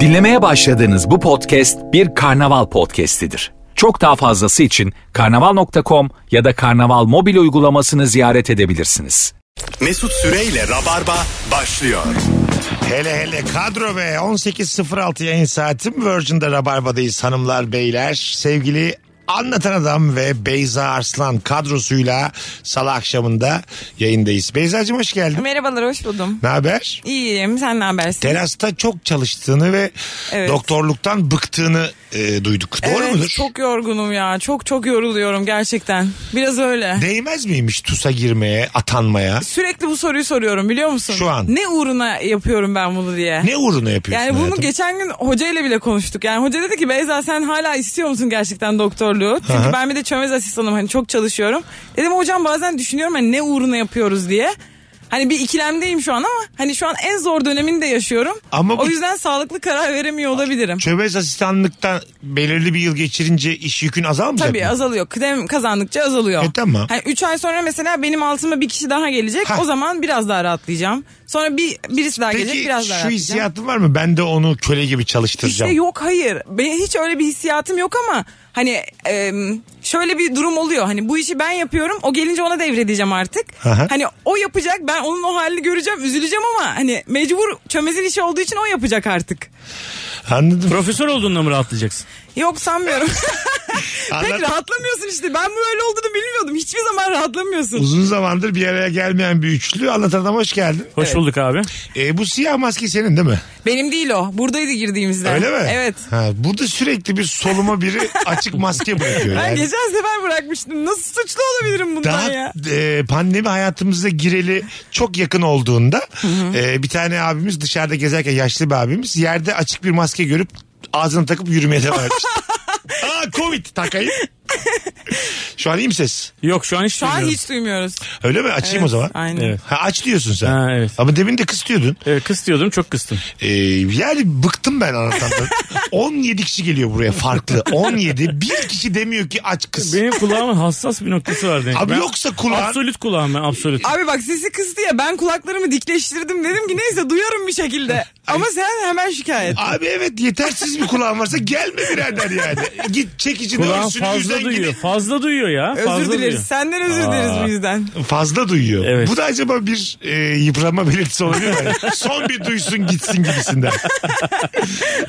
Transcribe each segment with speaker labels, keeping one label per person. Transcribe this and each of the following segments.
Speaker 1: Dinlemeye başladığınız bu podcast bir karnaval podcastidir. Çok daha fazlası için karnaval.com ya da karnaval mobil uygulamasını ziyaret edebilirsiniz.
Speaker 2: Mesut Süreyle Rabarba başlıyor.
Speaker 3: Hele hele kadro ve 18.06 yayın saatim Virgin'de Rabarba'dayız hanımlar beyler. Sevgili Anlatan Adam ve Beyza Arslan kadrosuyla salı akşamında yayındayız. Beyza'cığım hoş geldin.
Speaker 4: Merhabalar hoş buldum.
Speaker 3: Ne haber?
Speaker 4: İyiyim sen ne habersin?
Speaker 3: Terasta çok çalıştığını ve
Speaker 4: Evet.
Speaker 3: doktorluktan bıktığını e, duyduk. Doğru
Speaker 4: Evet,
Speaker 3: mudur?
Speaker 4: Ee, Çok yorgunum ya çok çok yoruluyorum gerçekten. Biraz öyle.
Speaker 3: Değmez miymiş TUS'a girmeye, atanmaya?
Speaker 4: Sürekli bu soruyu soruyorum biliyor musun?
Speaker 3: Şu an.
Speaker 4: Ne uğruna yapıyorum ben bunu diye.
Speaker 3: Ne uğruna yapıyorsun
Speaker 4: Yani bunu
Speaker 3: hayatım?
Speaker 4: geçen gün hocayla bile konuştuk. Yani hoca dedi ki Beyza sen hala istiyor musun gerçekten doktorluğu? Çünkü
Speaker 3: Aha.
Speaker 4: ben bir de çömez asistanım hani çok çalışıyorum. Dedim hocam bazen düşünüyorum hani ne uğruna yapıyoruz diye. Hani bir ikilemdeyim şu an ama hani şu an en zor dönemini de yaşıyorum.
Speaker 3: Ama
Speaker 4: o
Speaker 3: bu-
Speaker 4: yüzden sağlıklı karar veremiyor olabilirim.
Speaker 3: Çömez asistanlıktan belirli bir yıl geçirince iş yükün azalmayacak
Speaker 4: Tabii
Speaker 3: mı?
Speaker 4: azalıyor. Kıdem kazandıkça azalıyor.
Speaker 3: E, tamam.
Speaker 4: Hani 3 ay sonra mesela benim altıma bir kişi daha gelecek.
Speaker 3: Ha.
Speaker 4: O zaman biraz daha rahatlayacağım. Sonra bir birisi daha gelecek
Speaker 3: Peki
Speaker 4: biraz daha
Speaker 3: şu
Speaker 4: rahatlayacağım.
Speaker 3: hissiyatın var mı? Ben de onu köle gibi
Speaker 4: İşte
Speaker 3: çalıştıracağım.
Speaker 4: yok hayır. Benim hiç öyle bir hissiyatım yok ama hani e, şöyle bir durum oluyor. Hani bu işi ben yapıyorum. O gelince ona devredeceğim artık.
Speaker 3: Aha.
Speaker 4: Hani o yapacak. Ben onun o halini göreceğim. Üzüleceğim ama hani mecbur çömezin işi olduğu için o yapacak artık.
Speaker 3: Anladım.
Speaker 5: Profesör olduğunda mı rahatlayacaksın?
Speaker 4: Yok sanmıyorum. Pek
Speaker 3: Anlat-
Speaker 4: rahatlamıyorsun işte. Ben böyle olduğunu bilmiyordum. Hiçbir zaman rahatlamıyorsun.
Speaker 3: Uzun zamandır bir araya gelmeyen bir üçlü. Anlatan adam hoş geldin.
Speaker 5: Hoş bulduk abi.
Speaker 3: E, bu siyah maske senin değil mi?
Speaker 4: Benim değil o. Buradaydı girdiğimizde.
Speaker 3: Öyle mi?
Speaker 4: Evet.
Speaker 3: Ha, burada sürekli bir soluma biri açık maske bırakıyor.
Speaker 4: Ben
Speaker 3: Yani
Speaker 4: geçen sefer bırakmıştım. Nasıl suçlu olabilirim bundan
Speaker 3: daha
Speaker 4: ya?
Speaker 3: e, pandemi hayatımıza gireli çok yakın olduğunda e, bir tane abimiz dışarıda gezerken yaşlı bir abimiz yerde açık bir maske görüp ağzına takıp yürümeye devam etmiş. Aa Covid takayım. Şu an iyi mi ses?
Speaker 5: Yok şu an hiç
Speaker 4: Şu an
Speaker 5: duymuyorum.
Speaker 4: hiç duymuyoruz.
Speaker 3: Öyle mi? Açayım
Speaker 4: Evet,
Speaker 3: o zaman.
Speaker 4: Aynen.
Speaker 5: Evet.
Speaker 3: Ha, aç diyorsun sen.
Speaker 5: Ha, evet.
Speaker 3: Ama demin de kız diyordun.
Speaker 5: Ee, kız diyordum çok kıstım.
Speaker 3: Ee, yani bıktım ben anlatandan. 17 kişi geliyor buraya farklı. 17. Bir kişi demiyor ki aç kız.
Speaker 5: Benim kulağımın hassas bir noktası var demek.
Speaker 3: Abi
Speaker 5: Ben-
Speaker 3: yoksa kulağın-
Speaker 5: Absolut kulağım ben absolut.
Speaker 4: Abi bak sesi kıstı ya ben kulaklarımı dikleştirdim dedim ki neyse duyarım bir şekilde. Ama sen hemen şikayet.
Speaker 3: Abi evet yetersiz bir kulağın varsa gelme birader yani. Git çekici de
Speaker 5: Kulağım
Speaker 3: ölsün
Speaker 5: fazla
Speaker 3: yüzden
Speaker 5: duyuyor.
Speaker 3: gidin.
Speaker 5: Fazla duyuyor ya.
Speaker 4: Özür
Speaker 5: fazla
Speaker 4: dileriz.
Speaker 5: duyuyor.
Speaker 4: Senden özür dileriz bu yüzden.
Speaker 3: Fazla duyuyor.
Speaker 5: Evet.
Speaker 3: Bu da acaba bir e, yıpranma belirtisi olabilir mi? Son bir duysun gitsin gibisinden.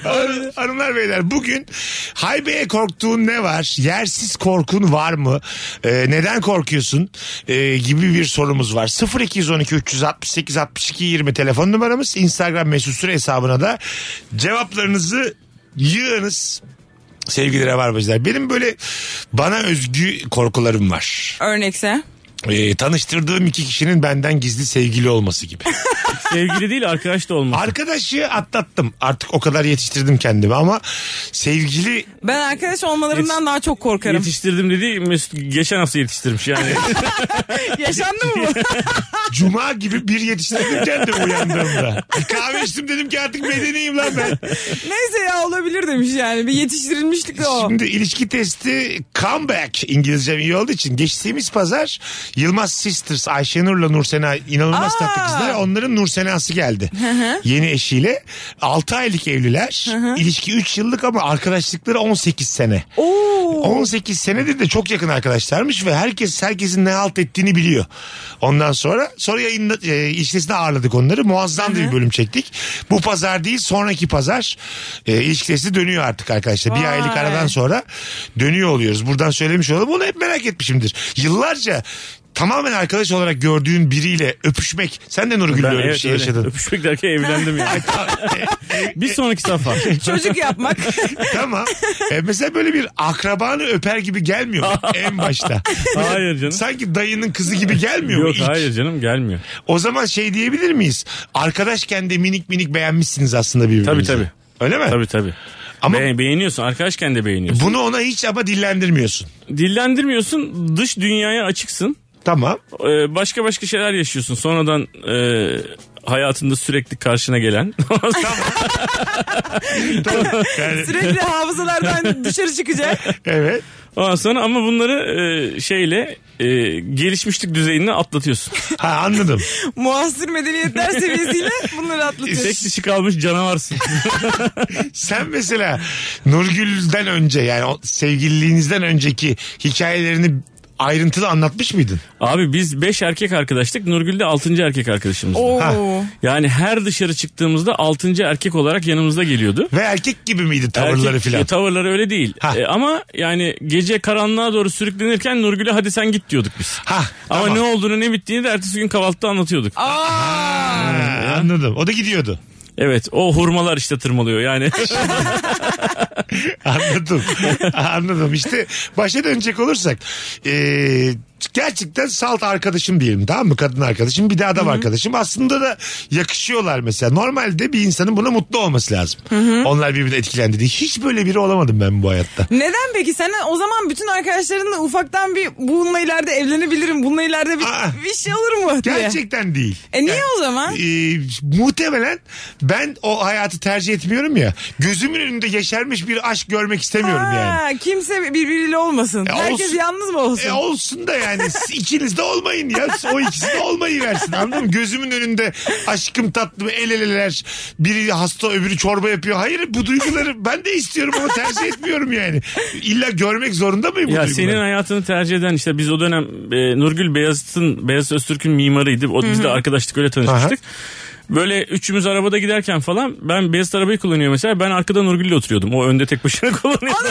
Speaker 3: Hanım- Hanımlar beyler bugün haybeye korktuğun ne var? Yersiz korkun var mı? E, neden korkuyorsun? E, gibi bir sorumuz var. 0212 368 62 20 telefon numaramız. Instagram mesut süre hesabına da cevaplarınızı yığınız. Sevgili Rabarbacılar benim böyle bana özgü korkularım var
Speaker 4: Örnekse.
Speaker 3: e, tanıştırdığım iki kişinin benden gizli sevgili olması gibi.
Speaker 5: Sevgili değil arkadaş da olmaz.
Speaker 3: Arkadaşı atlattım. Artık o kadar yetiştirdim kendimi ama sevgili
Speaker 4: Ben arkadaş olmalarından daha çok korkarım.
Speaker 5: Yetiştirdim dedi Mesut geçen hafta yetiştirmiş yani.
Speaker 4: Yaşandı mı bu?
Speaker 3: cuma gibi bir yetiştirdim kendimi uyandığımda. Bir kahve içtim dedim ki artık medeniyim lan ben.
Speaker 4: neyse ya olabilir demiş yani. Bir yetiştirilmişlik de o.
Speaker 3: Şimdi ilişki testi comeback İngilizcem iyi olduğu için geçtiğimiz pazar Yılmaz Sisters Ayşenur'la Nursena inanılmaz
Speaker 4: Aa.
Speaker 3: tatlı kızlar onların Nursena'sı geldi. Yeni eşiyle 6 aylık evliler ilişki 3 yıllık ama arkadaşlıkları 18 sene.
Speaker 4: Oo.
Speaker 3: 18 senedir de çok yakın arkadaşlarmış ve herkes herkesin ne halt ettiğini biliyor. Ondan sonra sonra yayında e, işlesine ağırladık onları. Muazzam da bir bölüm çektik. Bu pazar değil sonraki pazar e, ilişkisi dönüyor artık arkadaşlar. Bir
Speaker 4: Vay.
Speaker 3: aylık aradan sonra dönüyor oluyoruz. Buradan söylemiş olalım. Bunu hep merak etmişimdir. Yıllarca tamamen arkadaş olarak gördüğün biriyle öpüşmek. Sen de Nurgül'le
Speaker 5: Ben
Speaker 3: öyle bir
Speaker 5: evet,
Speaker 3: şey
Speaker 5: öyle.
Speaker 3: yaşadın.
Speaker 5: Öpüşmek derken evlendim yani. bir sonraki safa.
Speaker 4: Çocuk yapmak.
Speaker 3: tamam. E, mesela böyle bir akrabanı öper gibi gelmiyor mu en başta?
Speaker 5: Hayır canım.
Speaker 3: Sanki dayının kızı gibi gelmiyor mu?
Speaker 5: Yok
Speaker 3: ilk?
Speaker 5: hayır canım gelmiyor.
Speaker 3: O zaman şey diyebilir miyiz? Arkadaşken de minik minik beğenmişsiniz aslında birbirinizi.
Speaker 5: Tabii, tabii.
Speaker 3: Öyle mi?
Speaker 5: Tabii tabii.
Speaker 3: Ama-
Speaker 5: Ama beğeniyorsun arkadaşken de beğeniyorsun.
Speaker 3: Bunu ona hiç ama dillendirmiyorsun.
Speaker 5: Dillendirmiyorsun dış dünyaya açıksın.
Speaker 3: Tamam.
Speaker 5: Ee, başka başka şeyler yaşıyorsun. Sonradan e, hayatında sürekli karşına gelen.
Speaker 3: Yani,
Speaker 4: Sürekli hafızalardan dışarı çıkacak.
Speaker 3: evet.
Speaker 5: Ondan sonra ama bunları e, şeyle e, gelişmişlik düzeyini atlatıyorsun.
Speaker 3: Ha anladım.
Speaker 4: Muhasır medeniyetler seviyesiyle bunları
Speaker 5: Tek
Speaker 4: atlatıyorsun.
Speaker 5: dişi kalmış canavarsın.
Speaker 3: Sen mesela Nurgül'den önce yani o sevgililiğinizden önceki hikayelerini ayrıntılı anlatmış mıydın?
Speaker 5: Abi biz 5 erkek arkadaştık. Nurgül de 6. erkek arkadaşımızdı.
Speaker 4: Oo.
Speaker 5: Yani her dışarı çıktığımızda 6. erkek olarak yanımızda geliyordu.
Speaker 3: Ve erkek gibi miydi
Speaker 5: Erkek-
Speaker 3: tavırları
Speaker 5: e,
Speaker 3: filan?
Speaker 5: tavırları öyle değil.
Speaker 3: Ha.
Speaker 5: E, ama yani gece karanlığa doğru sürüklenirken Nurgül'e hadi sen git diyorduk biz.
Speaker 3: Ha,
Speaker 5: Ama
Speaker 3: tamam.
Speaker 5: ne olduğunu ne bittiğini de ertesi gün kahvaltıda anlatıyorduk.
Speaker 4: Aa.
Speaker 3: Ha, anladım. O da gidiyordu.
Speaker 5: Evet o hurmalar işte tırmalıyor yani.
Speaker 3: Anladım. Anladım. İşte başa dönecek olursak. eee, gerçekten salt arkadaşım diyelim tamam mı? Kadın arkadaşım bir de adam arkadaşım. Aslında da yakışıyorlar mesela. Normalde bir insanın buna mutlu olması lazım. Onlar birbirine etkilendi diye. Hiç böyle biri olamadım ben bu hayatta.
Speaker 4: Neden peki? Sen o zaman bütün arkadaşlarınla ufaktan bir bununla ileride evlenebilirim, bununla ileride bir,
Speaker 3: Aa.
Speaker 4: bir şey olur mu diye.
Speaker 3: Gerçekten değil.
Speaker 4: E niye
Speaker 3: Yani-
Speaker 4: o zaman?
Speaker 3: Ee, muhtemelen ben o hayatı tercih etmiyorum ya. Gözümün önünde yeşermiş bir aşk görmek istemiyorum yani.
Speaker 4: Ha, kimse birbiriyle olmasın.
Speaker 3: E,
Speaker 4: Herkes
Speaker 3: olsun.
Speaker 4: yalnız mı olsun?
Speaker 3: E olsun da yani siz ikiniz de olmayın ya. O ikisi de olmayı versin anladın mı? Gözümün önünde aşkım tatlım el eleler. Biri hasta öbürü çorba yapıyor. Hayır bu duyguları ben de istiyorum ama tercih etmiyorum yani. İlla görmek zorunda mıyım bu
Speaker 5: ya
Speaker 3: duyguları?
Speaker 5: senin hayatını tercih eden işte biz o dönem e, Nurgül Beyazıt'ın Beyazıt Öztürk'ün mimarıydı. O, biz de arkadaşlık öyle tanışmıştık. Böyle üçümüz arabada giderken falan ben Beyazıt arabayı kullanıyor mesela. Ben arkada Nurgül'le oturuyordum. O önde tek başına kullanıyordu.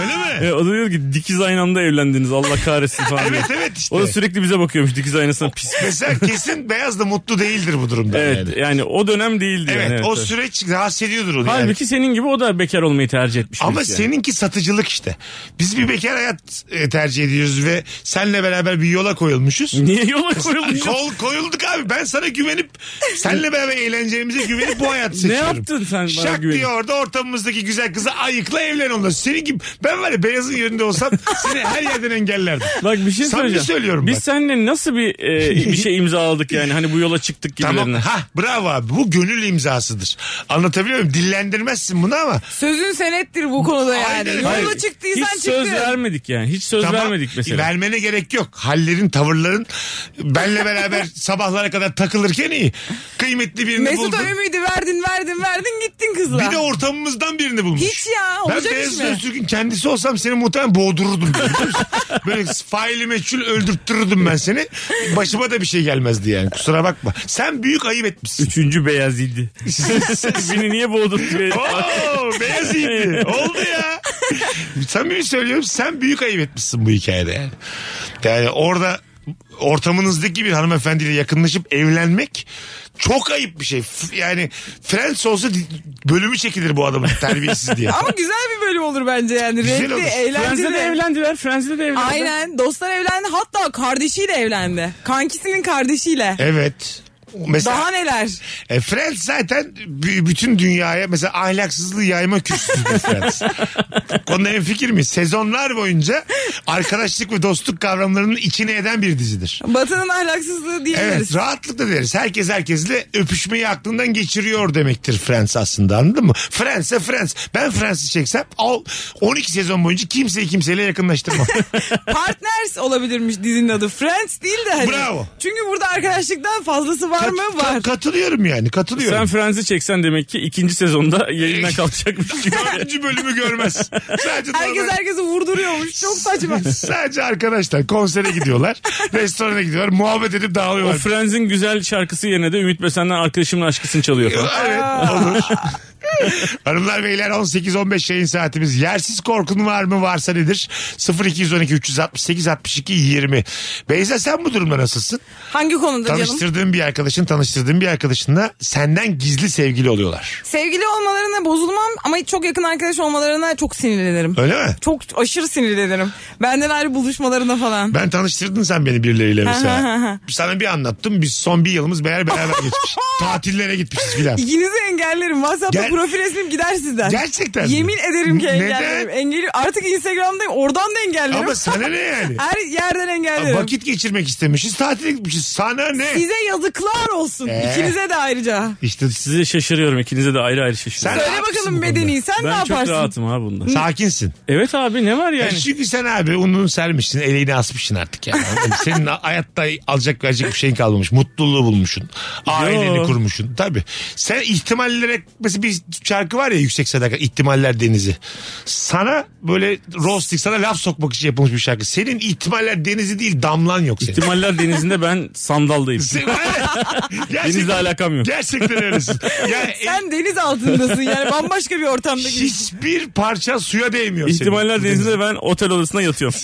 Speaker 3: Öyle mi?
Speaker 5: E, o da diyor ki dikiz aynamda evlendiniz Allah kahretsin falan. diyor.
Speaker 3: Evet evet işte.
Speaker 5: O da sürekli bize bakıyormuş dikiz aynasına pis.
Speaker 3: Mesela kesin beyaz da mutlu değildir bu durumda
Speaker 5: Evet
Speaker 3: yani.
Speaker 5: yani. o dönem değildi
Speaker 3: Evet,
Speaker 5: yani.
Speaker 3: o süreç rahatsız ediyordur onu yani.
Speaker 5: Halbuki senin gibi o da bekar olmayı tercih etmiş.
Speaker 3: Ama
Speaker 5: birisi yani.
Speaker 3: seninki satıcılık işte. Biz bir bekar hayat e, tercih ediyoruz ve senle beraber bir yola koyulmuşuz.
Speaker 5: Niye yola koyulmuşsun?
Speaker 3: Kol koyulduk abi. Ben sana güvenip senle beraber eğleneceğimize güvenip bu hayatı
Speaker 5: Ne
Speaker 3: seçiyorum.
Speaker 5: yaptın sen bana
Speaker 3: Şak diye
Speaker 5: güvenip?
Speaker 3: orada ortamımızdaki güzel kızı ayıkla evlen onunla. Senin gibi ben var ya beyazın yerinde olsam seni her yerden engellerdim.
Speaker 5: Bak bir şey
Speaker 3: Samimi
Speaker 5: söyleyeceğim.
Speaker 3: söylüyorum
Speaker 5: Biz
Speaker 3: bak.
Speaker 5: seninle nasıl bir e, bir şey imzaladık yani hani bu yola çıktık gibilerine.
Speaker 3: Tamam. Ha bravo abi. Bu gönül imzasıdır. Anlatabiliyor muyum? Dillendirmezsin bunu ama
Speaker 4: Sözün senettir bu konuda yani.
Speaker 3: Aynen öyle.
Speaker 4: Yola
Speaker 5: Hayır,
Speaker 4: çıktıysan
Speaker 5: Hiç
Speaker 4: çıktın.
Speaker 5: söz vermedik yani. Hiç söz
Speaker 3: Tamam.
Speaker 5: vermedik mesela.
Speaker 3: Vermene gerek yok. Hallerin, tavırların benle beraber sabahlara kadar takılırken iyi. Kıymetli birini buldun.
Speaker 4: Mesut'a ümidi verdin verdin verdin gittin kızla.
Speaker 3: Bir de ortamımızdan birini bulmuş.
Speaker 4: Hiç ya, olacak
Speaker 3: ben
Speaker 4: iş
Speaker 3: Beyaz
Speaker 4: mi?
Speaker 3: Öztürk'ün kendisi olsam seni muhtemelen boğdururdum. biliyor musun? Böyle faili meçhul öldürttürürdüm ben seni. Başıma da bir şey gelmezdi yani kusura bakma. Sen büyük ayıp etmişsin.
Speaker 5: Üçüncü beyaz idi. Beni niye boğdun?
Speaker 3: Oo, beyaz iyiydi. Oldu ya. Samimi söylüyorum sen büyük ayıp etmişsin bu hikayede yani. Yani orada ortamınızdaki bir hanımefendiyle yakınlaşıp evlenmek çok ayıp bir şey. F- Yani Friends olsa di- bölümü çekilir bu adamın terbiyesiz diye.
Speaker 4: Ama güzel bir bölüm olur bence yani.
Speaker 3: Güzel
Speaker 4: Renkli,
Speaker 3: olur.
Speaker 5: Frens'de
Speaker 4: eğlenceli.
Speaker 5: de evlendiler. Frens'de de evlendiler.
Speaker 4: Aynen. Dostlar evlendi. Hatta kardeşiyle evlendi. Kankisinin kardeşiyle.
Speaker 3: Evet. Mesela
Speaker 4: Daha neler?
Speaker 3: E, Friends zaten b- bütün dünyaya mesela ahlaksızlığı yayma kürsüsüdür Friends. Konuda en fikir mi? Sezonlar boyunca arkadaşlık ve dostluk kavramlarının içine eden bir dizidir.
Speaker 4: Batı'nın ahlaksızlığı diyebiliriz.
Speaker 3: Evet rahatlıkla deriz. Herkes herkesle öpüşmeyi aklından geçiriyor demektir Friends aslında anladın mı? Friends'e Friends. Ben Friends'i çeksem al 12 sezon boyunca kimseyi kimseyle yakınlaştırmam.
Speaker 4: Partners olabilirmiş dizinin adı. Friends değil de hani.
Speaker 3: Bravo.
Speaker 4: Çünkü burada arkadaşlıktan fazlası var mı?
Speaker 3: Kat-
Speaker 4: Var.
Speaker 3: kat- katılıyorum yani katılıyorum.
Speaker 5: Sen Frens'i çeksen demek ki ikinci sezonda yayından kalacakmış. gibi.
Speaker 3: Dördüncü bölümü görmez. Sadece normal-
Speaker 4: Herkes herkesi vurduruyormuş. Çok saçma.
Speaker 3: Sadece arkadaşlar konsere gidiyorlar. restorana gidiyorlar. Muhabbet edip
Speaker 5: o
Speaker 3: dağılıyorlar.
Speaker 5: Frens'in güzel şarkısı yerine de Ümit Besen'den arkadaşımın aşkısını çalıyor falan.
Speaker 3: Evet olur. Hanımlar beyler 18-15 yayın saatimiz. Yersiz korkun var mı varsa nedir? 0212 368 62 20. Beyza sen bu durumda nasılsın?
Speaker 4: Hangi konuda canım?
Speaker 3: Tanıştırdığın bir arkadaşın tanıştırdığın bir arkadaşınla senden gizli sevgili oluyorlar.
Speaker 4: Sevgili olmalarına bozulmam ama çok yakın arkadaş olmalarına çok sinirlenirim.
Speaker 3: Öyle mi?
Speaker 4: Çok aşırı sinirlenirim. Benden ayrı buluşmalarına falan.
Speaker 3: Ben tanıştırdın sen beni birileriyle mesela. Sana bir anlattım. Biz son bir yılımız beraber beraber geçmiş. Tatillere gitmişiz filan.
Speaker 4: İkinizi engellerim. WhatsApp'ta
Speaker 3: Gel-
Speaker 4: profil resmim gider sizden.
Speaker 3: Gerçekten mi?
Speaker 4: Yemin ederim ki
Speaker 3: Neden?
Speaker 4: engellerim. Engelli artık Instagram'dayım. Oradan da engellerim.
Speaker 3: Ama sana ne yani?
Speaker 4: Her yerden engellerim.
Speaker 3: Vakit geçirmek istemişiz, tatile gitmişiz. Sana ne?
Speaker 4: Size yazıklar olsun.
Speaker 3: Ee.
Speaker 4: İkinize de ayrıca.
Speaker 3: İşte
Speaker 5: Size şaşırıyorum. ikinize de ayrı ayrı şaşırıyorum.
Speaker 3: Sen
Speaker 4: Söyle
Speaker 3: haklısın
Speaker 4: bakalım
Speaker 3: bu konuda.
Speaker 4: medeni sen ne
Speaker 5: ben çok
Speaker 4: yaparsın?
Speaker 5: rahatım ha bunda.
Speaker 3: sakinsin.
Speaker 5: Evet abi ne var yani?
Speaker 3: Yani çünkü sen abi ununu sermişsin, eleğini asmışsın artık yani. Yani Senin hayatta alacak verecek bir şeyin kalmamış. Mutluluğu bulmuşsun. Aileni
Speaker 5: Yo.
Speaker 3: kurmuşsun. Tabii. Sen ihtimallere mesela bir şarkı var ya yüksek sadakat ihtimaller denizi. Sana böyle roasting sana laf sokmak için yapılmış bir şarkı. Senin ihtimaller denizi değil damlan yok senin.
Speaker 5: İhtimaller denizinde ben sandaldayım.
Speaker 3: Sen- gerçekten,
Speaker 5: Denizle alakam yok.
Speaker 3: Gerçekten öylesin. Yani
Speaker 4: Sen deniz altındasın yani bambaşka bir ortamda gibisin.
Speaker 3: hiçbir parça suya değmiyor senin.
Speaker 5: İhtimaller denizinde ben otel odasına yatıyorum.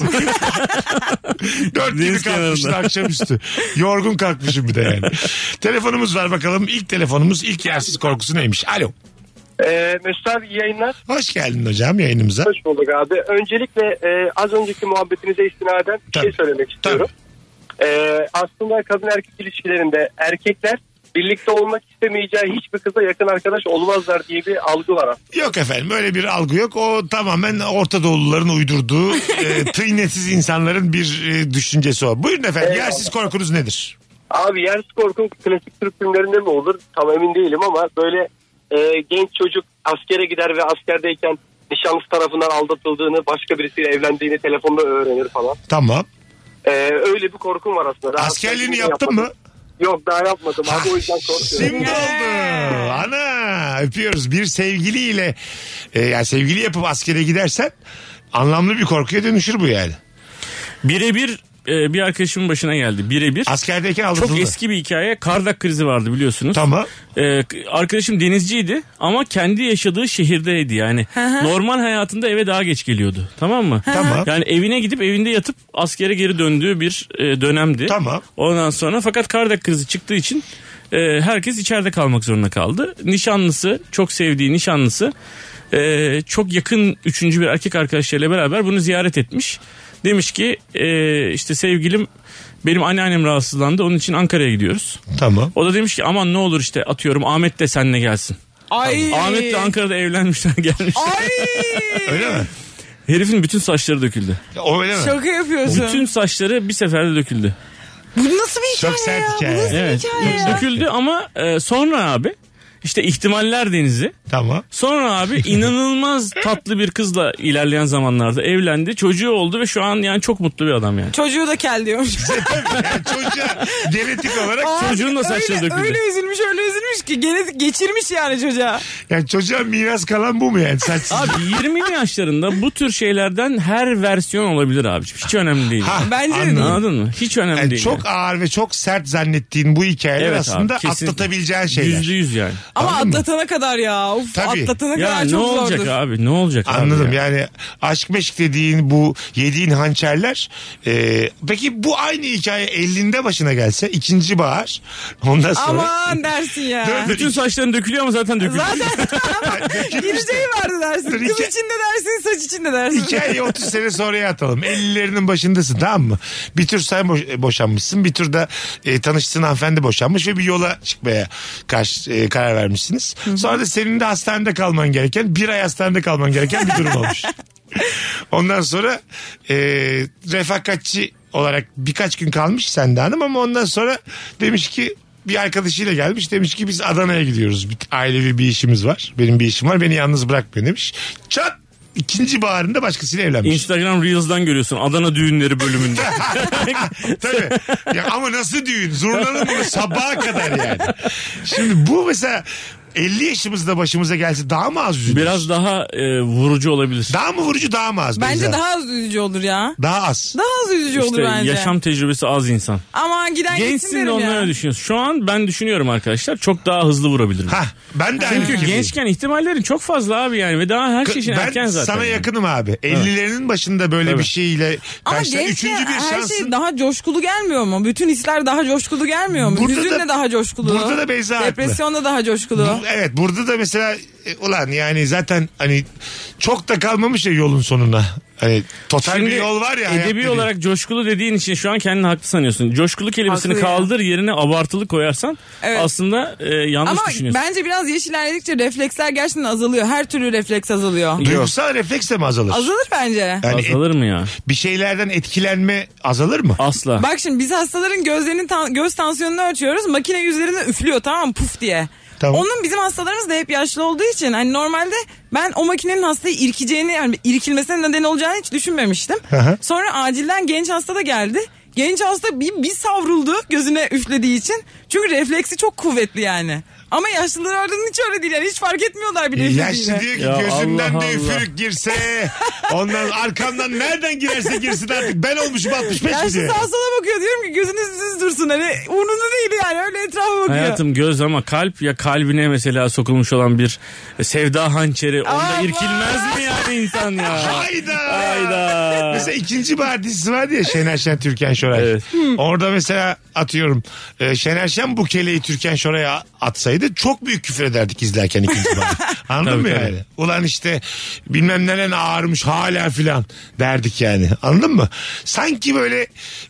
Speaker 3: Dört gibi
Speaker 5: Deniz
Speaker 3: kalkmışsın
Speaker 5: kenarında.
Speaker 3: akşamüstü. Yorgun kalkmışım bir de yani. Telefonumuz var bakalım. İlk telefonumuz ilk yersiz korkusu neymiş? Alo.
Speaker 6: Ee, Mesut abi iyi yayınlar.
Speaker 3: Hoş geldin hocam yayınımıza.
Speaker 6: Hoş bulduk abi. Öncelikle e, az önceki muhabbetinize istinaden bir
Speaker 3: Tabii.
Speaker 6: şey söylemek istiyorum. Ee, aslında kadın erkek ilişkilerinde erkekler birlikte olmak istemeyeceği hiçbir kıza yakın arkadaş olmazlar diye bir algı var aslında.
Speaker 3: Yok efendim öyle bir algı yok. O tamamen Orta Doğuluların uydurduğu e, tıynetsiz insanların bir e, düşüncesi o. Buyurun efendim
Speaker 6: Eyvallah.
Speaker 3: yersiz korkunuz nedir?
Speaker 6: Abi yer korkum klasik Türk filmlerinde mi olur tam emin değilim ama böyle e, genç çocuk askere gider ve askerdeyken nişanlısı tarafından aldatıldığını başka birisiyle evlendiğini telefonda öğrenir falan.
Speaker 3: Tamam.
Speaker 6: Ee, öyle bir korkum var aslında. Daha
Speaker 3: Askerliğini
Speaker 6: askerliğini
Speaker 3: yaptın mı?
Speaker 6: yapmadım. Yok daha yapmadım abi o yüzden korkuyorum.
Speaker 3: Şimdi oldu. Ana öpüyoruz. Bir sevgiliyle e, yani sevgili yapıp askere gidersen anlamlı bir korkuya dönüşür bu yani.
Speaker 5: Birebir e, bir arkadaşımın başına geldi. Birebir.
Speaker 3: Askerdeyken aldatıldı.
Speaker 5: Çok eski bir hikaye. Kardak krizi vardı biliyorsunuz.
Speaker 3: Tamam.
Speaker 5: Ee, arkadaşım denizciydi ama kendi yaşadığı şehirdeydi yani. Normal hayatında eve daha geç geliyordu. Tamam mı?
Speaker 3: Tamam.
Speaker 5: Yani evine gidip evinde yatıp askere geri döndüğü bir e, dönemdi.
Speaker 3: Tamam.
Speaker 5: Ondan sonra fakat Kardak krizi çıktığı için e, herkes içeride kalmak zorunda kaldı. Nişanlısı, çok sevdiği nişanlısı e, çok yakın üçüncü bir erkek arkadaşlarıyla beraber bunu ziyaret etmiş. Demiş ki e, işte sevgilim benim anneannem rahatsızlandı onun için Ankara'ya gidiyoruz.
Speaker 3: Tamam.
Speaker 5: O da demiş ki aman ne olur işte atıyorum Ahmet de seninle gelsin.
Speaker 4: Ay.
Speaker 5: Ahmet de Ankara'da evlenmişler gelmişler.
Speaker 4: Ay.
Speaker 3: Öyle mi?
Speaker 5: Herifin bütün saçları döküldü.
Speaker 3: O öyle mi?
Speaker 4: Şaka yapıyorsun.
Speaker 5: Bütün saçları bir seferde döküldü.
Speaker 4: Bu nasıl bir hikaye
Speaker 3: Çok sert
Speaker 4: ya?
Speaker 3: hikaye.
Speaker 4: Bu nasıl
Speaker 5: Evet.
Speaker 4: bir hikaye ya?
Speaker 5: Döküldü ama e, sonra abi işte ihtimaller denizi.
Speaker 3: Tamam.
Speaker 5: Sonra abi inanılmaz tatlı bir kızla ilerleyen zamanlarda evlendi. Çocuğu oldu ve şu an yani çok mutlu bir adam yani.
Speaker 4: Çocuğu da kel diyormuş.
Speaker 3: Yani çocuğa genetik olarak
Speaker 4: Abi
Speaker 5: çocuğun da saçları
Speaker 4: öyle,
Speaker 5: döküldü.
Speaker 4: Öyle üzülmüş öyle üzülmüş ki genetik geçirmiş yani çocuğa.
Speaker 3: yani çocuğa miras kalan bu mu yani saçsız?
Speaker 5: Abi 20'li yaşlarında bu tür şeylerden her versiyon olabilir abi. Hiç önemli değil.
Speaker 3: Ha,
Speaker 4: Bence de
Speaker 3: anladım.
Speaker 5: Anladın mı? Hiç önemli
Speaker 3: Yani
Speaker 5: değil.
Speaker 3: çok ağır ve çok sert zannettiğin bu hikayeler
Speaker 5: Evet abi,
Speaker 3: aslında
Speaker 5: kesinlikle.
Speaker 3: atlatabileceğin şeyler.
Speaker 5: Yüzde yüz yani.
Speaker 4: Ama
Speaker 3: Anladın mı?
Speaker 4: atlatana kadar ya. Uf,
Speaker 3: Tabii.
Speaker 4: Atlatana
Speaker 5: Ya
Speaker 4: kadar
Speaker 5: ne
Speaker 4: çok
Speaker 5: olacak
Speaker 4: zordur.
Speaker 5: abi? Ne olacak abi?
Speaker 3: Anladım
Speaker 5: ya?
Speaker 3: yani aşk meşk dediğin bu yediğin hançerler e, peki bu aynı hikaye 50'inde başına gelse ikinci bahar ondan sonra
Speaker 4: Aman dersin ya.
Speaker 3: Dördü-
Speaker 5: Bütün saçların dökülüyor ama zaten dökülüyor.
Speaker 4: Zaten gireceği vardı dersin.
Speaker 3: Dur,
Speaker 4: Kız
Speaker 3: iki-
Speaker 4: içinde dersin, saç içinde dersin.
Speaker 3: Hikayeyi 30 sene sonraya atalım. 50'lerinin başındasın tamam mı? Bir tür sen boş- boşanmışsın. Bir tür de e, tanıştığın hanımefendi boşanmış ve bir yola çıkmaya karşı, e, karar vermişsiniz. Sonra da senin de hastanede kalman gereken bir ay hastanede kalman gereken bir durum olmuş. Ondan sonra e, refakatçi olarak birkaç gün kalmış sende hanım ama ondan sonra demiş ki bir arkadaşıyla gelmiş demiş ki biz Adana'ya gidiyoruz. Bir, ailevi bir işimiz var. Benim bir işim var. Beni yalnız bırakmayın demiş. Çat ikinci baharında başkasıyla evlenmiş.
Speaker 5: Instagram Reels'dan görüyorsun Adana düğünleri bölümünde.
Speaker 3: Tabii. Ya ama nasıl düğün? Zurnalı bunu sabaha kadar yani. Şimdi bu mesela 50 yaşımızda başımıza gelse daha mı az üzülür?
Speaker 5: Biraz daha e, vurucu olabilir.
Speaker 3: Daha mı vurucu daha mı az?
Speaker 4: Bence
Speaker 3: Beyza?
Speaker 4: daha az üzücü olur ya.
Speaker 3: daha az.
Speaker 4: Daha az üzücü olur
Speaker 5: İşte
Speaker 4: bence.
Speaker 5: yaşam tecrübesi az insan.
Speaker 4: Ama giden gitsin
Speaker 5: Gençsin de
Speaker 4: derim
Speaker 5: onları
Speaker 4: ya.
Speaker 5: düşünüyorsun. Şu an ben düşünüyorum arkadaşlar çok daha hızlı vurabilirim.
Speaker 3: Hah, ben de aynı
Speaker 5: Çünkü
Speaker 3: fikirdeyim.
Speaker 5: gençken ihtimallerin çok fazla abi yani ve daha her şey için
Speaker 3: ben
Speaker 5: erken zaten.
Speaker 3: sana
Speaker 5: yani.
Speaker 3: yakınım abi. 50'lerin başında böyle bir şeyle
Speaker 4: Ama
Speaker 3: karşılaşan
Speaker 4: gençken
Speaker 3: üçüncü bir
Speaker 4: her
Speaker 3: şansın.
Speaker 4: şey daha coşkulu gelmiyor mu? Bütün hisler daha coşkulu gelmiyor mu?
Speaker 3: Burada
Speaker 4: Hüzün
Speaker 3: da-
Speaker 4: de daha coşkulu.
Speaker 3: burada da Beyza haklı.
Speaker 4: Depresyon da daha coşkulu.
Speaker 3: bu, evet burada da mesela e, ulan yani zaten hani çok da kalmamış ya yolun sonuna. Hani total bir yol var ya. hayat
Speaker 5: Edebi
Speaker 3: dediğin.
Speaker 5: olarak coşkulu dediğin için şu an kendini haklı sanıyorsun. Coşkulu kelimesini
Speaker 4: Haklı ya.
Speaker 5: kaldır yerine abartılı koyarsan
Speaker 4: Evet.
Speaker 5: aslında e, yanlış
Speaker 4: Ama
Speaker 5: düşünüyorsun.
Speaker 4: bence biraz yaş ilerledikçe refleksler gerçekten azalıyor. Her türlü refleks azalıyor.
Speaker 3: Duygusal refleks de mi azalır?
Speaker 4: Azalır bence.
Speaker 3: Yani et-
Speaker 5: Azalır mı ya?
Speaker 3: bir şeylerden etkilenme azalır mı?
Speaker 5: Asla.
Speaker 4: Bak şimdi biz hastaların gözlerinin tan- göz tansiyonunu ölçüyoruz. Makine yüzlerine üflüyor tamam mı? puf diye.
Speaker 3: Tamam.
Speaker 4: Onun bizim hastalarımız da hep yaşlı olduğu için hani normalde ben o makinenin hastayı irkeceğini yani irkilmesine neden olacağını hiç düşünmemiştim.
Speaker 3: hı.
Speaker 4: Sonra acilden genç hasta da geldi. Genç hasta bir, bir savruldu gözüne üflediği için. Çünkü refleksi çok kuvvetli yani. Ama yaşlılar aradığın hiç öyle değil yani hiç fark etmiyorlar bile
Speaker 3: E, Yaşlı
Speaker 4: üflediğini.
Speaker 3: diyor ki
Speaker 5: Ya
Speaker 3: gözümden
Speaker 5: Allah
Speaker 3: de
Speaker 5: Allah.
Speaker 3: üfürük girse ondan arkamdan nereden girerse girsin artık ben olmuşum 65 mi
Speaker 4: Yaşlı
Speaker 3: diye.
Speaker 4: sağa sola bakıyor diyorum ki gözünüz düz dursun hani umurunda değil yani öyle etrafa bakıyor.
Speaker 5: Hayatım göz ama kalp ya kalbine mesela sokulmuş olan bir sevda hançeri onda
Speaker 4: Allah!
Speaker 5: irkilmez mi yani insan ya?
Speaker 3: Hayda.
Speaker 5: Hayda.
Speaker 3: Mesela ikinci bahar dizisi vardı ya Şener Şen Türkan Şoray.
Speaker 5: Evet.
Speaker 3: Orada mesela atıyorum e, Şener Şen bu keleyi Türkan Şoray'a atsaydı çok büyük küfür ederdik izlerken ikinci bahar. Anladın
Speaker 5: Tabii,
Speaker 3: mı
Speaker 5: tabii.
Speaker 3: yani? Ulan işte bilmem neren ağırmış hala filan derdik yani. Anladın mı? Sanki böyle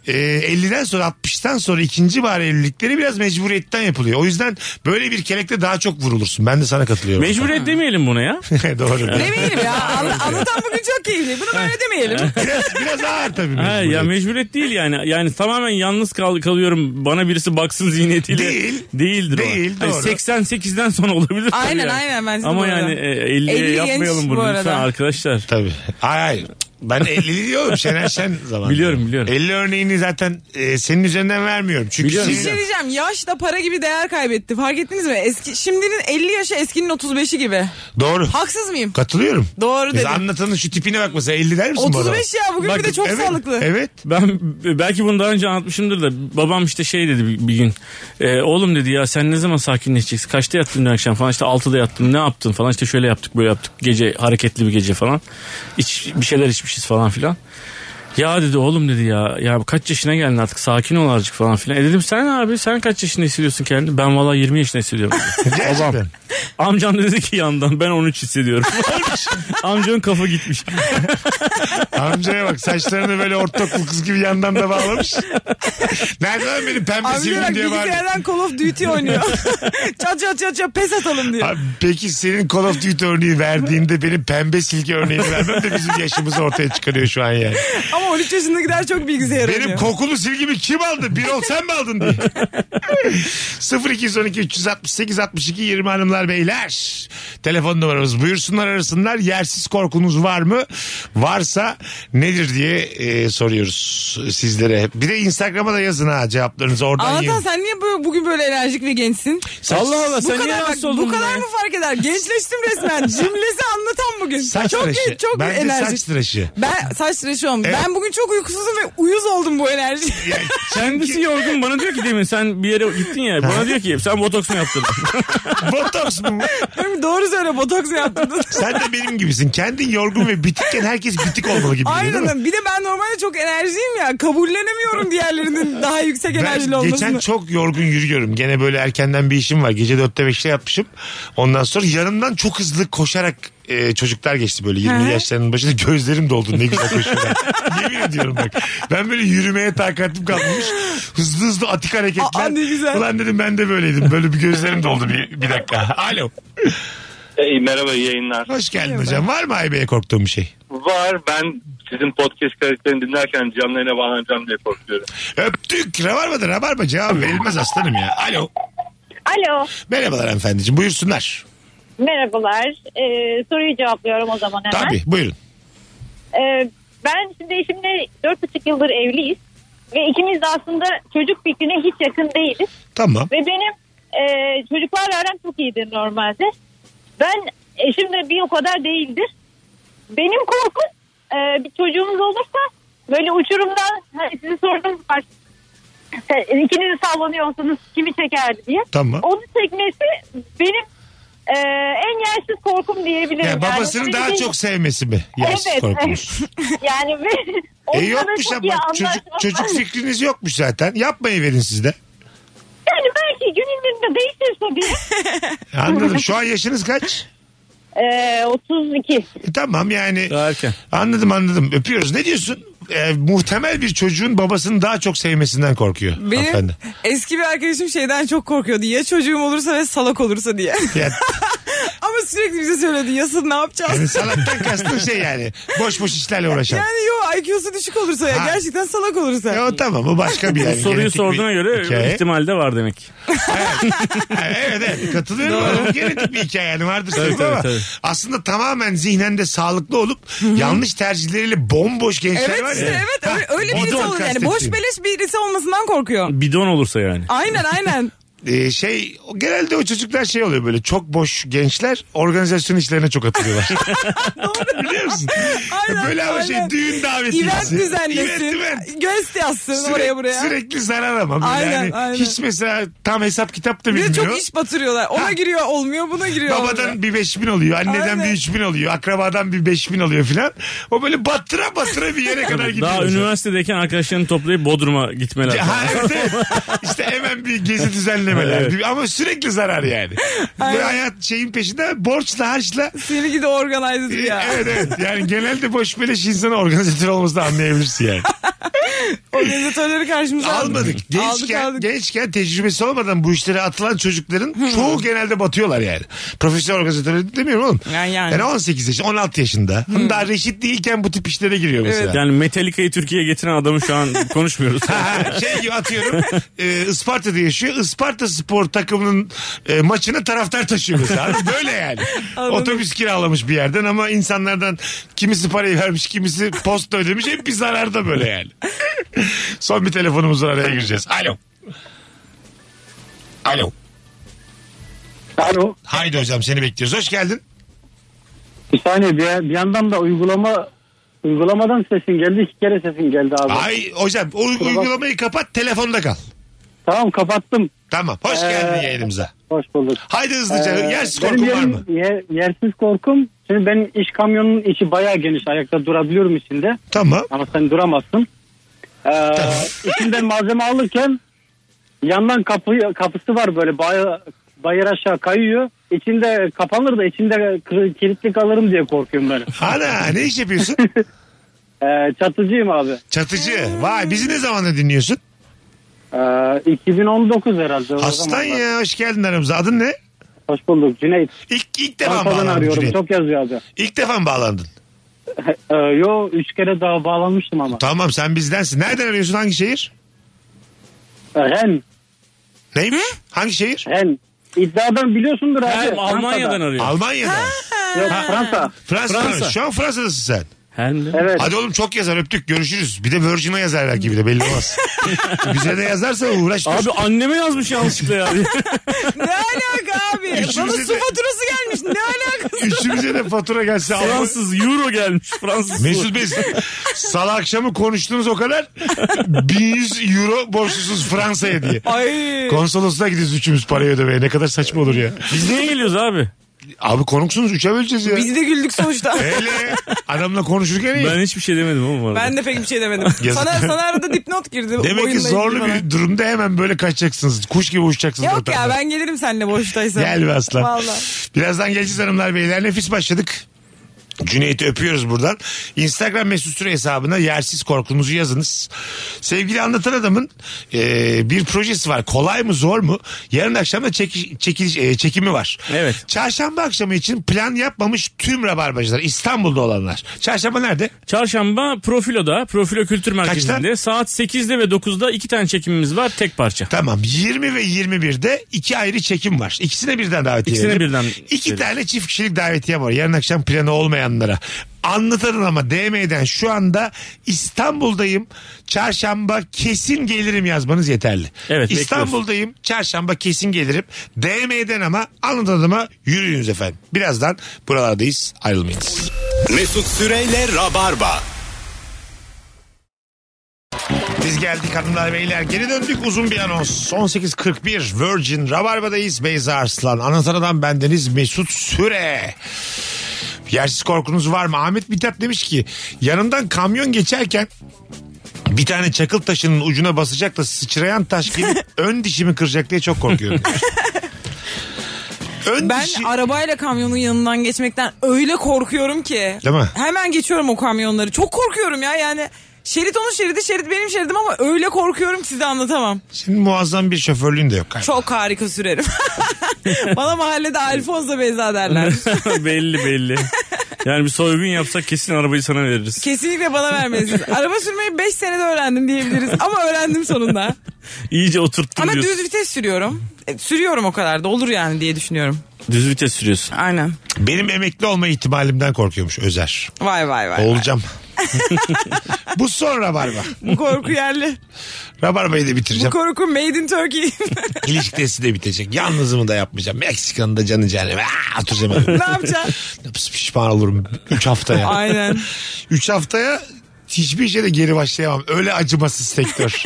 Speaker 3: e, 50'den sonra 60'tan sonra ikinci bahar evlilikleri biraz mecburiyetten yapılıyor. O yüzden böyle bir kelekte daha çok vurulursun. Ben de sana katılıyorum.
Speaker 5: Mecburiyet demeyelim buna ya.
Speaker 3: Doğru.
Speaker 4: Demeyelim ya. Anla- Anlatan bugün çok keyifli. Bunu böyle demeyelim.
Speaker 3: biraz, biraz ağır tabii.
Speaker 5: Ha, ya
Speaker 3: mecburiyet.
Speaker 5: mecburiyet değil yani. Yani tamamen yalnız kal kalıyorum. Bana birisi baksın zihniyetiyle.
Speaker 3: Değil.
Speaker 5: Değildir o.
Speaker 3: Değil,
Speaker 5: Hani
Speaker 3: doğru.
Speaker 5: 88'den sonra olabilir. tabii
Speaker 4: Aynen,
Speaker 5: yani.
Speaker 4: aynen, bence de
Speaker 5: Ama
Speaker 4: doğru.
Speaker 5: yani e, 50'ye
Speaker 4: 50 genç
Speaker 5: yapmayalım
Speaker 4: bu
Speaker 5: bunu lütfen
Speaker 4: arada.
Speaker 5: arkadaşlar.
Speaker 3: Tabii. Hayır hayır. Ben 50'li diyorum Şener Şen zamanı.
Speaker 5: Biliyorum, biliyorum.
Speaker 3: 50 örneğini zaten e, senin üzerinden vermiyorum. Çünkü
Speaker 5: Biliyorum.
Speaker 4: Bir
Speaker 3: senin-
Speaker 4: şey diyeceğim. Yaş da para gibi değer kaybetti. Fark ettiniz mi? Eski, şimdinin 50 yaşı eskinin 35'i gibi.
Speaker 3: Doğru.
Speaker 4: Haksız mıyım?
Speaker 3: Katılıyorum.
Speaker 4: Doğru
Speaker 3: Biz
Speaker 4: dedim.
Speaker 3: anlatanın şu tipine bak mesela 50 der misin bana?
Speaker 4: 35 ya bugün
Speaker 5: Bak,
Speaker 4: bir de çok
Speaker 3: evet,
Speaker 4: sağlıklı.
Speaker 3: Evet.
Speaker 5: Ben belki bunu daha önce anlatmışımdır da babam işte şey dedi bir, bir gün. E, oğlum dedi ya sen ne zaman sakinleşeceksin? Kaçta yattın dün akşam falan işte 6'da yattım ne yaptın falan işte şöyle yaptık böyle yaptık. Gece hareketli bir gece falan. İç, bir şeyler içmişiz falan filan. Ya dedi oğlum dedi ya ya kaç yaşına geldin artık sakin ol azıcık falan filan. E dedim sen abi sen kaç yaşında hissediyorsun kendini? Ben valla 20 yaşında hissediyorum. dedi.
Speaker 3: Gerçekten.
Speaker 5: Amcam dedi ki yandan ben 13 hissediyorum. Amcamın kafa gitmiş.
Speaker 3: Amcaya bak saçlarını böyle ortaokul kız gibi yandan da bağlamış. Nereden benim pembe
Speaker 4: Abi diyor
Speaker 3: sildim
Speaker 4: bak
Speaker 3: diye var.
Speaker 4: bilgisayardan Call of Duty oynuyor. çat çat çat çat pes atalım diyor.
Speaker 3: Abi, peki senin Call of Duty örneği verdiğinde benim pembe silgi örneğini vermem de bizim yaşımızı ortaya çıkarıyor şu an yani.
Speaker 4: Ama 13 yaşındakiler çok bilgisayar
Speaker 3: Benim
Speaker 4: oynuyor.
Speaker 3: kokulu silgimi kim aldı? Bir ol sen mi aldın diye. 0212 368 62 20 hanımlar beyler. Telefon numaramız buyursunlar arasınlar. Yersiz korkunuz var mı? Varsa nedir diye e, soruyoruz sizlere. Bir de Instagram'a da yazın ha cevaplarınızı oradan
Speaker 4: Anlatan
Speaker 3: yiyin.
Speaker 4: sen niye böyle, bugün böyle enerjik ve gençsin?
Speaker 5: Allah Allah
Speaker 4: Bu
Speaker 5: sen niye
Speaker 4: kadar, bak,
Speaker 5: rahatsız oldun?
Speaker 4: bu kadar
Speaker 5: be?
Speaker 4: mı fark eder? Gençleştim resmen. Cümlesi anlatan bugün.
Speaker 3: Saç
Speaker 4: çok
Speaker 3: tıraşı.
Speaker 4: iyi, çok
Speaker 3: Bence
Speaker 4: enerjik.
Speaker 3: saç tıraşı.
Speaker 4: Ben saç tıraşı oldum. Ben bugün çok uykusuzum ve uyuz oldum bu enerji.
Speaker 3: Yani
Speaker 5: Kendisi yorgun bana diyor ki demin sen bir yere gittin ya bana diyor ki sen botoks mu yaptırdın?
Speaker 3: botoks mu?
Speaker 4: Benim Doğru söyle botoks yaptırdın.
Speaker 3: Sen de benim gibisin. Kendin yorgun ve bitikken herkes bitik olmalı gibi. geliyor, değil mi?
Speaker 4: Aynen. Bir de ben normalde çok enerjiyim ya. Kabullenemiyorum diğerlerinin daha yüksek enerjili
Speaker 3: Ben
Speaker 4: olmasını.
Speaker 3: geçen çok yorgun yürüyorum. Gene böyle erkenden bir işim var. Gece 4'te 5'te yatmışım. Ondan sonra yanımdan çok hızlı koşarak e, çocuklar geçti böyle 20 yaşlarının başında gözlerim doldu ne güzel koşuyorlar. Yemin ediyorum bak. Ben böyle yürümeye takatim kalmamış. Hızlı hızlı atik hareketler.
Speaker 4: Aa, ne güzel.
Speaker 3: Ulan dedim ben de böyleydim. Böyle bir gözlerim doldu bir, bir dakika. Alo.
Speaker 7: Hey, merhaba iyi yayınlar.
Speaker 3: Hoş geldin hocam. Var mı Aybe'ye korktuğun bir şey?
Speaker 7: Var ben sizin podcast kayıtlarını dinlerken canlarına bağlanacağım diye korkuyorum.
Speaker 3: Öptük. Rabarbadır. Rabarba cevap verilmez aslanım ya. Alo.
Speaker 8: Alo,
Speaker 3: Merhabalar hanımefendiciğim. Buyursunlar.
Speaker 8: merhabalar. Ee, soruyu cevaplıyorum o zaman hemen.
Speaker 3: Tabii buyurun.
Speaker 8: Ee, ben şimdi eşimle 4,5 yıldır evliyiz. Ve ikimiz de aslında çocuk fikrine hiç yakın değiliz.
Speaker 3: Tamam.
Speaker 8: Ve benim e, çocuklarla aram çok iyidir normalde. Ben eşim de bir o kadar değildir. Benim korkum e, bir çocuğumuz olursa böyle uçurumdan hani sizin sorunuz var. Se- İkiniz de sallanıyorsanız kimi çekerdi diye.
Speaker 3: Tamam.
Speaker 8: Onu çekmesi benim e, en yersiz korkum diyebilirim.
Speaker 3: Ya
Speaker 8: yani.
Speaker 3: babasını
Speaker 8: Böyle
Speaker 3: daha
Speaker 8: bir- şey?
Speaker 3: çok sevmesi mi? Yersiz
Speaker 8: Evet.
Speaker 3: korkunuz.
Speaker 8: yani ve
Speaker 3: e
Speaker 8: onunla da
Speaker 3: yokmuş
Speaker 8: çok
Speaker 3: ama
Speaker 8: iyi
Speaker 3: çocuk,
Speaker 8: anlaşmam-
Speaker 3: çocuk fikriniz yokmuş zaten. Yapmayı verin sizde.
Speaker 8: Yani belki günün ve düşündü değiştirse diye.
Speaker 3: Anladım. Şu an yaşınız kaç?
Speaker 8: Ee, 32.
Speaker 3: E, tamam yani.
Speaker 5: Daha erken.
Speaker 3: Anladım anladım. Öpüyoruz. Ne diyorsun? E, muhtemel bir çocuğun babasını daha çok sevmesinden korkuyor.
Speaker 4: Benim
Speaker 3: hanımefendi.
Speaker 4: eski bir arkadaşım şeyden çok korkuyordu. Ya çocuğum olursa ve salak olursa diye.
Speaker 3: Ya,
Speaker 4: Ama sürekli bize söyledi yasın ne
Speaker 3: yani
Speaker 4: yapacağız?
Speaker 3: salaktan kastın şey yani. Boş boş işlerle uğraşan.
Speaker 4: Yani yo IQ'su düşük olursa ya
Speaker 3: Ha.
Speaker 4: gerçekten salak olursa.
Speaker 3: E, o tamam o başka bir yani.
Speaker 5: Soruyu
Speaker 3: Genetik bir
Speaker 5: sorduğuna göre
Speaker 3: hikaye.
Speaker 5: ihtimal de var demek.
Speaker 3: Ha, evet evet katılıyorum. O Genetik bir hikaye yani vardır
Speaker 5: Tabii,
Speaker 3: tabii,
Speaker 5: tabii,
Speaker 3: ama
Speaker 5: tabii.
Speaker 3: aslında tamamen zihnende sağlıklı olup yanlış tercihleriyle bomboş gençler
Speaker 4: Evet
Speaker 3: şey var ya.
Speaker 4: işte evet öyle,
Speaker 3: Ha,
Speaker 4: öyle
Speaker 3: o
Speaker 4: birisi
Speaker 3: da
Speaker 4: olur yani. Boş
Speaker 3: kastettiğim.
Speaker 4: beleş birisi olmasından korkuyor.
Speaker 5: Bidon olursa yani.
Speaker 4: Aynen aynen.
Speaker 3: Ee, şey o- genelde o çocuklar şey oluyor böyle çok boş gençler organizasyon işlerine çok atılıyorlar. Biliyor musun?
Speaker 4: Aynen,
Speaker 3: böyle ama şey
Speaker 4: aynen.
Speaker 3: düğün davetiyesi.
Speaker 4: Event
Speaker 3: Event,
Speaker 4: düzenlesin.
Speaker 3: event.
Speaker 4: Göz yazsın
Speaker 3: Süre-
Speaker 4: oraya buraya.
Speaker 3: Sürekli zarar ama. Böyle
Speaker 4: Aynen,
Speaker 3: hani
Speaker 4: aynen.
Speaker 3: Hiç mesela tam hesap kitap da
Speaker 4: Bir de
Speaker 3: bilmiyor.
Speaker 4: çok iş batırıyorlar. Ona
Speaker 3: Ha.
Speaker 4: giriyor olmuyor buna giriyor. olmuyor.
Speaker 3: Babadan bir beş bin oluyor. Anneden
Speaker 4: Aynen.
Speaker 3: bir üç bin oluyor. Akrabadan bir beş bin oluyor filan. O böyle battıra battıra bir yere kadar gidiyor.
Speaker 5: Daha üniversitedeyken arkadaşlarını toplayıp Bodrum'a gitmeler.
Speaker 3: Ha, evet, evet. işte hemen bir gezi düzenlemeler.
Speaker 5: Evet.
Speaker 3: Bir- Ama sürekli zarar yani. Ve hayat şeyin peşinde borçla harçla.
Speaker 4: Seni gidi organize
Speaker 3: Ee,
Speaker 4: ya.
Speaker 3: Evet evet. Yani genelde boş beleş insanı organizatör olmasını anlayabilirsin yani.
Speaker 4: Organizatörleri karşımıza aldık.
Speaker 3: Almadık. Gençken,
Speaker 4: aldık.
Speaker 3: gençken tecrübesi olmadan bu işlere atılan çocukların çoğu genelde batıyorlar yani. Profesyonel organizatör demiyorum oğlum.
Speaker 4: Yani- yani. Hmm. 18
Speaker 3: 18 yaşında, 16 yaşında. Daha reşit değilken bu tip işlere giriyor mesela.
Speaker 5: Yani Metallica'yı Türkiye'ye getiren adamı şu an konuşmuyoruz.
Speaker 3: Ha, şey gibi atıyorum e, Isparta'da yaşıyor. Isparta spor takımının e, maçını taraftar taşıyor mesela. Anladın mı? Böyle yani.
Speaker 4: Anladım.
Speaker 3: Otobüs kiralamış bir yerden ama insanlardan kimisi parayı vermiş kimisi posta ödemiş. Hep bir zararda böyle yani. Son bir telefonumuz var araya gireceğiz. Alo. Alo.
Speaker 6: Alo.
Speaker 3: Haydi hocam seni bekliyoruz. Hoş geldin.
Speaker 6: Bir saniye bir, bir yandan da uygulama uygulamadan sesin geldi iki kere sesin geldi abi.
Speaker 3: Ay hocam o uygulamayı kapat telefonda kal.
Speaker 6: Tamam kapattım.
Speaker 3: Tamam. Hoş geldin
Speaker 6: Ee,
Speaker 3: yayınımıza.
Speaker 6: Hoş bulduk.
Speaker 3: Haydi hızlıca.
Speaker 6: Ee,
Speaker 3: Yersiz
Speaker 6: benim
Speaker 3: korkun var
Speaker 6: yerim-
Speaker 3: mı?
Speaker 6: yer- yersiz korkum. Şimdi benim iş kamyonunun içi bayağı geniş. Ayakta durabiliyorum içinde.
Speaker 3: Tamam.
Speaker 6: Ama sen duramazsın. Ee, içinden malzeme alırken yandan kapı, kapısı var böyle bay, bayır aşağı kayıyor. İçinde kapanır da içinde kır- kilitli kalırım diye korkuyorum ben.
Speaker 3: Ana ne iş yapıyorsun?
Speaker 6: Ee, çatıcıyım abi.
Speaker 3: Çatıcı. Vay bizi ne zamandır dinliyorsun?
Speaker 6: Ee, 2019 herhalde. o
Speaker 3: Aslan
Speaker 6: zamanlar.
Speaker 3: ya hoş geldin aramıza. Adın ne?
Speaker 6: Hoş bulduk Cüneyt.
Speaker 3: İlk, ilk defa mı
Speaker 6: Ankara'dan
Speaker 3: bağlandın?
Speaker 6: arıyorum.
Speaker 3: Cüneyt?
Speaker 6: Çok yazıyor abi.
Speaker 3: İlk defa mı bağlandın?
Speaker 6: Ee, yo 3 kere daha bağlanmıştım ama.
Speaker 3: Tamam sen bizdensin. Nereden arıyorsun? Hangi şehir?
Speaker 6: Ee, Hen,
Speaker 3: Neymiş? Hangi şehir?
Speaker 6: hen. İddiadan biliyorsundur abi.
Speaker 5: Hem Almanya'dan
Speaker 6: Fransa'da.
Speaker 5: arıyor.
Speaker 3: Almanya'da.
Speaker 6: Yok Fransa.
Speaker 3: Fransa.
Speaker 5: Fransa.
Speaker 3: Şu an Fransa'dasın sen.
Speaker 5: Hem de.
Speaker 6: Evet.
Speaker 3: Hadi oğlum çok yazar öptük görüşürüz. Bir de Virgin'a yazar belki bir de belli olmaz. Bize de yazarsa uğraş. dur.
Speaker 5: Abi anneme yazmış yanlışlıkla ya.
Speaker 4: Ne alaka abi?
Speaker 3: Üçümüze
Speaker 4: Bana su
Speaker 3: de-
Speaker 4: faturası gelmiş. Ne alakası?
Speaker 3: Üçümüze de fatura gelse. Alman-
Speaker 5: Fransız euro gelmiş Fransız.
Speaker 3: Mesut Bey salı akşamı konuştunuz o kadar. 1100 euro borçlusunuz Fransa'ya diye.
Speaker 4: Ay.
Speaker 3: Konsolosluğa gidiyoruz üçümüz parayı ödemeye. Ne kadar saçma olur ya.
Speaker 5: Biz niye geliyoruz abi?
Speaker 3: Abi konuksunuz üçe böleceğiz ya.
Speaker 4: Biz de güldük sonuçta.
Speaker 3: Hele adamla konuşurken iyi.
Speaker 5: Ben hiçbir şey demedim ama. bu arada.
Speaker 4: Ben de pek bir şey demedim.
Speaker 3: Yazık.
Speaker 4: sana, sana arada dipnot girdi.
Speaker 3: Demek
Speaker 4: oyunla
Speaker 3: ki
Speaker 4: ilgili
Speaker 3: zorlu
Speaker 4: falan.
Speaker 3: bir durumda hemen böyle kaçacaksınız. Kuş gibi uçacaksınız.
Speaker 4: Yok ya
Speaker 3: ortamdan.
Speaker 4: ben gelirim seninle boştaysan.
Speaker 3: Gel be aslan.
Speaker 4: Valla.
Speaker 3: Birazdan geleceğiz hanımlar beyler. Nefis başladık. Cüneyt'i öpüyoruz buradan. Instagram mesut süre hesabına yersiz korkunuzu yazınız. Sevgili anlatan adamın e, bir projesi var. Kolay mı zor mu? Yarın akşam da çeki- çekiliş, e, çekimi var.
Speaker 5: Evet.
Speaker 3: Çarşamba akşamı için plan yapmamış tüm rabarbacılar. İstanbul'da olanlar. Çarşamba nerede?
Speaker 5: Çarşamba Profilo'da, Profilo Kültür Merkezi'nde
Speaker 3: Kaçta?
Speaker 5: saat 8'de ve 9'da iki tane çekimimiz var tek parça.
Speaker 3: Tamam 20 ve 21'de iki ayrı çekim var. İkisine birden davetiye
Speaker 5: İkisine
Speaker 3: verelim.
Speaker 5: birden
Speaker 3: İki
Speaker 5: verelim.
Speaker 3: tane çift kişilik davetiye var. Yarın akşam planı olmayanlara. Anlatırım ama DM'den şu anda İstanbul'dayım. Çarşamba kesin gelirim yazmanız yeterli.
Speaker 5: Evet,
Speaker 3: İstanbul'dayım. Çarşamba kesin gelirim. DM'den ama anlatan adama yürüyünüz efendim. Birazdan buralardayız. Ayrılmayınız.
Speaker 2: Mesut Süreyle Rabarba.
Speaker 3: Biz geldik hanımlar beyler. Geri döndük uzun bir anons. 18.41 Virgin Rabarba'dayız. Beyza Arslan. Anlatan adam bendeniz Mesut Süre. Yersiz korkunuz var mı? Ahmet Mithat demiş ki yanımdan kamyon geçerken Bir tane çakıl taşının ucuna basacak da sıçrayan taş gelip ön dişimi kıracak diye çok korkuyorum. ön
Speaker 4: Ben
Speaker 3: dişi...
Speaker 4: arabayla kamyonun yanından geçmekten öyle korkuyorum ki.
Speaker 3: Değil mi?
Speaker 4: Hemen geçiyorum o kamyonları. Çok korkuyorum ya yani. Şerit onun şeridi, şerit benim şeridim ama öyle korkuyorum ki size anlatamam.
Speaker 3: Şimdi muazzam bir şoförlüğün de yok. galiba.
Speaker 4: Çok harika sürerim. Bana mahallede Alfonso Beyza derler.
Speaker 5: belli belli. Yani bir soygun yapsak kesin arabayı sana veririz.
Speaker 4: Kesinlikle bana vermezsiniz. Araba sürmeyi 5 senede öğrendim diyebiliriz ama öğrendim sonunda.
Speaker 5: İyice oturttum
Speaker 4: Ama
Speaker 5: diyorsun.
Speaker 4: düz vites sürüyorum. E, Sürüyorum o kadar da olur yani diye düşünüyorum.
Speaker 5: Düz vites sürüyorsun.
Speaker 4: Aynen.
Speaker 3: Benim emekli olma ihtimalimden korkuyormuş Özer.
Speaker 4: Vay vay vay.
Speaker 3: Olacağım. Bu son Rabarba.
Speaker 4: Bu korku yerli.
Speaker 3: Rabarba'yı da
Speaker 4: Bu
Speaker 3: bitireceğim.
Speaker 4: korku made in Turkey.
Speaker 3: İlişki testi de bitecek. Yalnızımı da yapmayacağım. Meksikan'ın da canı cehenneme. Aa, oturacağım evimde.
Speaker 4: ne yapacaksın?
Speaker 3: Pis- Pişman olurum. 3 haftaya.
Speaker 4: Aynen.
Speaker 3: 3 haftaya hiçbir işe de geri başlayamam. Öyle acımasız sektör.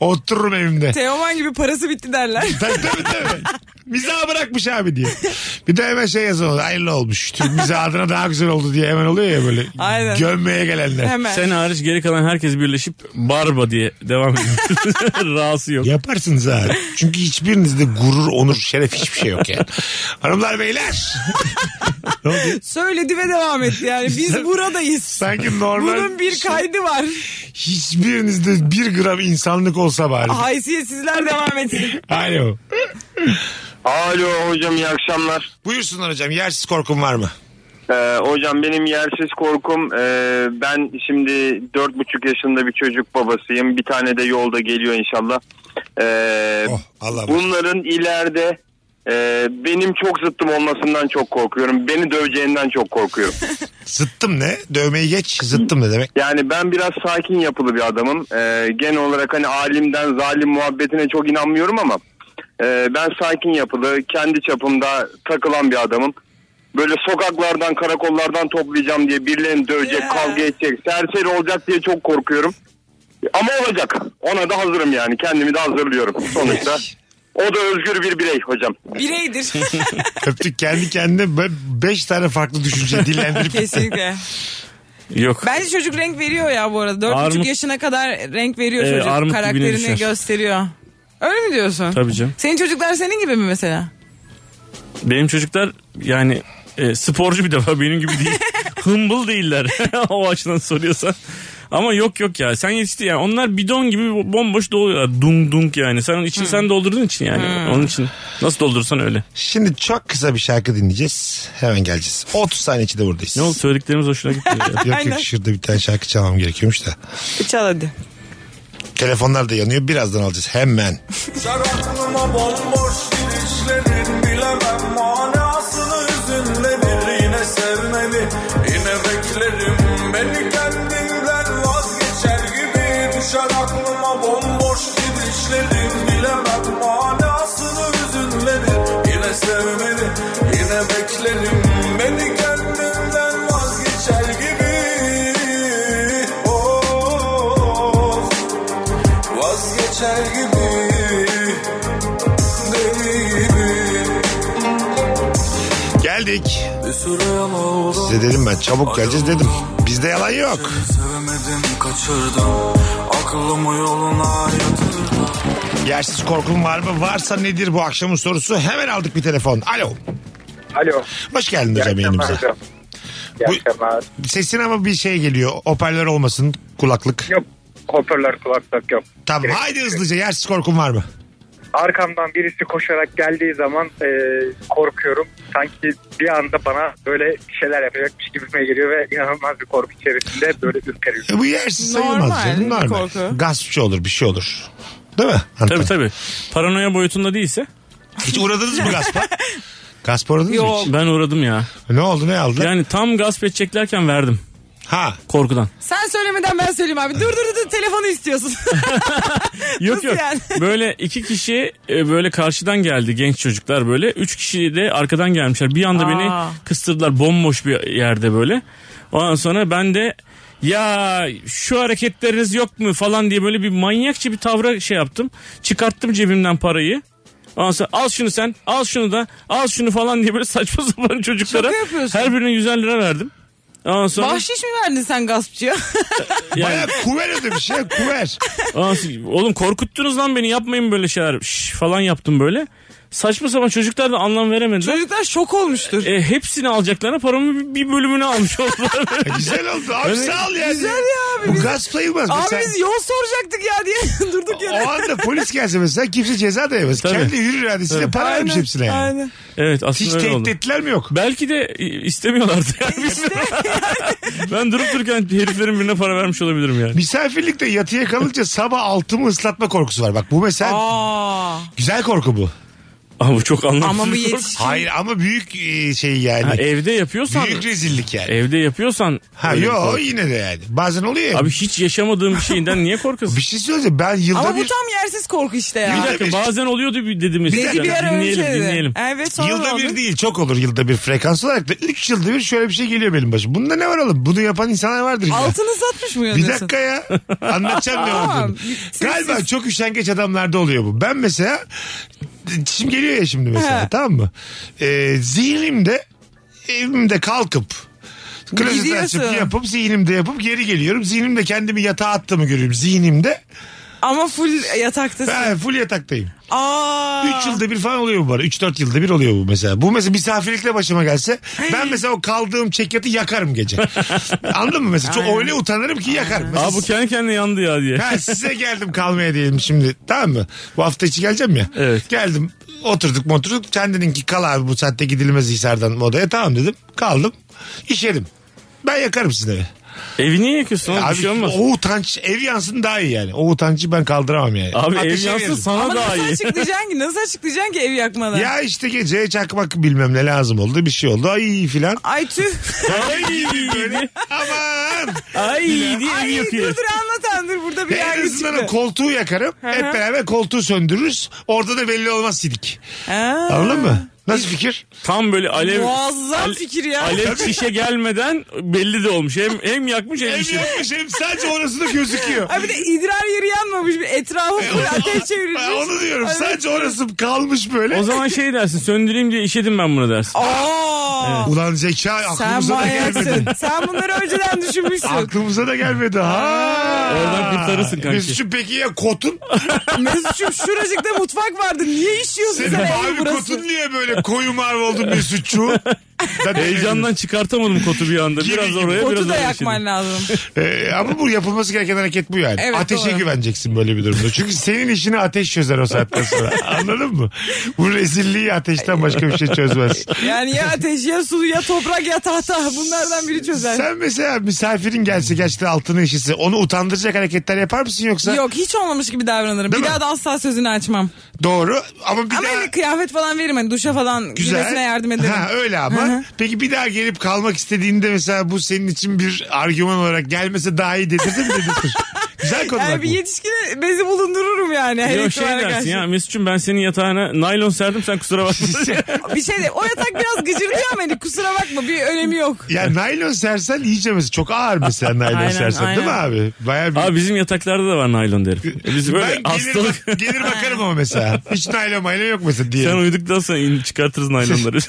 Speaker 3: Otururum evimde.
Speaker 4: Teoman gibi parası bitti derler.
Speaker 3: tabii tabii tabii. Mizahı bırakmış abi diye. Bir de hemen şey yazıyorlar. Hayırlı olmuş. Türk mizahı adına daha güzel oldu diye hemen oluyor ya böyle.
Speaker 4: Aynen.
Speaker 3: Gömmeye gelenler.
Speaker 4: Hemen.
Speaker 5: Sen hariç geri kalan herkes birleşip barba diye devam ediyor. Rahası yok.
Speaker 3: Yaparsınız ha. Çünkü hiçbirinizde gurur, onur, şeref hiçbir şey yok yani. Hanımlar beyler. ne oldu?
Speaker 4: Söyledi ve devam etti yani. Biz buradayız.
Speaker 3: Sanki normal. şey-
Speaker 4: Bunun bir kaydı var.
Speaker 3: Hiçbirinizde bir gram insanlık olsa bari.
Speaker 4: Haysiyetsizler devam etsin.
Speaker 3: Alo.
Speaker 6: Alo hocam iyi akşamlar.
Speaker 3: Buyursunlar hocam. Yersiz korkum var mı?
Speaker 6: Ee, hocam benim yersiz korkum e, ben şimdi dört buçuk yaşında bir çocuk babasıyım. Bir tane de yolda geliyor inşallah. Ee,
Speaker 3: Oh Allah var.
Speaker 6: bunların ileride e, benim çok zıttım olmasından çok korkuyorum. Beni döveceğinden çok korkuyorum.
Speaker 3: Zıttım ne? Dövmeyi geç. Zıttım ne demek?
Speaker 6: Yani ben biraz sakin yapılı bir adamım. Ee, genel olarak hani alimden zalim muhabbetine çok inanmıyorum ama e, ben sakin yapılı, kendi çapımda takılan bir adamım. Böyle sokaklardan, karakollardan toplayacağım diye birilerini dövecek,
Speaker 4: Ya.
Speaker 6: kavga edecek, serseri olacak diye çok korkuyorum. Ama olacak. Ona da hazırım yani. Kendimi de hazırlıyorum sonuçta. O da özgür bir birey hocam.
Speaker 4: Bireydir.
Speaker 3: Öptük kendi kendine be- beş tane farklı düşünce şey dillendirip.
Speaker 4: Kesinlikle.
Speaker 5: Yok.
Speaker 4: Bence çocuk renk veriyor ya bu arada. Dört
Speaker 5: Armut-
Speaker 4: buçuk yaşına kadar renk veriyor
Speaker 5: Ee,
Speaker 4: çocuk.
Speaker 5: armut dibine düşer.
Speaker 4: Karakterini gösteriyor. Öyle mi diyorsun?
Speaker 5: Tabii canım.
Speaker 4: Senin çocuklar senin gibi mi mesela?
Speaker 5: Benim çocuklar yani e, sporcu bir defa benim gibi değil. Humble değiller o açıdan soruyorsan. Ama yok yok ya sen yetişti yani onlar bidon gibi bomboş doluyorlar dung dung yani sen için sen doldurduğun için yani onun için nasıl doldurursan öyle.
Speaker 3: Şimdi çok kısa bir şarkı dinleyeceğiz. Hemen geleceğiz. 30 saniye içinde buradayız.
Speaker 5: Ne oldu söylediklerimiz hoşuna gitti. ya.
Speaker 3: Yok
Speaker 4: Aynen.
Speaker 3: yok şurada bir tane şarkı çalmam gerekiyormuş da.
Speaker 4: Bir Çal hadi.
Speaker 3: Telefonlar da yanıyor. Birazdan alacağız. Hemen.
Speaker 9: Düşer aklıma bomboş girişlerin bilemem manasını hüzünlenir yine sevmedi yine beklerim beni kendimden vazgeçer gibi düşer aklıma bomboş girişlerin bilemem manasını hüzünlenir yine sevmedi yine beklerim beni kendimden vazgeçer gibi of Oh, vazgeçer gibi değilim.
Speaker 3: Geldik.
Speaker 9: Bir süre yalan oldum,
Speaker 3: Size dedim ben çabuk geleceğiz dedim. Bizde yalan yok.
Speaker 9: sevemedim kaçırdım. Aklımı yoluna yatırdım.
Speaker 3: Yersiz korkum var mı? Varsa nedir bu akşamın sorusu? Hemen aldık bir telefon. Alo.
Speaker 10: Alo.
Speaker 3: Hoş geldin hocam yayınımıza.
Speaker 10: İyi
Speaker 3: Bu-
Speaker 10: akşamlar.
Speaker 3: Sesin ama bir şey geliyor. Hoparlör olmasın kulaklık.
Speaker 10: Yok hoparlör kulaklık yok.
Speaker 3: Tamam
Speaker 10: Direkt- şey.
Speaker 3: haydi hızlıca yersiz korkum var mı?
Speaker 10: Arkamdan birisi koşarak geldiği zaman e, korkuyorum. Sanki bir anda bana böyle bir şeyler yapacakmış gibime geliyor ve inanılmaz bir korku içerisinde böyle ürperiyorum.
Speaker 3: E, bu yersiz sayılmaz
Speaker 4: Normal
Speaker 3: canım
Speaker 4: bir
Speaker 3: normal.
Speaker 4: korku.
Speaker 3: Gaspçı olur bir şey olur. Değil mi? Anlatan?
Speaker 5: tabii tabii. Paranoya boyutunda değilse
Speaker 3: Hiç uğradınız mı gaspa? Gasp uğradınız mı
Speaker 4: Yok.
Speaker 3: hiç?
Speaker 5: ben uğradım ya.
Speaker 3: Ne oldu ne aldı?
Speaker 5: Yani tam gasp edeceklerken verdim
Speaker 3: Ha
Speaker 5: korkudan.
Speaker 4: Sen söylemeden ben söyleyeyim abi. Dur dur dur telefonu istiyorsun.
Speaker 5: Yok
Speaker 4: Nasıl
Speaker 5: yok.
Speaker 4: yani?
Speaker 5: Böyle iki kişi e, böyle karşıdan geldi genç çocuklar böyle. Üç kişi de arkadan gelmişler. Bir anda
Speaker 4: Aa.
Speaker 5: beni kıstırdılar bomboş bir yerde böyle. Ondan sonra ben de ya şu hareketleriniz yok mu falan diye böyle bir manyakça bir tavra şey yaptım. Çıkarttım cebimden parayı. Ondan sonra al şunu sen al şunu da al şunu falan diye böyle saçma sapan çocuklara
Speaker 4: Şaka yapıyorsun.
Speaker 5: her birine 100 lira verdim. Ondan sonra,
Speaker 4: Bahşiş mi verdin sen gaspçıya?
Speaker 5: yani-
Speaker 3: Baya kuver ödemiş ya kuver.
Speaker 5: Ondan sonra, oğlum korkuttunuz lan beni yapmayın böyle şeyler Şş, falan yaptım böyle. Saçma sapan çocuklar da anlam veremediler.
Speaker 4: Çocuklar şok olmuştur.
Speaker 5: E, hepsini alacaklarına paramın bir bölümünü almış oldular.
Speaker 3: E, Güzel oldu abi sağ ol yani.
Speaker 4: Güzel ya abi.
Speaker 3: Bu
Speaker 4: biz-
Speaker 3: gasp sayılmaz.
Speaker 4: Abi
Speaker 3: Mesela-
Speaker 4: biz yol soracaktık ya diye durduk yere.
Speaker 3: O anda polis gelse mesela kimse ceza da yemez.
Speaker 5: Tabii.
Speaker 3: Kendi hür iradesiyle para vermiş hepsine yani.
Speaker 4: Aynen.
Speaker 5: evet aslında
Speaker 3: Hiç
Speaker 5: öyle oldu.
Speaker 3: tehdit ettiler mi yok?
Speaker 5: Belki de i- istemiyorlardı. Yani. ben durup dururken heriflerin birine para vermiş olabilirim yani.
Speaker 3: Misafirlikte yatıya kalınca sabah altımı ıslatma korkusu var. Bak bu mesela
Speaker 4: Aa,
Speaker 3: güzel korku bu.
Speaker 5: Ama bu çok anlamsız.
Speaker 4: ama bu
Speaker 5: bir korku.
Speaker 4: yetişkin.
Speaker 3: Hayır ama büyük e, şey yani.
Speaker 5: Ha, evde yapıyorsan
Speaker 3: büyük rezillik yani.
Speaker 5: evde yapıyorsan
Speaker 3: ha
Speaker 5: öyle bir
Speaker 3: yo
Speaker 5: korku.
Speaker 3: yine de yani. Bazen oluyor ya.
Speaker 5: Abi hiç yaşamadığın bir şeyinden niye korkuyorsun?
Speaker 3: bir şey söyleyeceğim ben yılda
Speaker 4: Ama bu
Speaker 3: bir...
Speaker 4: tam yersiz korku işte
Speaker 5: Bir
Speaker 4: ya.
Speaker 5: dakika bazen oluyordu bir dedim işte.
Speaker 4: Dedi bir ara
Speaker 5: dinleyelim
Speaker 4: önce dedi.
Speaker 5: dinleyelim.
Speaker 4: Evet sonra
Speaker 3: Yılda
Speaker 4: oldu.
Speaker 3: bir değil çok olur yılda bir frekans olarak da 3 yılda bir şöyle bir şey geliyor benim başıma. Bunda ne var oğlum? Bunu yapan insanlar vardır. illa.
Speaker 4: Altını satmış mı
Speaker 3: Bir
Speaker 4: yanıyorsun?
Speaker 3: dakika ya. Anlatacağım ne
Speaker 4: Tamam.
Speaker 3: olduğunu.
Speaker 4: Siz-
Speaker 3: Galiba
Speaker 4: siz-
Speaker 3: çok üşengeç adamlarda oluyor bu. Ben mesela şimdi geliyor ya şimdi mesela
Speaker 4: He.
Speaker 3: tamam mı? Ee, zihnimde evimde kalkıp klozet
Speaker 4: Gidiyorsun.
Speaker 3: açıp yapıp zihnimde yapıp geri geliyorum. Zihnimde kendimi yatağa attığımı görüyorum zihnimde.
Speaker 4: Ama full yataktasın.
Speaker 3: Ben full yataktayım.
Speaker 4: Aa.
Speaker 3: 3 yılda bir falan oluyor bu bana. 3-4 yılda bir oluyor bu mesela. Bu mesela misafirlikle başıma gelse ben mesela o kaldığım çekyatı yakarım gece. Anladın mı mesela? Çok öyle utanırım ki yakarım. Mesela
Speaker 5: Aa bu kendi kendine yandı ya diye.
Speaker 3: Ha size geldim kalmaya diyelim şimdi. Tamam mı? Bu hafta içi geleceğim ya.
Speaker 5: Evet.
Speaker 3: Geldim oturduk oturduk. Sen dedin ki kal abi bu saatte gidilmez Hisar'dan odaya. Tamam dedim. Kaldım. İşedim. Ben yakarım sizin evi.
Speaker 5: Evi niye yakıyorsun? oğlum?
Speaker 3: Abi
Speaker 5: bir şey olmaz.
Speaker 3: o utanç ev yansın daha iyi yani. O utancı ben kaldıramam yani.
Speaker 5: Abi ev
Speaker 3: Ateşe
Speaker 5: yansın
Speaker 3: veririm.
Speaker 5: sana
Speaker 4: Ama
Speaker 5: daha
Speaker 4: nasıl
Speaker 5: iyi.
Speaker 4: açıklayacaksın ki? Nasıl açıklayacaksın ki ev yakmadan?
Speaker 3: Ya işte gece çakmak bilmem ne lazım oldu bir şey oldu ay filan.
Speaker 4: Ay tüh.
Speaker 5: Ay diye.
Speaker 3: Aman
Speaker 5: Ay diye evi
Speaker 4: Ay
Speaker 5: yakıyor.
Speaker 4: dur dur anlatan dur burada bir
Speaker 3: en
Speaker 4: yer
Speaker 3: azından
Speaker 4: çıktı.
Speaker 3: o koltuğu yakarım hep beraber koltuğu söndürürüz orada da belli olmaz sidik
Speaker 4: Ha.
Speaker 3: anladın mı? Nasıl fikir?
Speaker 5: Tam böyle alev
Speaker 4: Muazzam
Speaker 5: Ale-
Speaker 4: fikir ya.
Speaker 5: alev şişe gelmeden belli de olmuş. Hem hem yakmış hem
Speaker 3: Hem
Speaker 5: şişe.
Speaker 3: yapmış hem sadece orası da gözüküyor. E,
Speaker 4: Ay bir de idrar yeri yanmamış. Bir etrafı full ateş çevirmiş.
Speaker 3: Ben onu diyorum.
Speaker 4: Evet.
Speaker 3: Sadece orası kalmış böyle.
Speaker 5: O zaman şey dersin söndüreyim diye işedim ben bunu dersin.
Speaker 4: Aa.
Speaker 3: Ulan zeka
Speaker 4: Sen
Speaker 3: aklımıza da gelmedi.
Speaker 4: manyaksın. Sen bunları önceden düşünmüşsün.
Speaker 3: Aklımıza da gelmedi. Ha.
Speaker 5: Oradan kurtarırsın kanki.
Speaker 3: Mesut'cum peki ya kotun?
Speaker 4: Mesut'cum şuracıkta mutfak vardı. Niye işiyorsun
Speaker 3: Senin
Speaker 4: sen
Speaker 3: mavi
Speaker 4: ev
Speaker 3: kotun
Speaker 4: burası?
Speaker 3: niye böyle E, koyu mavi oldu Mesut'cu? Ben de
Speaker 5: Heyecandan çıkartamadım kotu bir anda.
Speaker 3: Gibi
Speaker 5: Biraz
Speaker 3: gibi.
Speaker 5: oraya biraz
Speaker 4: Kotu da
Speaker 5: oraya
Speaker 4: yakman
Speaker 5: işedim.
Speaker 4: lazım.
Speaker 3: Ee, ama bu yapılması gereken hareket bu yani.
Speaker 4: Evet,
Speaker 3: Ateşe
Speaker 4: doğru.
Speaker 3: güveneceksin böyle bir durumda. Çünkü senin işini ateş çözer o saatten sonra. Anladın mı? Bu rezilliği ateşten başka bir şey çözmez.
Speaker 4: Yani ya ateş ya su ya toprak ya tahta bunlardan biri çözer.
Speaker 3: Sen mesela misafirin gelse gerçekten altını işitse onu utandıracak hareketler yapar mısın yoksa?
Speaker 4: Yok hiç olmamış gibi davranırım.
Speaker 3: Değil
Speaker 4: bir
Speaker 3: mi?
Speaker 4: daha da asla sözünü açmam.
Speaker 3: Doğru ama bir
Speaker 4: Ama
Speaker 3: daha
Speaker 4: hani kıyafet falan veririm. Hani duşa falan
Speaker 3: güzel.
Speaker 4: giymesine yardım ederim.
Speaker 3: Ha, öyle ama.
Speaker 4: Hı hı.
Speaker 3: Peki bir daha gelip kalmak istediğinde mesela bu senin için bir argüman olarak gelmese daha iyi dedirtir mi dedirtir? güzel konular
Speaker 4: Yani bir
Speaker 3: bu.
Speaker 4: yetişkine bezi bulundururum yani. her
Speaker 5: Yok şey
Speaker 4: ihtimale
Speaker 5: dersin
Speaker 4: karşı.
Speaker 5: ya Mesut'cum ben senin yatağına naylon serdim sen kusura bakma.
Speaker 4: Bir şey de o yatak biraz gıcırdıyor ama hani kusura bakma bir önemi yok.
Speaker 3: Ya naylon sersen iyice mesela çok ağır mesela naylon
Speaker 4: Aynen,
Speaker 3: sersen değil mi
Speaker 4: aynen.
Speaker 3: abi? Baya bir...
Speaker 5: Abi bizim yataklarda da var naylon derim. E Biz böyle
Speaker 3: ben gelir,
Speaker 5: hastalık.
Speaker 3: bak- gelir bakarım ama mesela. Hiç naylon maylon yok mesela
Speaker 5: Sen
Speaker 3: diye.
Speaker 5: uyuduktan sonra in- çıkartırız naylonları.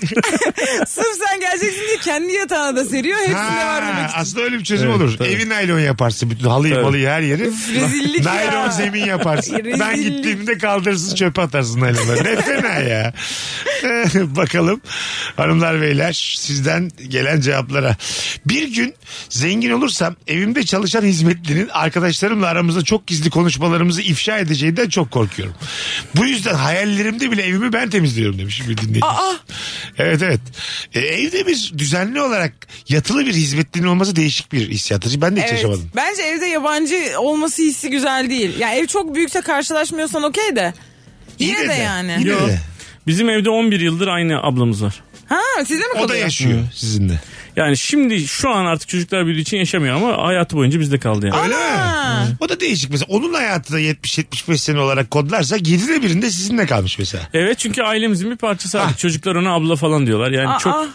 Speaker 4: Sırf sen geleceksin diye kendi yatağına da seriyor. Hepsinde var
Speaker 3: Ha,
Speaker 4: demek ki.
Speaker 3: aslında öyle bir çözüm
Speaker 5: Evet,
Speaker 3: olur.
Speaker 5: tabii.
Speaker 3: Evi naylon yaparsın. Bütün halıyı
Speaker 5: Tabii.
Speaker 3: malıyı her yeri.
Speaker 4: Rezillik ya.
Speaker 3: Naylon zemin yaparsın.
Speaker 4: Rezillik.
Speaker 3: Ben gittiğimde kaldırırsın çöpe atarsın naylonları. Ne fena ya. Bakalım hanımlar beyler sizden gelen cevaplara. Bir gün zengin olursam evimde çalışan hizmetlinin arkadaşlarımla aramızda çok gizli konuşmalarımızı ifşa edeceğinden çok korkuyorum. Bu yüzden hayallerimde bile evimi ben temizliyorum demiş bir dinleyici.
Speaker 4: Aa!
Speaker 3: Evet evet. E, evde bir düzenli olarak yatılı bir hizmetlinin olması değişik bir hissiyatıcı. Ben de hiç
Speaker 4: Evet.
Speaker 3: yaşamadım.
Speaker 4: Bence evde yabancı olması hissi güzel değil. Ya ev çok büyükse karşılaşmıyorsan okey de. Yine
Speaker 3: Yine
Speaker 4: de,
Speaker 3: de,
Speaker 4: yani.
Speaker 3: yine
Speaker 5: Yok.
Speaker 3: de.
Speaker 5: Bizim evde 11 yıldır aynı ablamız var.
Speaker 4: Ha size mi kalıyor?
Speaker 3: O da yaşıyor sizinle.
Speaker 5: Yani şimdi şu an artık çocuklar biri için yaşamıyor ama hayatı boyunca bizde kaldı yani.
Speaker 3: Öyle
Speaker 4: Ana.
Speaker 3: mi? O da değişik mesela. Onun hayatı da 70-75 sene olarak kodlarsa 7'de birinde sizinle kalmış mesela.
Speaker 5: Evet çünkü ailemizin bir parçası
Speaker 3: Ah.
Speaker 5: artık. Çocuklar ona abla falan diyorlar. Yani
Speaker 4: Aa,
Speaker 5: çok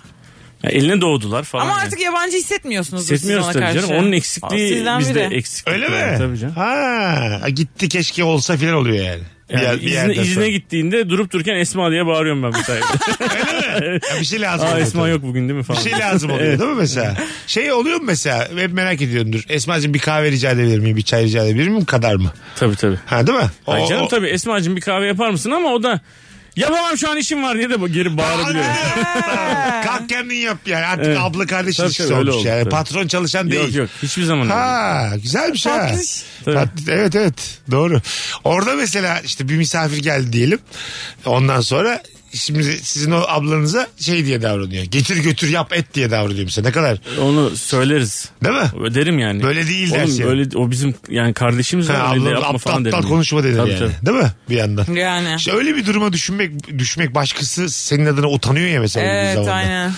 Speaker 5: ya eline doğdular falan.
Speaker 4: Ama
Speaker 5: yani.
Speaker 4: artık yabancı hissetmiyorsunuz.
Speaker 5: Hissetmiyoruz
Speaker 4: siz
Speaker 5: tabii
Speaker 4: ona karşı.
Speaker 5: canım. Onun
Speaker 4: Aa,
Speaker 5: eksikliği
Speaker 4: sizden
Speaker 5: bizde
Speaker 4: biri.
Speaker 5: eksik.
Speaker 3: Öyle mi?
Speaker 5: Tabii canım.
Speaker 3: Ha, gitti keşke olsa filan oluyor yani.
Speaker 5: Yani
Speaker 3: yer- bir
Speaker 5: izne,
Speaker 3: yerden sonra.
Speaker 5: izne gittiğinde durup dururken Esma diye bağırıyorum ben mesela.
Speaker 3: Ya bir şey lazım.
Speaker 5: Aa
Speaker 3: oluyor
Speaker 5: Esma
Speaker 3: tabii.
Speaker 5: yok bugün değil mi
Speaker 3: Bir
Speaker 5: falan.
Speaker 3: şey lazım oluyor değil mi mesela? Şey oluyor mu mesela? Hep merak ediyorumdur. Esma'cığım bir kahve rica edebilir miyim? Bir çay rica edebilir miyim? Kadar mı?
Speaker 5: Tabii tabii.
Speaker 3: Ha değil mi?
Speaker 5: Ay
Speaker 3: O-
Speaker 5: canım
Speaker 3: o-
Speaker 5: tabii Esma'cığım bir kahve yapar mısın ama o da yapamam şu an işim var diye de geri bağırabiliyor.
Speaker 3: Anladım. Kalk kendin yap yani. Artık
Speaker 5: Evet.
Speaker 3: abla kardeş
Speaker 5: Tabii
Speaker 3: ilişkisi
Speaker 5: tabii, öyle
Speaker 3: olmuş
Speaker 5: oldu,
Speaker 3: yani.
Speaker 5: tabii.
Speaker 3: Patron çalışan değil.
Speaker 5: yok yok hiçbir zaman öyle.
Speaker 3: Ha güzelmiş ha.
Speaker 4: Tatlış.
Speaker 5: Tabii.
Speaker 3: Tatlı- evet evet doğru. Orada mesela işte bir misafir geldi diyelim. Ondan sonra şimdi sizin o ablanıza şey diye davranıyor. Getir götür yap et diye davranıyor mesela. Ne kadar
Speaker 5: Onu söyleriz.
Speaker 3: değil mi?
Speaker 5: Öderim yani.
Speaker 3: Böyle değil
Speaker 5: Oğlum,
Speaker 3: dersin.
Speaker 5: öyle, o bizim yani kardeşimiz
Speaker 3: Ha,
Speaker 5: var öyle de
Speaker 3: ablanın
Speaker 5: yapma
Speaker 3: aptal
Speaker 5: falan derim.
Speaker 3: aptal
Speaker 5: yani.
Speaker 3: konuşma denir
Speaker 5: Tabii,
Speaker 3: yani.
Speaker 5: tabii.
Speaker 3: Değil mi? Bir yandan.
Speaker 4: Yani.
Speaker 3: İşte öyle bir duruma düşünmek düşmek başkası senin adına utanıyor ya mesela. bu
Speaker 4: Evet
Speaker 3: zamanda.
Speaker 4: aynen.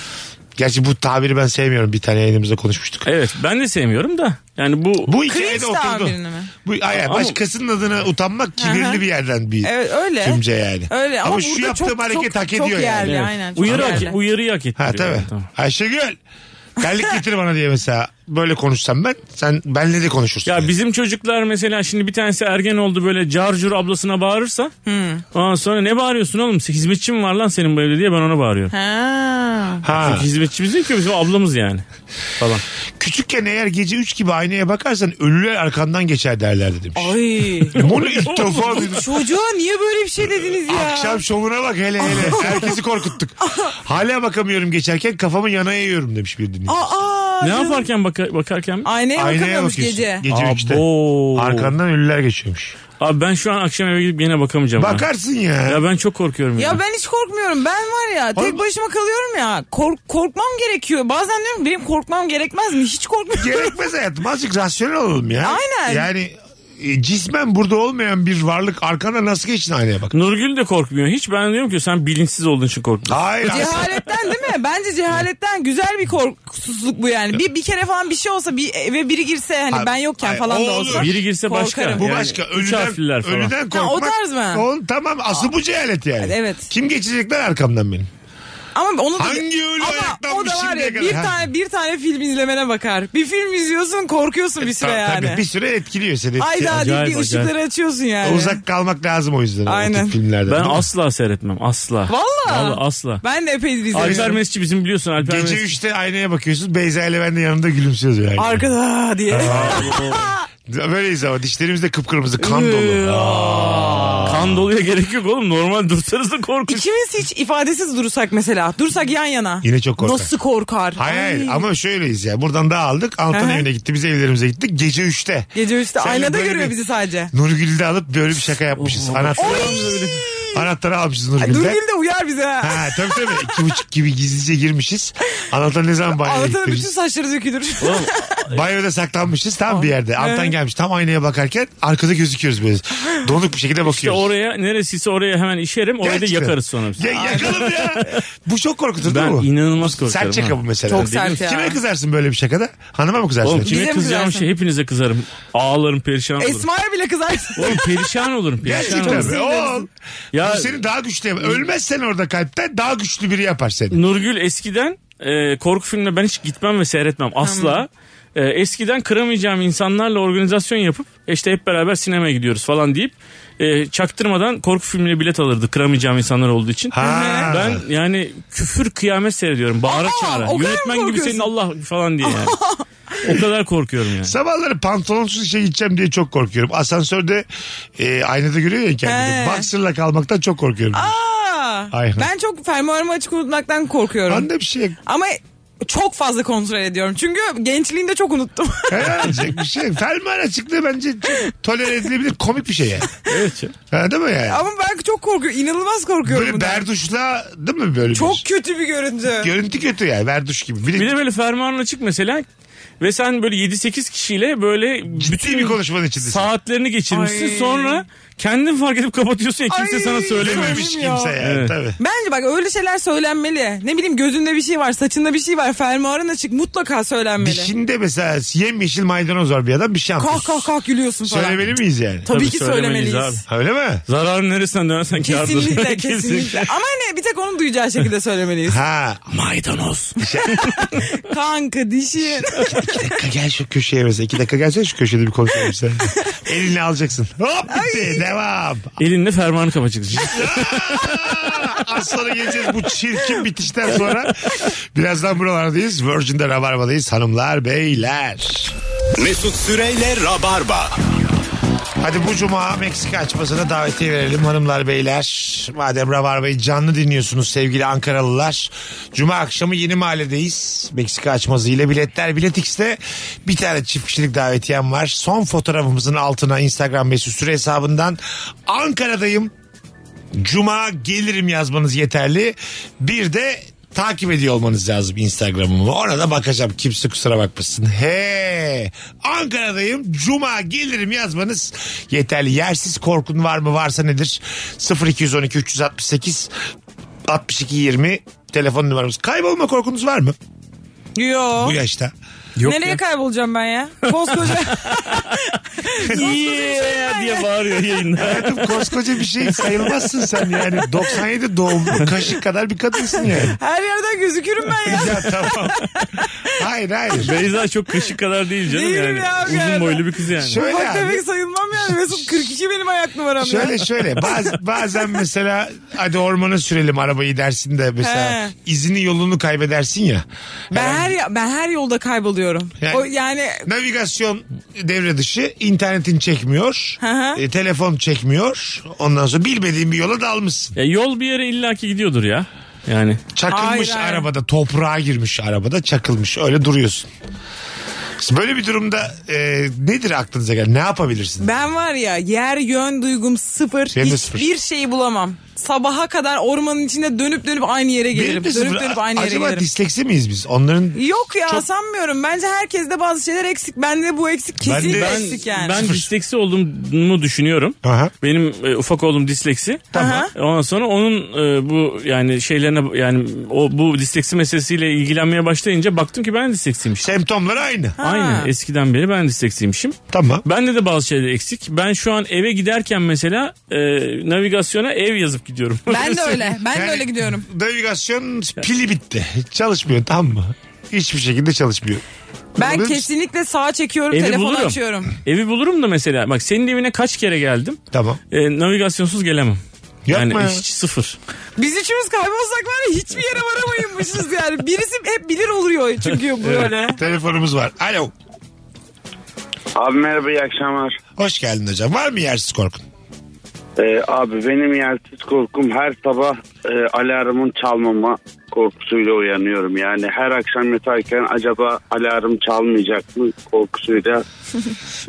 Speaker 3: Gerçi bu tabiri ben sevmiyorum. Bir tane yayınımızda konuşmuştuk.
Speaker 5: Evet ben de sevmiyorum da. Yani bu,
Speaker 3: Bu hikayede
Speaker 4: Cringe
Speaker 3: oturdu.
Speaker 4: tabirini mi?
Speaker 3: Bu, ay, ay,
Speaker 5: Ama-
Speaker 3: başkasının adına utanmak kibirli bir yerden bir
Speaker 4: Evet öyle.
Speaker 3: tümce yani.
Speaker 4: Öyle ama,
Speaker 3: şu
Speaker 4: burada
Speaker 3: yaptığım
Speaker 4: çok,
Speaker 3: hareket
Speaker 4: çok,
Speaker 3: hak
Speaker 4: çok
Speaker 3: ediyor yani.
Speaker 4: yerli,
Speaker 5: Evet.
Speaker 4: aynen, çok
Speaker 5: uyarı, hak, e-,
Speaker 4: yerli.
Speaker 5: uyarıyı hak ettiriyor.
Speaker 3: Ha tabii.
Speaker 5: Evet, tamam.
Speaker 3: Ayşegül. Terlik getir bana diye mesela böyle konuşsam ben sen benle de konuşursun.
Speaker 5: Ya
Speaker 3: yani.
Speaker 5: bizim çocuklar mesela şimdi bir tanesi ergen oldu böyle carcur ablasına bağırırsa. Ondan sonra ne bağırıyorsun oğlum? Hizmetçi mi var lan senin bu evde diye ben ona bağırıyorum.
Speaker 4: Ha.
Speaker 3: Ha.
Speaker 5: Çünkü hizmetçi bizim ki bizim ablamız yani. Falan.
Speaker 3: Küçükken eğer gece 3 gibi aynaya bakarsan ölüler arkandan geçer derlerdi demiş.
Speaker 4: Ay.
Speaker 3: Bunu ilk defa duydum.
Speaker 4: Çocuğa niye böyle bir şey dediniz ya?
Speaker 3: Akşam şovuna bak hele hele. Herkesi korkuttuk. Hala bakamıyorum geçerken kafamı yana yiyorum demiş bir dinleyici.
Speaker 4: Aa,
Speaker 5: Ne
Speaker 4: canım.
Speaker 5: yaparken baka- bakarken mi?
Speaker 4: Aynaya,
Speaker 3: Aynaya
Speaker 4: bakamıyormuş
Speaker 3: bakıyorsun.
Speaker 4: gece.
Speaker 3: Gece, üçte.
Speaker 5: Abo.
Speaker 3: Arkandan ölüler geçiyormuş.
Speaker 5: Abi ben şu an akşam eve gidip yine bakamayacağım. ha.
Speaker 3: Bakarsın ya.
Speaker 5: Ya ben çok korkuyorum. Ya,
Speaker 4: Ya ben hiç korkmuyorum. Ben var ya tek
Speaker 3: Oğlum-
Speaker 4: başıma kalıyorum ya. Kork korkmam gerekiyor. Bazen diyorum benim korkmam gerekmez mi? Hiç korkmuyorum.
Speaker 3: Gerekmez hayatım. Azıcık rasyonel olalım ya.
Speaker 4: Aynen.
Speaker 3: Yani e, cismen burada olmayan bir varlık arkana nasıl geçin aynaya bak.
Speaker 5: Nurgül de korkmuyor. Hiç ben diyorum ki sen bilinçsiz olduğun için korkmuyorsun.
Speaker 3: Hayır. asla.
Speaker 4: cehaletten değil mi? Bence cehaletten güzel bir korkusuzluk bu yani. Bir bir kere falan bir şey olsa bir eve biri girse hani
Speaker 3: Abi,
Speaker 4: ben yokken
Speaker 3: ay,
Speaker 4: falan da
Speaker 3: olur.
Speaker 4: olsa.
Speaker 5: Biri girse
Speaker 4: Korkarım.
Speaker 5: başka.
Speaker 3: Bu
Speaker 5: Yani
Speaker 3: başka.
Speaker 5: üç
Speaker 3: Ölüden,
Speaker 5: harfliler falan.
Speaker 3: ölüden korkmak.
Speaker 4: o tarz mı?
Speaker 3: O- tamam. Asıl bu cehalet yani.
Speaker 4: Evet.
Speaker 3: Kim geçecekler arkamdan benim?
Speaker 4: Ama onu da
Speaker 3: Hangi ölü
Speaker 4: Ama o
Speaker 3: ayaklanmış
Speaker 4: da var
Speaker 3: şimdiye
Speaker 4: ya
Speaker 3: kadar?
Speaker 4: bir
Speaker 3: Ha.
Speaker 4: tane bir tane film izlemene bakar. Bir film izliyorsun korkuyorsun bir süre
Speaker 3: Ta-
Speaker 4: yani.
Speaker 3: E, Tabii bir süre etkiliyor seni. şey-
Speaker 4: Ay daha değil
Speaker 5: Acayip,
Speaker 4: bir ışıkları
Speaker 5: acayip.
Speaker 4: açıyorsun yani.
Speaker 3: Uzak kalmak lazım o yüzden. Aynen.
Speaker 4: Aynen.
Speaker 3: filmlerden.
Speaker 5: Ben
Speaker 3: Değil mi?
Speaker 5: asla seyretmem. Asla.
Speaker 4: Valla.
Speaker 5: Vallahi asla.
Speaker 4: Ben de epeydir
Speaker 5: Alper
Speaker 4: izliyorum.
Speaker 5: Mesci bizim biliyorsun Alper
Speaker 3: Gece
Speaker 5: Mesci.
Speaker 3: 3'te aynaya bakıyorsun. Beyza ile ben de yanında gülümsüyoruz yani.
Speaker 4: Arkada "Aa!" diye.
Speaker 3: Böyleyiz ama dişlerimiz de kıpkırmızı kan dolu.
Speaker 5: Kan doluya gerek yok oğlum. Normal dursanız da korkunç.
Speaker 4: İkimiz hiç ifadesiz dursak mesela. Dursak yan yana.
Speaker 3: Yine çok korkar.
Speaker 4: Nasıl korkar?
Speaker 3: Hayır
Speaker 4: Ay.
Speaker 3: hayır ama şöyleyiz ya. Buradan daha aldık. Altan
Speaker 4: Aha.
Speaker 3: evine gitti. Biz evlerimize gittik. Gece 3'te.
Speaker 4: Gece üçte
Speaker 3: Seninle
Speaker 4: aynada
Speaker 3: böyle
Speaker 4: görüyor
Speaker 3: bir-
Speaker 4: bizi sadece.
Speaker 3: Nurgül'ü de alıp böyle bir şaka yapmışız. Anahtarı, anahtarı almışız Nurgül'den.
Speaker 4: Nurgül de uyar bize. ha.
Speaker 3: Ha tabii tabii. İki buçuk gibi gizlice girmişiz. Anahtar ne zaman banyoya
Speaker 4: Anlatanın bütün
Speaker 3: gitmişiz.
Speaker 4: saçları dökülür.
Speaker 3: Banyoda saklanmışız tam bir yerde. Altan gelmiş tam aynaya bakarken arkada gözüküyoruz böyle. Donuk bir şekilde
Speaker 5: İşte
Speaker 3: bakıyoruz.
Speaker 5: oraya neresiyse oraya hemen işerim. Orayı da
Speaker 3: Gerçekten.
Speaker 5: yakarız sonra. biz.
Speaker 3: Ya, yakalım ya. Bu çok korkutur değil
Speaker 5: Ben
Speaker 3: mi? bu?
Speaker 5: inanılmaz korkarım.
Speaker 3: Sert şaka
Speaker 5: ha.
Speaker 3: bu mesela.
Speaker 4: Çok sert ya.
Speaker 3: Kime kızarsın böyle bir şakada? Hanıma mı kızarsın?
Speaker 5: Oğlum
Speaker 4: Bize
Speaker 5: kime
Speaker 4: mi
Speaker 5: kızacağım
Speaker 4: kızarsın?
Speaker 5: şey hepinize kızarım. Ağlarım perişan olurum.
Speaker 4: Esma'ya bile kızarsın.
Speaker 5: Oğlum perişan olurum perişan
Speaker 3: Gerçekten
Speaker 5: olurum.
Speaker 3: mi?
Speaker 4: sinirlisin.
Speaker 3: Oğlum.
Speaker 5: Ya
Speaker 3: Bu seni daha güçlü yapar. Ölmezsen orada kalpten daha güçlü biri yapar seni.
Speaker 5: Nurgül eskiden e, korku filmine ben hiç gitmem ve seyretmem asla. E, eskiden kıramayacağım insanlarla organizasyon yapıp "E, işte hep beraber sinemaya gidiyoruz falan deyip e, çaktırmadan korku filmine bilet alırdı kıramayacağım insanlar olduğu için.
Speaker 3: Ha.
Speaker 5: Ben yani küfür kıyamet seyrediyorum bağıra
Speaker 4: Aa, o
Speaker 5: çağıra.
Speaker 4: kadar mı
Speaker 5: Yönetmen gibi
Speaker 4: korkuyorsun?
Speaker 5: senin Allah falan diye yani. o kadar korkuyorum yani.
Speaker 3: Sabahları pantolonsuz işe gideceğim diye çok korkuyorum. Asansörde e, aynada görüyor ya kendini.
Speaker 4: He.
Speaker 3: Boxer'la kalmaktan çok korkuyorum.
Speaker 4: Aa,
Speaker 3: Aynen.
Speaker 4: ben çok fermuarımı açık unutmaktan korkuyorum.
Speaker 3: Ben de bir şey
Speaker 4: Ama çok fazla kontrol ediyorum. Çünkü gençliğimde çok unuttum.
Speaker 3: herhalde bir şey. Fermuar açıklığı bence çok tolere edilebilir komik bir şey yani.
Speaker 5: Evet.
Speaker 3: Ha, değil mi yani?
Speaker 4: Ama ben çok korkuyorum. İnanılmaz korkuyorum
Speaker 3: böyle
Speaker 4: bundan.
Speaker 3: berduşla değil mi böyle
Speaker 4: Çok
Speaker 3: bir şey.
Speaker 4: kötü bir görüntü.
Speaker 3: Görüntü kötü yani verduş gibi. Bir de,
Speaker 5: Bir de böyle fermuarın açık mesela ve sen böyle 7-8 kişiyle böyle
Speaker 3: ciddi bir konuşmanın içindesin.
Speaker 5: saatlerini geçirmişsin
Speaker 4: Ay.
Speaker 5: sonra kendin fark edip kapatıyorsun ya kimse
Speaker 4: Ay.
Speaker 5: sana söylemiyor.
Speaker 3: Dememiş
Speaker 4: ya.
Speaker 3: kimse yani
Speaker 5: Evet.
Speaker 3: tabii.
Speaker 4: Bence bak öyle şeyler söylenmeli. Ne bileyim gözünde bir şey var, saçında bir şey var, fermuarın açık mutlaka söylenmeli.
Speaker 3: Dişinde mesela yemyeşil maydanoz var bir adam bir şey
Speaker 4: Kah
Speaker 3: anlatmış.
Speaker 4: kah kah gülüyorsun falan.
Speaker 3: Söylemeli miyiz yani?
Speaker 4: Tabii,
Speaker 5: Tabii
Speaker 4: ki
Speaker 5: söylemeliyiz
Speaker 4: söylemeliyiz.
Speaker 5: abi.
Speaker 3: Öyle mi?
Speaker 5: Zararın neresinden dönersen kârdır.
Speaker 4: Kesinlikle kesinlikle. Ama hani bir tek onun duyacağı şekilde söylemeliyiz.
Speaker 3: Ha.
Speaker 5: Maydanoz.
Speaker 3: şey-
Speaker 4: Kanka dişi.
Speaker 3: İki dakika gel şu köşeye mesela. İki dakika gelsene şu köşede bir konuşalım sen. Elini alacaksın. Hop bitti. Devam.
Speaker 5: Elinle fermuarını kapatacaksın.
Speaker 3: Az sonra geleceğiz bu çirkin bitişten sonra. Birazdan buralardayız. Virgin'de Rabarba'dayız hanımlar beyler.
Speaker 2: Mesut Süreyle Rabarba.
Speaker 3: Hadi bu cuma Meksika açmasına davetiye verelim hanımlar beyler. Madem Rabarba'yı canlı dinliyorsunuz sevgili Ankaralılar. Cuma akşamı yeni mahalledeyiz. Meksika açması ile biletler. Bilet X'te bir tane çift kişilik davetiyem var. Son fotoğrafımızın altına Instagram mesut süre hesabından Ankara'dayım. Cuma gelirim yazmanız yeterli. Bir de takip ediyor olmanız lazım Instagram'ımı. Ona da bakacağım. Kimse kusura bakmasın. He. Ankara'dayım. Cuma gelirim yazmanız yeterli. Yersiz korkun var mı? Varsa nedir? 0212 368 62 20 telefon numaramız. Kaybolma korkunuz var mı?
Speaker 4: Yo.
Speaker 3: Bu yaşta.
Speaker 4: Nereye kaybolacağım ben ya? Koskoca. şey
Speaker 5: yeah diye bağırıyor yayında.
Speaker 3: Hayatım koskoca bir şey sayılmazsın sen yani. 97 doğumlu kaşık kadar bir kadınsın yani.
Speaker 4: Her yerden gözükürüm ben ya.
Speaker 3: Ya tamam. Hayır hayır.
Speaker 5: Beyza çok kaşık kadar değil canım
Speaker 4: Değilim
Speaker 5: yani.
Speaker 4: ya,
Speaker 5: Uzun
Speaker 4: galiba.
Speaker 5: boylu bir kız yani.
Speaker 3: Şöyle
Speaker 4: Ufak
Speaker 3: abi.
Speaker 4: tefek sayılmam yani. Mesut 42 benim ayak numaram ya.
Speaker 3: Şöyle şöyle baz, bazen mesela hadi ormana sürelim arabayı dersin de mesela
Speaker 4: He.
Speaker 3: izini yolunu kaybedersin ya.
Speaker 4: Ben her, ya- ben her yolda kayboluyorum.
Speaker 3: Yani-
Speaker 4: o yani
Speaker 3: Navigasyon devre dışı internetin çekmiyor.
Speaker 4: Hı hı.
Speaker 3: e, telefon çekmiyor. Ondan sonra bilmediğin bir yola dalmışsın.
Speaker 5: Ya yol bir yere illaki gidiyordur ya. Yani
Speaker 3: Çakılmış
Speaker 4: Hayır, hayır.
Speaker 3: arabada toprağa girmiş arabada çakılmış öyle duruyorsun. Böyle bir durumda e, nedir aklınıza gelen ne yapabilirsiniz?
Speaker 4: ben var ya yer yön duygum sıfır.
Speaker 3: Benim de sıfır.
Speaker 4: Hiçbir şey bulamam. Sabaha kadar ormanın içinde dönüp dönüp aynı yere
Speaker 3: Benim
Speaker 4: gelirim.
Speaker 3: de
Speaker 4: Dönüp
Speaker 3: sıfır.
Speaker 4: dönüp aynı yere
Speaker 3: Acaba
Speaker 4: gelirim.
Speaker 3: disleksi miyiz biz? Onların
Speaker 4: Yok ya
Speaker 3: Çok-
Speaker 4: sanmıyorum. Bence herkeste bazı şeyler eksik. Bende bu eksik kesin
Speaker 3: de-
Speaker 5: ben
Speaker 4: eksik yani.
Speaker 5: ben disleksi olduğumu düşünüyorum.
Speaker 3: Aha.
Speaker 5: Benim e, ufak oğlum disleksi.
Speaker 4: Aha.
Speaker 5: Ondan sonra onun e, bu yani şeylerine yani o bu disleksi meselesiyle ilgilenmeye başlayınca baktım ki ben disleksiymişim.
Speaker 3: semptomları aynı.
Speaker 5: Aynı eskiden beri ben disleksiymişim.
Speaker 3: Tamam.
Speaker 5: Bende de bazı şeyler eksik. Ben şu an eve giderken mesela e, navigasyona ev yazıp gidiyorum.
Speaker 4: Ben de öyle. Ben
Speaker 3: Yani-
Speaker 4: de öyle gidiyorum.
Speaker 3: Navigasyon pili bitti. Çalışmıyor tamam mı? Hiçbir şekilde çalışmıyor.
Speaker 4: Ben
Speaker 3: Olabilir mi?
Speaker 4: kesinlikle sağa çekiyorum,
Speaker 5: Evi
Speaker 4: telefonu
Speaker 5: bulurum.
Speaker 4: açıyorum.
Speaker 5: Evi bulurum da mesela bak senin evine kaç kere geldim.
Speaker 3: Tamam.
Speaker 5: E, navigasyonsuz gelemem.
Speaker 3: Yapma
Speaker 5: yani
Speaker 3: ya.
Speaker 5: hiç sıfır.
Speaker 4: Biz üçümüz kaybolsak var ya hiçbir yere varamayınmışız yani. Birisi hep bilir oluyor çünkü böyle.
Speaker 3: Telefonumuz var. Alo.
Speaker 10: Abi merhaba iyi akşamlar.
Speaker 3: Hoş geldin hocam. Var mı yersiz korkun?
Speaker 10: Ee, abi benim yersiz korkum her sabah e, alarmın çalmama korkusuyla uyanıyorum. Yani her akşam yatarken acaba alarm çalmayacak mı korkusuyla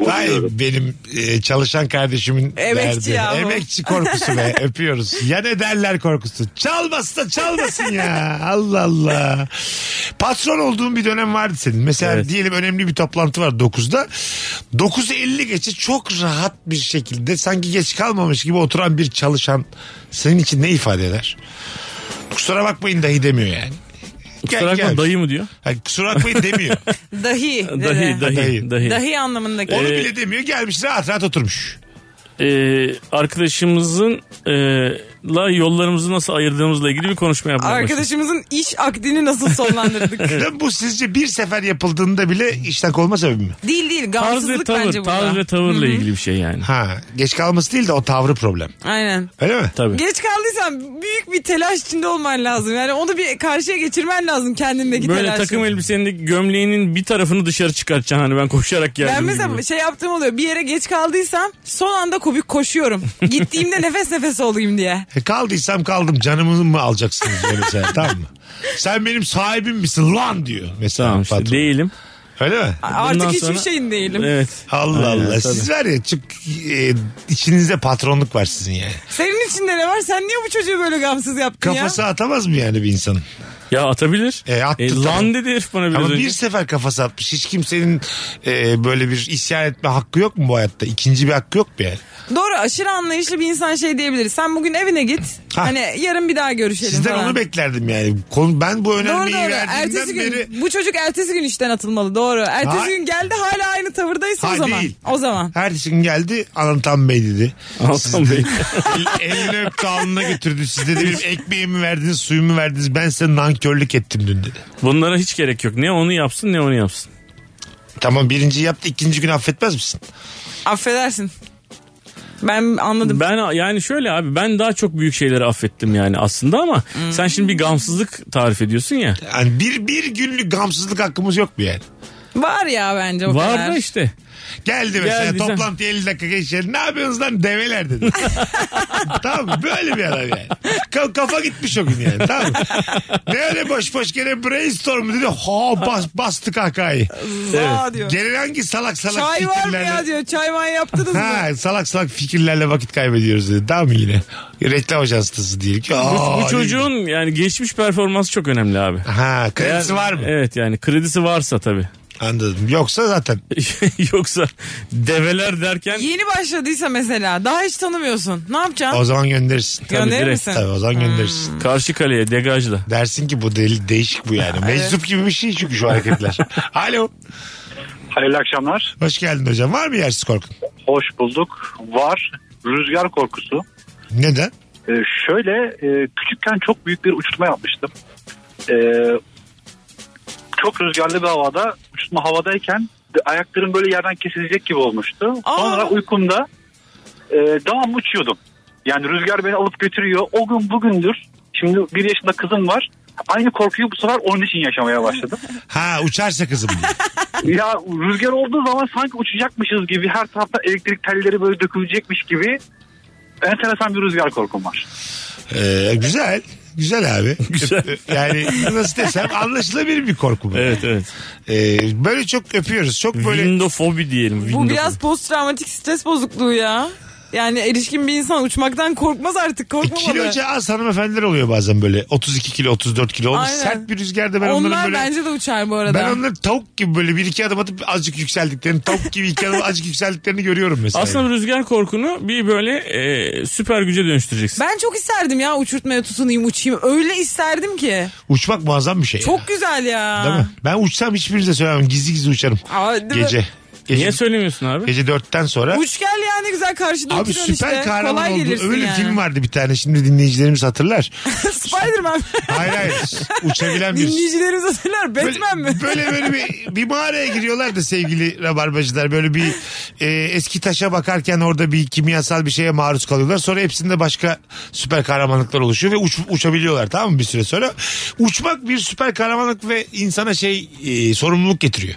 Speaker 3: Hayır
Speaker 10: uyanıyorum.
Speaker 3: benim e, çalışan kardeşimin
Speaker 4: Emekçi
Speaker 3: verdiği-
Speaker 4: yahu.
Speaker 3: Emekçi korkusu be öpüyoruz. Ya ne derler korkusu. Çalmasın da çalmasın ya. Allah Allah. Patron olduğun bir dönem vardı senin. Mesela
Speaker 5: Evet.
Speaker 3: diyelim önemli bir toplantı var 9'da. 9.50 geçe çok rahat bir şekilde sanki geç kalmamış gibi oturan bir çalışan senin için ne ifade eder? Kusura bakmayın dahi demiyor yani. Gel-
Speaker 5: Kusura bakma
Speaker 3: gel.
Speaker 5: dayı mı diyor?
Speaker 3: Hayır, kusura bakmayın demiyor.
Speaker 4: Dahi. dedi.
Speaker 5: Dahi dahi
Speaker 3: Dahi.
Speaker 5: dahi.
Speaker 4: Dahi anlamındaki.
Speaker 3: Onu
Speaker 5: Ee,
Speaker 3: bile demiyor gelmiş rahat rahat oturmuş.
Speaker 5: Ee, arkadaşımızın e, la yollarımızı nasıl ayırdığımızla ilgili bir konuşma yapmaya başladık.
Speaker 4: Arkadaşımızın iş akdini nasıl sonlandırdık?
Speaker 3: Değil mi? Bu sizce bir sefer yapıldığında bile işten kovulma sebebi mi?
Speaker 4: değil değil
Speaker 5: Tarz ve
Speaker 4: gamsızlık
Speaker 5: tavır,
Speaker 4: bence
Speaker 5: tarz ve
Speaker 4: burada.
Speaker 5: tavırla ilgili bir şey yani.
Speaker 3: Ha, geç kalması değil de o tavrı problem.
Speaker 4: Aynen.
Speaker 3: Öyle mi?
Speaker 5: Tabii.
Speaker 4: Geç kaldıysan büyük bir telaş içinde olman lazım. Yani onu bir karşıya geçirmen lazım kendindeki
Speaker 5: Böyle
Speaker 4: telaşı.
Speaker 5: takım elbisenin gömleğinin bir tarafını dışarı çıkartacaksın hani ben koşarak geldim.
Speaker 4: Ben mesela
Speaker 5: gibi.
Speaker 4: şey yaptığım oluyor. Bir yere geç kaldıysam son anda kubik koşuyorum. Gittiğimde nefes nefes olayım diye.
Speaker 3: E kaldıysam kaldım canımı mı alacaksınız böyle mesela tamam mı? Sen benim sahibim misin lan diyor mesela
Speaker 5: Tamam işte
Speaker 3: patron.
Speaker 5: değilim.
Speaker 3: Öyle mi?
Speaker 4: Artık
Speaker 5: Bundan
Speaker 4: hiçbir
Speaker 5: sonra-
Speaker 4: şeyin değilim.
Speaker 5: Evet.
Speaker 3: Allah
Speaker 5: Aynen,
Speaker 3: Allah. Siz var ya çık, e, içinizde patronluk var sizin yani.
Speaker 4: Senin içinde ne var? Sen niye bu çocuğu böyle gamsız yaptın
Speaker 3: Kafası
Speaker 4: ya?
Speaker 3: atamaz mı yani bir insanın?
Speaker 5: Ya atabilir.
Speaker 3: E, attı tabii.
Speaker 5: lan dedi herif bana biraz
Speaker 3: Ama
Speaker 5: önce.
Speaker 3: bir sefer kafası atmış. Hiç kimsenin e, böyle bir isyan etme hakkı yok mu bu hayatta? İkinci bir hakkı yok mu yani?
Speaker 4: Doğru aşırı anlayışlı bir insan şey diyebilir. Sen bugün evine git.
Speaker 3: Ha.
Speaker 4: Hani yarın bir daha görüşelim
Speaker 3: Sizden
Speaker 4: falan.
Speaker 3: onu beklerdim yani. Konu, ben bu
Speaker 4: Doğru
Speaker 3: önermeyi
Speaker 4: doğru.
Speaker 3: verdiğimden
Speaker 4: Ertesi gün
Speaker 3: beri...
Speaker 4: bu çocuk ertesi gün işten atılmalı. Doğru. Ertesi
Speaker 3: Hayır.
Speaker 4: gün geldi hala aynı tavırdaysa o
Speaker 3: Hayır,
Speaker 4: zaman.
Speaker 3: değil.
Speaker 4: O zaman.
Speaker 3: Ertesi gün geldi Anlatan Bey dedi.
Speaker 5: Altan Bey.
Speaker 3: El- Elini öptü alnına götürdü. Siz dedi benim ekmeğimi verdiniz suyumu verdiniz. Ben size nankörlük ettim dün dedi.
Speaker 5: Bunlara hiç gerek yok. Ne onu yapsın ne onu yapsın.
Speaker 3: Tamam birinci yaptı ikinci gün affetmez misin?
Speaker 4: Affedersin. Ben anladım.
Speaker 5: Ben yani şöyle abi ben daha çok büyük şeyleri affettim yani aslında ama
Speaker 4: Hmm.
Speaker 5: sen şimdi bir gamsızlık tarif ediyorsun ya.
Speaker 3: Yani bir, bir günlük gamsızlık hakkımız yok mu yani?
Speaker 4: Var ya bence o kadar.
Speaker 5: Var da işte.
Speaker 3: Geldi mesela
Speaker 5: Geldi, sen-
Speaker 3: toplantı 50 dakika geçti. Ne yapıyorsunuz lan develer dedi. tamam mı? böyle bir adam yani. Ka- kafa gitmiş o gün yani tamam mı? Ne öyle boş boş gene brainstorm dedi. Ha bas, bastı kahkahayı.
Speaker 4: Aa diyor.
Speaker 3: Gene hangi salak salak
Speaker 4: Çay var mı
Speaker 3: fikirlerle.
Speaker 4: ya diyor. Çay mı yaptınız mı?
Speaker 3: Ha salak salak fikirlerle vakit kaybediyoruz dedi. Tamam mı yine? Reklam ajanslısı diyelim ki.
Speaker 5: Bu,
Speaker 3: Aa,
Speaker 5: bu çocuğun yani geçmiş performansı çok önemli abi.
Speaker 3: Ha kredisi
Speaker 5: Eğer-
Speaker 3: var mı?
Speaker 5: Evet yani kredisi varsa tabii.
Speaker 3: Anladım. Yoksa zaten
Speaker 5: Yoksa develer derken
Speaker 4: Yeni başladıysa mesela daha hiç tanımıyorsun. Ne yapacaksın?
Speaker 3: o zaman gönderirsin.
Speaker 4: Gönderir
Speaker 5: direkt.
Speaker 4: misin?
Speaker 3: Tabii o zaman gönderirsin.
Speaker 5: karşı kaleye degajla.
Speaker 3: Dersin ki bu deli değişik bu yani. Meczup gibi bir şey çünkü şu hareketler. Alo.
Speaker 7: Hayırlı akşamlar.
Speaker 3: Hoş geldin hocam. Var mı yersiz korkun?
Speaker 7: Hoş bulduk. Var. Rüzgar korkusu.
Speaker 3: Neden?
Speaker 7: Ee, şöyle e, küçükken çok büyük bir uçurtma yapmıştım. Ee, çok rüzgarlı bir havada uçurtma havadayken de- ayaklarım böyle yerden kesilecek gibi olmuştu.
Speaker 4: Aa.
Speaker 7: Sonra uykumda e, devam uçuyordum. Yani rüzgar beni alıp götürüyor. O gün bugündür şimdi bir yaşında kızım var. Aynı korkuyu bu sefer onun için yaşamaya başladım.
Speaker 3: Ha uçarsa kızım. diye.
Speaker 7: ya rüzgar olduğu zaman sanki uçacakmışız gibi her tarafta elektrik telleri böyle dökülecekmiş gibi enteresan bir rüzgar korkum var.
Speaker 3: Ee, güzel. Güzel abi.
Speaker 5: Güzel.
Speaker 3: Yani nasıl desem anlaşılabilir bir korku bu.
Speaker 5: Evet evet.
Speaker 3: Ee, böyle çok öpüyoruz. Çok böyle
Speaker 5: Windofobi diyelim.
Speaker 4: Bu
Speaker 5: windofobi.
Speaker 4: biraz post travmatik stres bozukluğu ya. Yani erişkin bir insan uçmaktan korkmaz
Speaker 3: E,
Speaker 4: artık korkmamalı.
Speaker 3: kiloca az hanımefendiler oluyor bazen böyle. 32 kilo 34 kilo. Onun
Speaker 4: Aynen.
Speaker 3: sert bir rüzgarda ben onların
Speaker 4: Onlar
Speaker 3: böyle...
Speaker 4: bence de uçar bu arada.
Speaker 3: Ben onları tavuk gibi böyle bir iki adım atıp azıcık yükseldiklerini, tavuk gibi iki adım azıcık yükseldiklerini görüyorum mesela.
Speaker 5: Aslında rüzgar korkunu bir böyle e, süper güce dönüştüreceksin.
Speaker 4: Ben çok isterdim ya uçurtmaya tutunayım uçayım. Öyle isterdim ki.
Speaker 3: Uçmak muazzam bir şey.
Speaker 4: Çok güzel ya.
Speaker 3: Değil mi? Ben uçsam hiçbirinize söylemem. Gizli gizli uçarım.
Speaker 4: Aa, değil mi?
Speaker 3: Gece. Gece,
Speaker 5: Niye söylemiyorsun abi?
Speaker 3: gece dörtten sonra.
Speaker 4: Uç gel ya ne güzel karşıda
Speaker 3: Abi
Speaker 4: oturuyorsun
Speaker 3: süper
Speaker 4: işte.
Speaker 3: kahraman
Speaker 4: Kolay
Speaker 3: oldu.
Speaker 4: gelirsin
Speaker 3: Öyle
Speaker 4: yani.
Speaker 3: film vardı bir tane. Şimdi dinleyicilerimiz hatırlar.
Speaker 4: Spiderman.
Speaker 3: Hayır hayır. Uçabilen bir.
Speaker 4: Dinleyicilerimiz hatırlar Batman mi?
Speaker 3: böyle, böyle böyle bir, bir mağaraya giriyorlar da sevgili rabarbacılar. Böyle bir e, eski taşa bakarken orada bir kimyasal bir şeye maruz kalıyorlar. Sonra hepsinde başka süper kahramanlıklar oluşuyor ve uç, uçabiliyorlar tamam mı bir süre sonra. Uçmak bir süper kahramanlık ve insana şey e, sorumluluk getiriyor.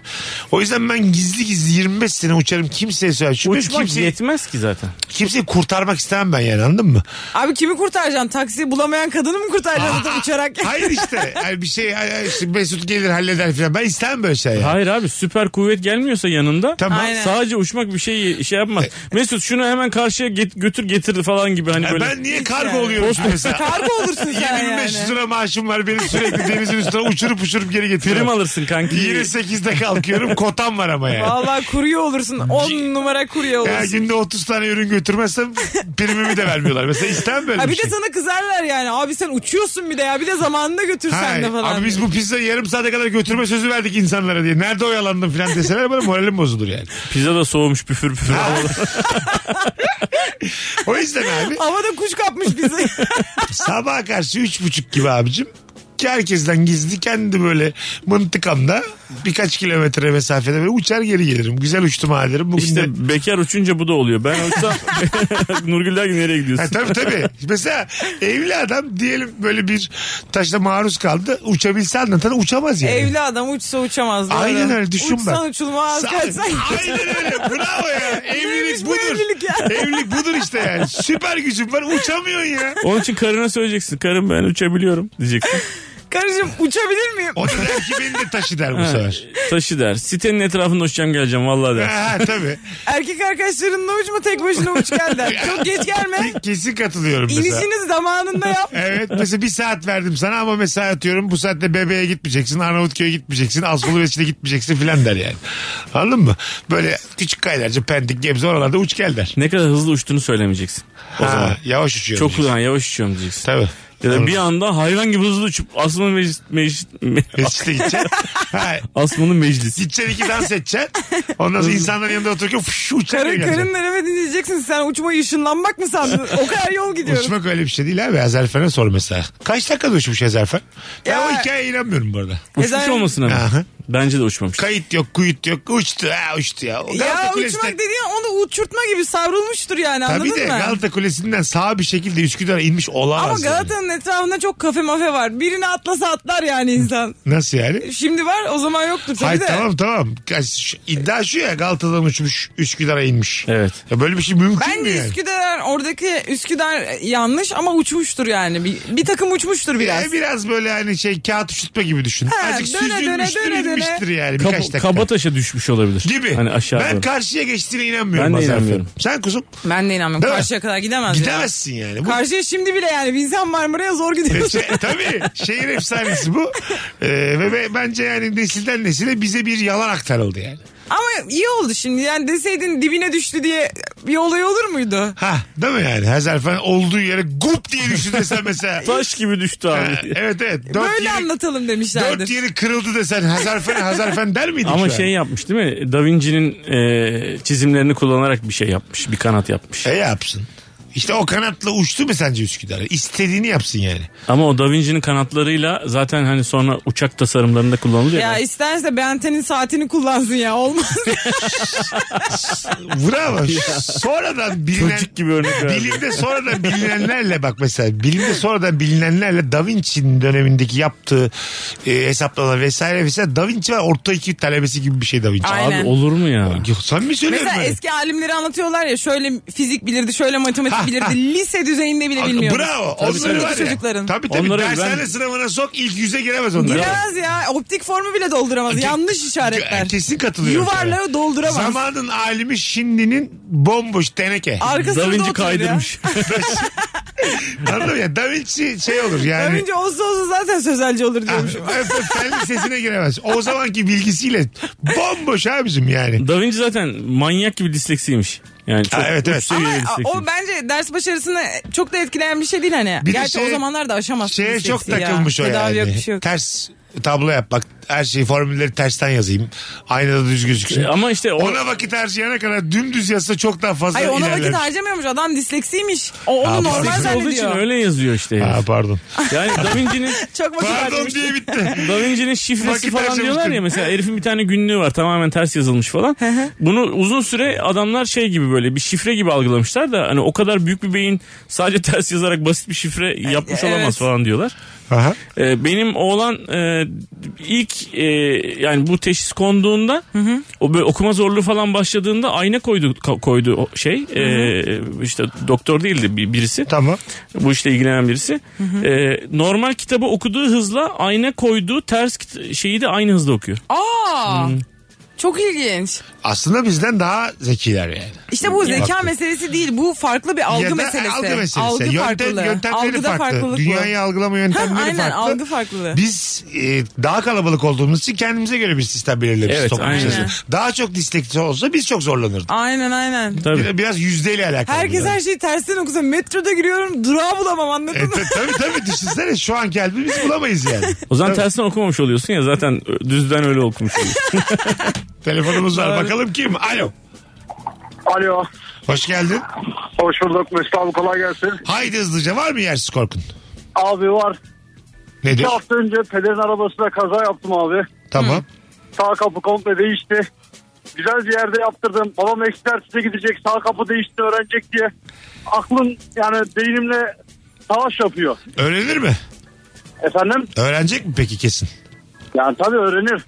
Speaker 3: O yüzden ben gizli gizli 25 sene uçarım kimseye söylemem. Çünkü
Speaker 5: Uçmak
Speaker 3: kimseyi,
Speaker 5: yetmez ki zaten.
Speaker 3: kimseyi kurtarmak istemem ben yani anladın mı?
Speaker 4: Abi kimi kurtaracaksın? Taksiyi bulamayan kadını mı kurtaracaksın zaten uçarak?
Speaker 3: Hayır işte. Hayır bir şey hayır, hayır işte Mesut gelir halleder falan. Ben istemem böyle şey. Yani.
Speaker 5: Hayır abi süper kuvvet gelmiyorsa yanında
Speaker 3: Tamam. E,
Speaker 4: Aynen.
Speaker 5: sadece uçmak bir şey şey yapmaz. Mesut şunu hemen karşıya get- götür getir falan gibi hani
Speaker 3: Ya
Speaker 5: böyle.
Speaker 3: E, Ben niye kargo
Speaker 4: yani.
Speaker 3: oluyorum
Speaker 5: Posta-
Speaker 3: mesela?
Speaker 4: Kargo olursun sen
Speaker 3: 2500
Speaker 4: yani.
Speaker 3: lira maaşım var benim sürekli denizin üstüne uçurup uçurup geri
Speaker 5: Prim
Speaker 3: getiriyorum.
Speaker 5: alırsın kanki.
Speaker 3: Yine 8'de kalkıyorum kotam var ama yani.
Speaker 4: Vallahi kuruyor olursun. 10 numara kuruyor
Speaker 3: Ya
Speaker 4: olursun.
Speaker 3: günde 30 tane ürün götürmezsem primimi de vermiyorlar. Mesela istemem böyle
Speaker 4: Ha
Speaker 3: bir,
Speaker 4: bir de
Speaker 3: şey.
Speaker 4: sana kızarlar yani. Abi sen uçuyorsun bir de ya. Bir de zamanında götürsen de
Speaker 3: Ha,
Speaker 4: falan.
Speaker 3: abi biz bu pizzayı yarım saate kadar götürme sözü verdik insanlara diye. Nerede oyalandın falan deseler bana moralim bozulur yani.
Speaker 5: Pizza da soğumuş püfür püfür.
Speaker 3: O yüzden abi
Speaker 4: Havada kuş kapmış bizi.
Speaker 3: sabaha karşı üç buçuk gibi abicim herkesten gizli kendi böyle mıntıkamda birkaç kilometre mesafede böyle uçar geri gelirim. Güzel uçtum ha derim. Bugün de...
Speaker 5: işte bekar uçunca bu da oluyor. Ben uçsam Nurgül der ki nereye
Speaker 3: Ha,
Speaker 5: gidiyorsun?
Speaker 3: tabii tabii. Mesela evli adam diyelim böyle bir taşla maruz kaldı. Uçabilse anlatan uçamaz yani.
Speaker 4: Evli adam uçsa uçamaz. doğru.
Speaker 3: Aynen öyle düşün
Speaker 4: Uçsan
Speaker 3: bak.
Speaker 4: uçulmaz.
Speaker 3: Sa-
Speaker 4: Kaçsan
Speaker 3: Aynen öyle bravo ya.
Speaker 4: Neymiş
Speaker 3: Evlilik
Speaker 4: bu
Speaker 3: budur.
Speaker 4: evlilik ya?
Speaker 3: Evlilik budur işte yani. Süper gücün var uçamıyorsun ya.
Speaker 5: Onun için karına söyleyeceksin. Karım ben uçabiliyorum diyeceksin.
Speaker 4: Karıcığım uçabilir miyim?
Speaker 3: O da der ki beni de taşı der bu sefer.
Speaker 5: Taşı der. Sitenin etrafında uçacağım geleceğim vallahi der.
Speaker 3: Ha, tabii.
Speaker 4: Erkek arkadaşlarınla uçma tek başına uç gel der. Çok geç gelme.
Speaker 3: Kesin katılıyorum mesela.
Speaker 4: İnişiniz zamanında yap.
Speaker 3: Evet mesela bir saat verdim sana ama mesela atıyorum bu saatte bebeğe gitmeyeceksin, Arnavutköy'e gitmeyeceksin, Asmalı Veçin'e gitmeyeceksin filan der yani. Anladın mı? Böyle küçük kaylarca pendik gebze oralarda uç gel der.
Speaker 5: Ne kadar hızlı uçtuğunu söylemeyeceksin. O
Speaker 3: Ha,
Speaker 5: zaman.
Speaker 3: Yavaş uçuyor.
Speaker 5: Çok ulan yavaş uçuyorum diyeceksin.
Speaker 3: Tabii.
Speaker 5: Ya da bir anda hayvan gibi hızlı uçup Asmalı meclis, meclis, me-
Speaker 3: Veçin'e gideceksin. ha,
Speaker 5: Asmalı meclis.
Speaker 3: gideceksin iki dans edeceksin. Ondan sonra insanların yanında otururken fış uçarak
Speaker 4: Karın
Speaker 3: geleceksin.
Speaker 4: karınla eve dinleyeceksin. Sen uçmayı ışınlanmak mı sandın? O kadar yol gidiyorum.
Speaker 3: Uçmak öyle bir şey değil abi. Ezerfen'e sor mesela. Kaç dakikada uçmuş Ezerfen? Ben
Speaker 4: Ya-
Speaker 3: o hikayeye inanmıyorum bu arada.
Speaker 5: Uçmuş
Speaker 4: Ezan-
Speaker 5: olmasın ama.
Speaker 3: Aha.
Speaker 5: Bence de uçmamış.
Speaker 3: Kayıt yok, kuyut yok. Uçtu ha uçtu ya. O Galata
Speaker 4: Ya uçmak
Speaker 3: Kulesi'nden-
Speaker 4: dediğin onu uçurtma gibi savrulmuştur yani anladın
Speaker 3: Tabii de
Speaker 4: mı?
Speaker 3: Galata Kulesi'nden sağ bir şekilde Üsküdar'a inmiş olamaz.
Speaker 4: Ama
Speaker 3: yani.
Speaker 4: Galata'nın etrafında çok kafe mafe var. Birine atlasa atlar yani insan.
Speaker 3: Nasıl yani?
Speaker 4: Şimdi var o zaman yoktur tabii
Speaker 3: Hayır
Speaker 4: de.
Speaker 3: tamam tamam. Ya şu- İddia şu ya Galata'dan uçmuş Üsküdar'a inmiş.
Speaker 5: Evet.
Speaker 3: Ya böyle bir şey mümkün mü
Speaker 4: Bence
Speaker 3: yani?
Speaker 4: Üsküdar oradaki Üsküdar yanlış ama uçmuştur yani. Bir, bir takım uçmuştur biraz.
Speaker 3: Biraz. biraz böyle hani şey kağıt uçutma gibi düşün.
Speaker 4: Ha,
Speaker 3: Azıcık
Speaker 4: döne, döne,
Speaker 3: süzülmüştür
Speaker 4: döne, döne.
Speaker 3: inmiştir yani
Speaker 5: Kab-
Speaker 3: birkaç dakika.
Speaker 5: Kabataş'a düşmüş olabilir.
Speaker 3: gibi.
Speaker 5: Hani aşağı
Speaker 3: ben
Speaker 5: doğru.
Speaker 3: karşıya geçtiğine
Speaker 5: Ben
Speaker 3: inanmıyorum.
Speaker 5: de
Speaker 3: Hazar Efendi.
Speaker 5: inanmıyorum.
Speaker 3: Sen kuzum
Speaker 4: Ben de inanmıyorum.
Speaker 3: Değil mi?
Speaker 4: Karşıya kadar gidemez. ya.
Speaker 3: gidemezsin yani. Bu
Speaker 4: Karşıya şimdi bile yani binsen Marmara'ya zor gidiyorsun.
Speaker 3: Şey, tabii şehir efsanesi bu. Ee, ve be- bence yani nesilden nesile bize bir yalan aktarıldı yani.
Speaker 4: Ama iyi oldu şimdi. Yani deseydin dibine düştü diye bir olay olur muydu?
Speaker 3: Ha değil mi yani? Hazar falan olduğu yere gup diye düştü desen mesela.
Speaker 5: Taş gibi düştü
Speaker 3: Ha,
Speaker 5: abi.
Speaker 3: evet evet. Dört
Speaker 4: Böyle
Speaker 3: yeri,
Speaker 4: anlatalım demişlerdir.
Speaker 3: dört yeri kırıldı desen Hazar falan Hazar falan der miydik
Speaker 5: Ama
Speaker 3: şu an?
Speaker 5: şey yapmış değil mi? Da Vinci'nin e, çizimlerini kullanarak bir şey yapmış. Bir kanat yapmış.
Speaker 3: E yapsın. İşte o kanatla uçtu mu sence Üsküdar'a? İstediğini yapsın yani.
Speaker 5: Ama o Da Vinci'nin kanatlarıyla zaten hani sonra uçak tasarımlarında kullanılıyor.
Speaker 4: Ya isterse Benten'in saatini kullansın ya olmaz.
Speaker 3: Bravo. Sonradan bilinen...
Speaker 5: Çocuk gibi örnek verdi.
Speaker 3: Bilimde sonradan bilinenlerle bak mesela bilimde sonradan bilinenlerle Da Vinci'nin dönemindeki yaptığı e, hesaplamalar vesaire vesaire Da Vinci var orta iki talebesi gibi bir şey Da Vinci.
Speaker 4: Aynen.
Speaker 5: Abi olur mu ya?
Speaker 3: Yok, sen şey mi söylüyorsun
Speaker 4: Mesela
Speaker 3: böyle?
Speaker 4: eski alimleri anlatıyorlar ya şöyle fizik bilirdi, şöyle matematik bilirdi. Lise düzeyinde bile bilmiyoruz.
Speaker 3: Bravo.
Speaker 4: Tabii,
Speaker 3: onları
Speaker 4: tabii.
Speaker 3: var ya.
Speaker 4: çocukların.
Speaker 3: Tabii tabii.
Speaker 5: Onları
Speaker 3: Dershane
Speaker 5: ben-
Speaker 3: sınavına sok ilk yüze giremez onlar.
Speaker 4: Giremez ya. Optik formu bile dolduramaz. Yanlış işaretler.
Speaker 3: Kesin katılıyorum.
Speaker 4: Yuvarlağı dolduramaz.
Speaker 3: Zamanın alimi şimdinin bomboş teneke.
Speaker 4: Arkasında
Speaker 5: Da Vinci
Speaker 4: oturuyor.
Speaker 5: kaydırmış.
Speaker 3: Anladın mı? ya? Da Vinci şey olur
Speaker 4: Da
Speaker 3: yani. Ah,
Speaker 4: Vinci olsa olsa zaten sözelci olur diyormuş.
Speaker 3: Fen lisesine giremez. O zamanki bilgisiyle bomboş abicim yani.
Speaker 5: da Vinci zaten manyak gibi disleksiymiş. Yani çok
Speaker 3: Ha,
Speaker 5: evet,
Speaker 3: evet, evet.
Speaker 5: evet.
Speaker 4: Ama
Speaker 5: seviyeli disleksi.
Speaker 4: o bence ders başarısını çok da etkileyen bir şey değil hani.
Speaker 3: Bir de
Speaker 4: Gerçi
Speaker 3: şey-
Speaker 4: o zamanlar da aşamaz.
Speaker 3: Şeye çok takılmış o
Speaker 4: Tedavi
Speaker 3: yani.
Speaker 4: yok bir şey yok.
Speaker 3: Ters tablo yapmak. Her şeyi formülleri tersten yazayım. Aynada düz gözüksün.
Speaker 5: E, Ama işte o,
Speaker 3: Ona vakit harcayana kadar dümdüz yazsa çok daha fazla
Speaker 4: Hayır ona vakit
Speaker 3: ilerlermiş.
Speaker 4: harcamıyormuş. Adam disleksiymiş. O onu
Speaker 3: Ha,
Speaker 4: normal
Speaker 3: disleksi
Speaker 5: disleksi olduğu için
Speaker 4: zannediyor.
Speaker 5: öyle yazıyor işte. herif.
Speaker 3: Ha, pardon.
Speaker 5: Yani Da Vinci'nin
Speaker 4: Çok vakit
Speaker 3: Pardon
Speaker 4: harcamış.
Speaker 3: diye bitti.
Speaker 5: Da Vinci'nin şifresi
Speaker 3: Vakit
Speaker 5: falan diyorlar
Speaker 3: harcamıştın.
Speaker 5: ya mesela herifin bir tane günlüğü var tamamen ters yazılmış falan. Bunu uzun süre adamlar şey gibi böyle bir şifre gibi algılamışlar da hani o kadar büyük bir beyin sadece ters yazarak basit bir şifre yapmış
Speaker 4: evet.
Speaker 5: olamaz falan diyorlar.
Speaker 3: Aha.
Speaker 5: Ee, benim oğlan e, ilk e, yani bu teşhis konduğunda o böyle okuma zorluğu falan başladığında ayna koydu ko- koydu o şey e, işte doktor değildi bir- birisi
Speaker 3: Tamam.
Speaker 5: bu işle ilgilenen birisi. Ee, normal kitabı okuduğu hızla ayna koyduğu ters kit- şeyi de aynı hızda okuyor.
Speaker 4: Aa.
Speaker 3: Hmm.
Speaker 4: Çok ilginç.
Speaker 3: Aslında bizden daha zekiler yani.
Speaker 4: İşte bu zeka
Speaker 3: Haklı.
Speaker 4: meselesi değil. Bu farklı bir algı
Speaker 3: Ya da
Speaker 4: meselesi.
Speaker 3: Algı meselesi.
Speaker 4: Algı
Speaker 3: Yöntem-
Speaker 4: farklılığı.
Speaker 3: Yöntemleri
Speaker 4: Algıda
Speaker 3: farklı.
Speaker 4: farklılık bu.
Speaker 3: Dünyayı algılama yöntemleri
Speaker 4: Ha, aynen,
Speaker 3: farklı.
Speaker 4: algı farklı.
Speaker 3: Biz e, daha kalabalık olduğumuz için kendimize göre bir sistem belirlemişiz.
Speaker 5: Evet,
Speaker 3: toplum
Speaker 5: aynen.
Speaker 3: içerisinde. Daha çok disleksi olsa biz çok zorlanırdık.
Speaker 4: Aynen aynen.
Speaker 5: Tabii.
Speaker 3: Bir- Biraz yüzdeyle alakalı.
Speaker 4: Herkes
Speaker 3: bu da.
Speaker 4: her şey- şeyi tersten okusa metroda giriyorum durağı bulamam anladın
Speaker 3: E,
Speaker 4: mı?
Speaker 3: ta- tabii tabii düşünsene şu an kalbi biz bulamayız yani.
Speaker 5: O zaman tersten okumamış oluyorsun ya zaten düzden öyle okumuş oluyorsun.
Speaker 3: Telefonumuz var bakalım kim? Alo.
Speaker 7: Alo.
Speaker 3: Hoş geldin.
Speaker 7: Hoş bulduk Mesut abi kolay gelsin.
Speaker 3: Haydi hızlıca var mı yersiz korkun?
Speaker 7: Abi var.
Speaker 3: Nedir?
Speaker 7: Bir hafta önce pederin arabasına kaza yaptım abi.
Speaker 3: Tamam.
Speaker 7: Sağ kapı komple değişti. Güzel bir yerde yaptırdım. Babam ekspertize gidecek. Sağ kapı değişti öğrenecek diye. Aklım yani beynimle savaş yapıyor.
Speaker 3: Öğrenir mi?
Speaker 7: Efendim?
Speaker 3: Öğrenecek mi peki kesin?
Speaker 7: Yani tabii öğrenir.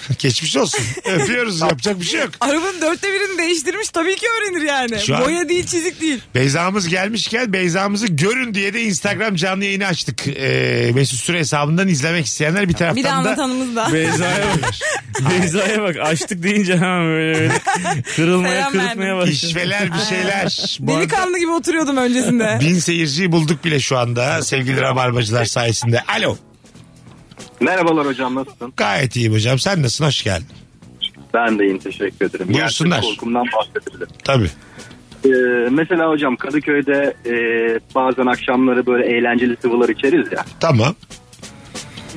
Speaker 3: Geçmiş olsun. Öpüyoruz yapacak bir şey yok.
Speaker 4: Arabanın dörtte birini değiştirmiş tabii ki öğrenir yani.
Speaker 3: Şu an-
Speaker 4: Boya değil çizik değil.
Speaker 3: Beyza'mız gelmişken Beyza'mızı görün diye de Instagram canlı yayını açtık. Ee, Mesut Süre hesabından izlemek isteyenler bir taraftan
Speaker 4: Bir de
Speaker 3: da...
Speaker 4: anlatanımız da.
Speaker 5: Beyza'ya bak. Beyza'ya bak açtık deyince hemen böyle, böyle kırılmaya
Speaker 4: Selam
Speaker 5: kırıtmaya
Speaker 4: verdim.
Speaker 5: başladı.
Speaker 3: İşveler bir şeyler. Bu arada
Speaker 4: Delikanlı gibi oturuyordum öncesinde.
Speaker 3: bin seyirciyi bulduk bile şu anda sevgili rabarbacılar sayesinde. Alo.
Speaker 6: Merhabalar hocam nasılsın?
Speaker 3: Gayet iyiyim hocam. Sen nasılsın? Hoş geldin.
Speaker 6: Ben de iyiyim teşekkür ederim.
Speaker 3: Buyursunlar.
Speaker 6: Gerçek korkumdan bahsedebilirim.
Speaker 3: Tabii.
Speaker 6: Ee, mesela hocam Kadıköy'de e, bazen akşamları böyle eğlenceli sıvılar içeriz ya.
Speaker 3: Tamam.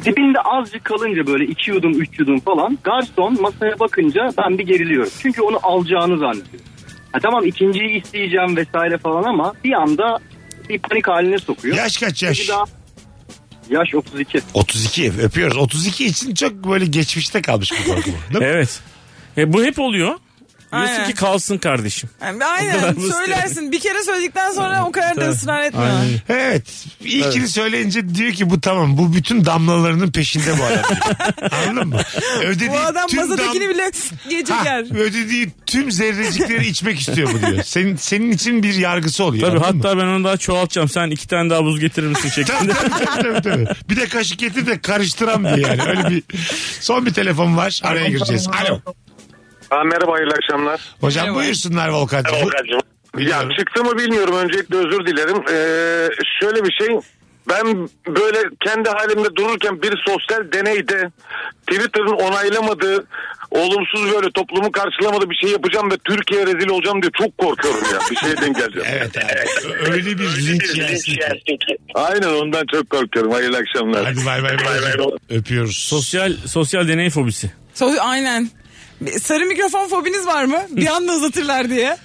Speaker 6: Dibinde azıcık kalınca böyle iki yudum üç yudum falan garson masaya bakınca ben bir geriliyorum. Çünkü onu alacağını zannediyorum. Ha, tamam ikinciyi isteyeceğim vesaire falan ama bir anda bir panik haline sokuyor.
Speaker 3: Yaş kaç
Speaker 6: Çünkü
Speaker 3: yaş?
Speaker 6: daha
Speaker 7: Yaş 32.
Speaker 3: 32 öpüyoruz. 32 için çok böyle geçmişte kalmış bu korku. Değil mi?
Speaker 5: Evet. E, bu hep oluyor. Diyorsun
Speaker 4: Aynen.
Speaker 5: ki kalsın kardeşim.
Speaker 4: Yani
Speaker 5: O
Speaker 4: aynen
Speaker 5: kadar basit
Speaker 4: söylersin. Bir kere söyledikten sonra o kadar da ısrar etme.
Speaker 3: Evet. İlkini söyleyince diyor ki bu tamam bu bütün damlalarının peşinde bu adam. Anladın mı? E, Ödediği
Speaker 4: Bu adam
Speaker 3: tüm
Speaker 4: masadakini
Speaker 3: dam-
Speaker 4: bile gece
Speaker 3: Ha,
Speaker 4: yer.
Speaker 3: ödediği tüm zerrecikleri içmek istiyor bu diyor. Senin, senin için bir yargısı oluyor.
Speaker 5: Tabii
Speaker 3: anladın mı?
Speaker 5: hatta ben onu daha çoğaltacağım. Sen iki tane daha buz getirir misin şeklinde.
Speaker 3: Tabii, tabii, tabii, tabii. Bir de kaşık getir de karıştıran bir yani. Öyle bir son bir telefon var. Araya gireceğiz. Alo.
Speaker 6: Ha, merhaba hayırlı akşamlar.
Speaker 3: Hocam
Speaker 4: Merhaba.
Speaker 3: buyursunlar Volkan'cığım.
Speaker 6: Ya
Speaker 3: Biliyorum.
Speaker 6: çıktı mı bilmiyorum. Öncelikle özür dilerim. Ee, şöyle bir şey. Ben böyle kendi halimde dururken bir sosyal deneyde Twitter'ın onaylamadığı olumsuz böyle toplumu karşılamadığı bir şey yapacağım ve Türkiye'ye rezil olacağım diye çok korkuyorum ya. Bir şeye denk geleceğim.
Speaker 3: Evet abi. Öyle bir linç yersin.
Speaker 6: Aynen ondan çok korkuyorum. Hayırlı akşamlar.
Speaker 3: Hadi bay bay. bay. Öpüyoruz.
Speaker 5: sosyal sosyal deney fobisi.
Speaker 4: So- aynen. Bir- Sarı mikrofon fobiniz var mı? Bir anda uzatırlar diye.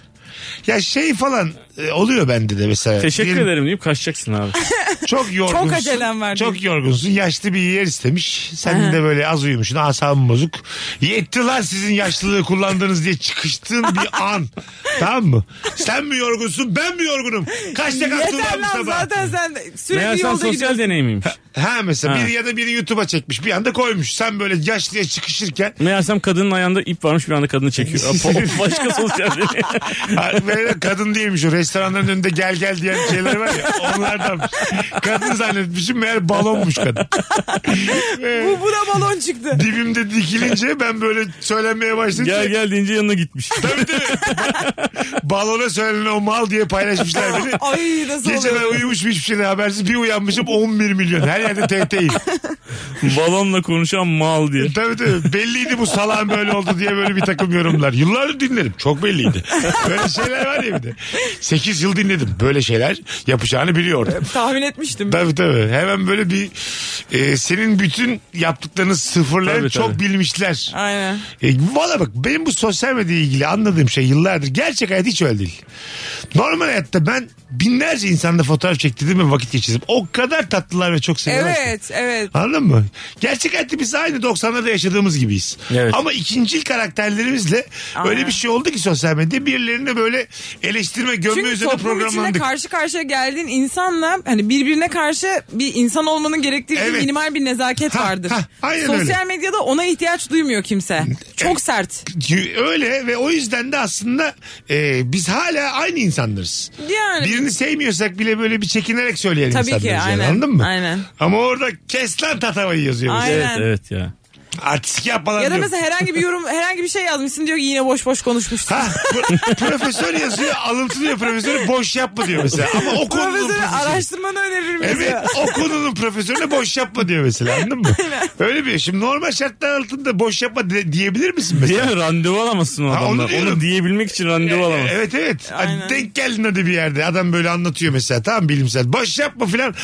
Speaker 3: Ya şey falan e, oluyor bende de mesela.
Speaker 5: Teşekkür
Speaker 3: Diyelim
Speaker 5: ederim deyip kaçacaksın abi.
Speaker 3: Çok yorgunsun.
Speaker 4: Çok acelem var
Speaker 3: Çok yorgunsun. Yaşlı bir yer istemiş. Sen de böyle az uyumuşsun. Asabın bozuk. Yetti lan sizin yaşlılığı kullandınız diye çıkıştığın bir an. Tamam mı? Sen mi yorgunsun ben mi yorgunum? Kaçta kalktın
Speaker 4: Yeter
Speaker 3: lan bu
Speaker 4: lan
Speaker 3: sabah?
Speaker 4: zaten sen sürekli
Speaker 5: Meğersem
Speaker 4: yolda
Speaker 5: sosyal
Speaker 4: gidiyorsun.
Speaker 5: deney miymiş?
Speaker 3: Ha mesela
Speaker 5: Ha.
Speaker 3: biri ya da biri YouTube'a çekmiş. Bir anda koymuş. Sen böyle yaşlıya çıkışırken
Speaker 5: Meğersem kadının ayağında ip varmış bir anda kadını çekiyor. Apo- Başka sosyal deney.
Speaker 3: Ha, Böyle kadın değilmiş o restoranların önünde gel gel diyen şeyler var ya onlardan. Kadın zannetmişim meğer balonmuş kadın.
Speaker 4: Bu, bu da balon çıktı.
Speaker 3: Dibimde dikilince ben böyle söylenmeye başlayınca
Speaker 5: Gel gel deyince yanına gitmiş.
Speaker 3: balona söylenen o mal diye paylaşmışlar beni.
Speaker 4: Ay nasıl
Speaker 3: Gece ben
Speaker 4: oluyor?
Speaker 3: uyumuşum hiçbir şeyden habersiz bir uyanmışım 11 milyon her yerde tehteyim.
Speaker 5: Balonla konuşan mal diye.
Speaker 3: E, tabii tabii belliydi bu salağın böyle oldu diye böyle bir takım yorumlar. Yıllardır dinledim çok belliydi. Böyle şeyler var ya bir de. 8 yıl dinledim böyle şeyler yapacağını biliyordum.
Speaker 4: E, Tahmin etmiştim.
Speaker 3: Tabii tabii. Hemen böyle bir e, senin bütün yaptıklarını sıfırlayan
Speaker 5: Tabii,
Speaker 3: çok
Speaker 5: tabii.
Speaker 3: bilmişler.
Speaker 4: Aynen.
Speaker 3: E, Valla bak benim bu sosyal medya ile ilgili anladığım şey yıllardır gerçek hayat hiç öyle değil. Normal hayatta ben binlerce insanla fotoğraf çektirdim ve vakit geçirdim. O kadar tatlılar ve çok seviyorlar. ki.
Speaker 4: Evet, evet.
Speaker 3: Anladın mı? Gerçek hayatta biz aynı 90'larda yaşadığımız gibiyiz.
Speaker 5: Evet.
Speaker 3: Ama ikincil karakterlerimizle öyle bir şey oldu ki sosyal medya birilerini böyle eleştirme, gömme
Speaker 4: Çünkü
Speaker 3: üzerine
Speaker 4: toplum içinde
Speaker 3: programlandık.
Speaker 4: karşı karşıya geldiğin insanla hani birbirine karşı bir insan olmanın gerektirdiği
Speaker 3: Evet.
Speaker 4: minimal bir nezaket
Speaker 3: Ha,
Speaker 4: vardır.
Speaker 3: ha, aynen
Speaker 4: Sosyal
Speaker 3: öyle.
Speaker 4: medyada ona ihtiyaç duymuyor kimse. Çok sert.
Speaker 3: Öyle ve o yüzden de aslında e, biz hala aynı insanlarız.
Speaker 4: Yani.
Speaker 3: Birini sevmiyorsak bile böyle bir çekinerek söyleyen
Speaker 4: Tabii ki,
Speaker 3: insanlarız. yani,
Speaker 4: aynen,
Speaker 3: anladın mı?
Speaker 4: aynen.
Speaker 3: Ama orada kes lan tatavayı yazıyor. mesela.
Speaker 4: Aynen.
Speaker 5: Evet evet ya.
Speaker 3: Artistik yapmalar
Speaker 4: Ya da
Speaker 3: diyor.
Speaker 4: mesela herhangi bir yorum, herhangi bir şey yazmışsın diyor ki yine boş boş konuşmuşsun.
Speaker 3: Ha, pro- profesör yazıyor alıntılıyor profesörü boş yapma diyor mesela. Ama o konunun
Speaker 4: Profesörü
Speaker 3: profesörü.
Speaker 4: araştırmanı öneririm miyiz
Speaker 3: Evet
Speaker 4: ya?
Speaker 3: o konunun profesörüne boş yapma diyor mesela anladın mı? Öyle bir şimdi normal şartlar altında boş yapma de- diyebilir misin mesela?
Speaker 5: Diye randevu alamazsın o
Speaker 3: Ha,
Speaker 5: adamla.
Speaker 3: onu
Speaker 5: Onu,
Speaker 3: diyorum.
Speaker 5: diyebilmek için randevu alamazsın.
Speaker 3: Evet evet.
Speaker 4: Aynen.
Speaker 3: Hadi denk geldin hadi bir yerde. Adam böyle anlatıyor mesela. Tamam bilimsel. Boş yapma filan.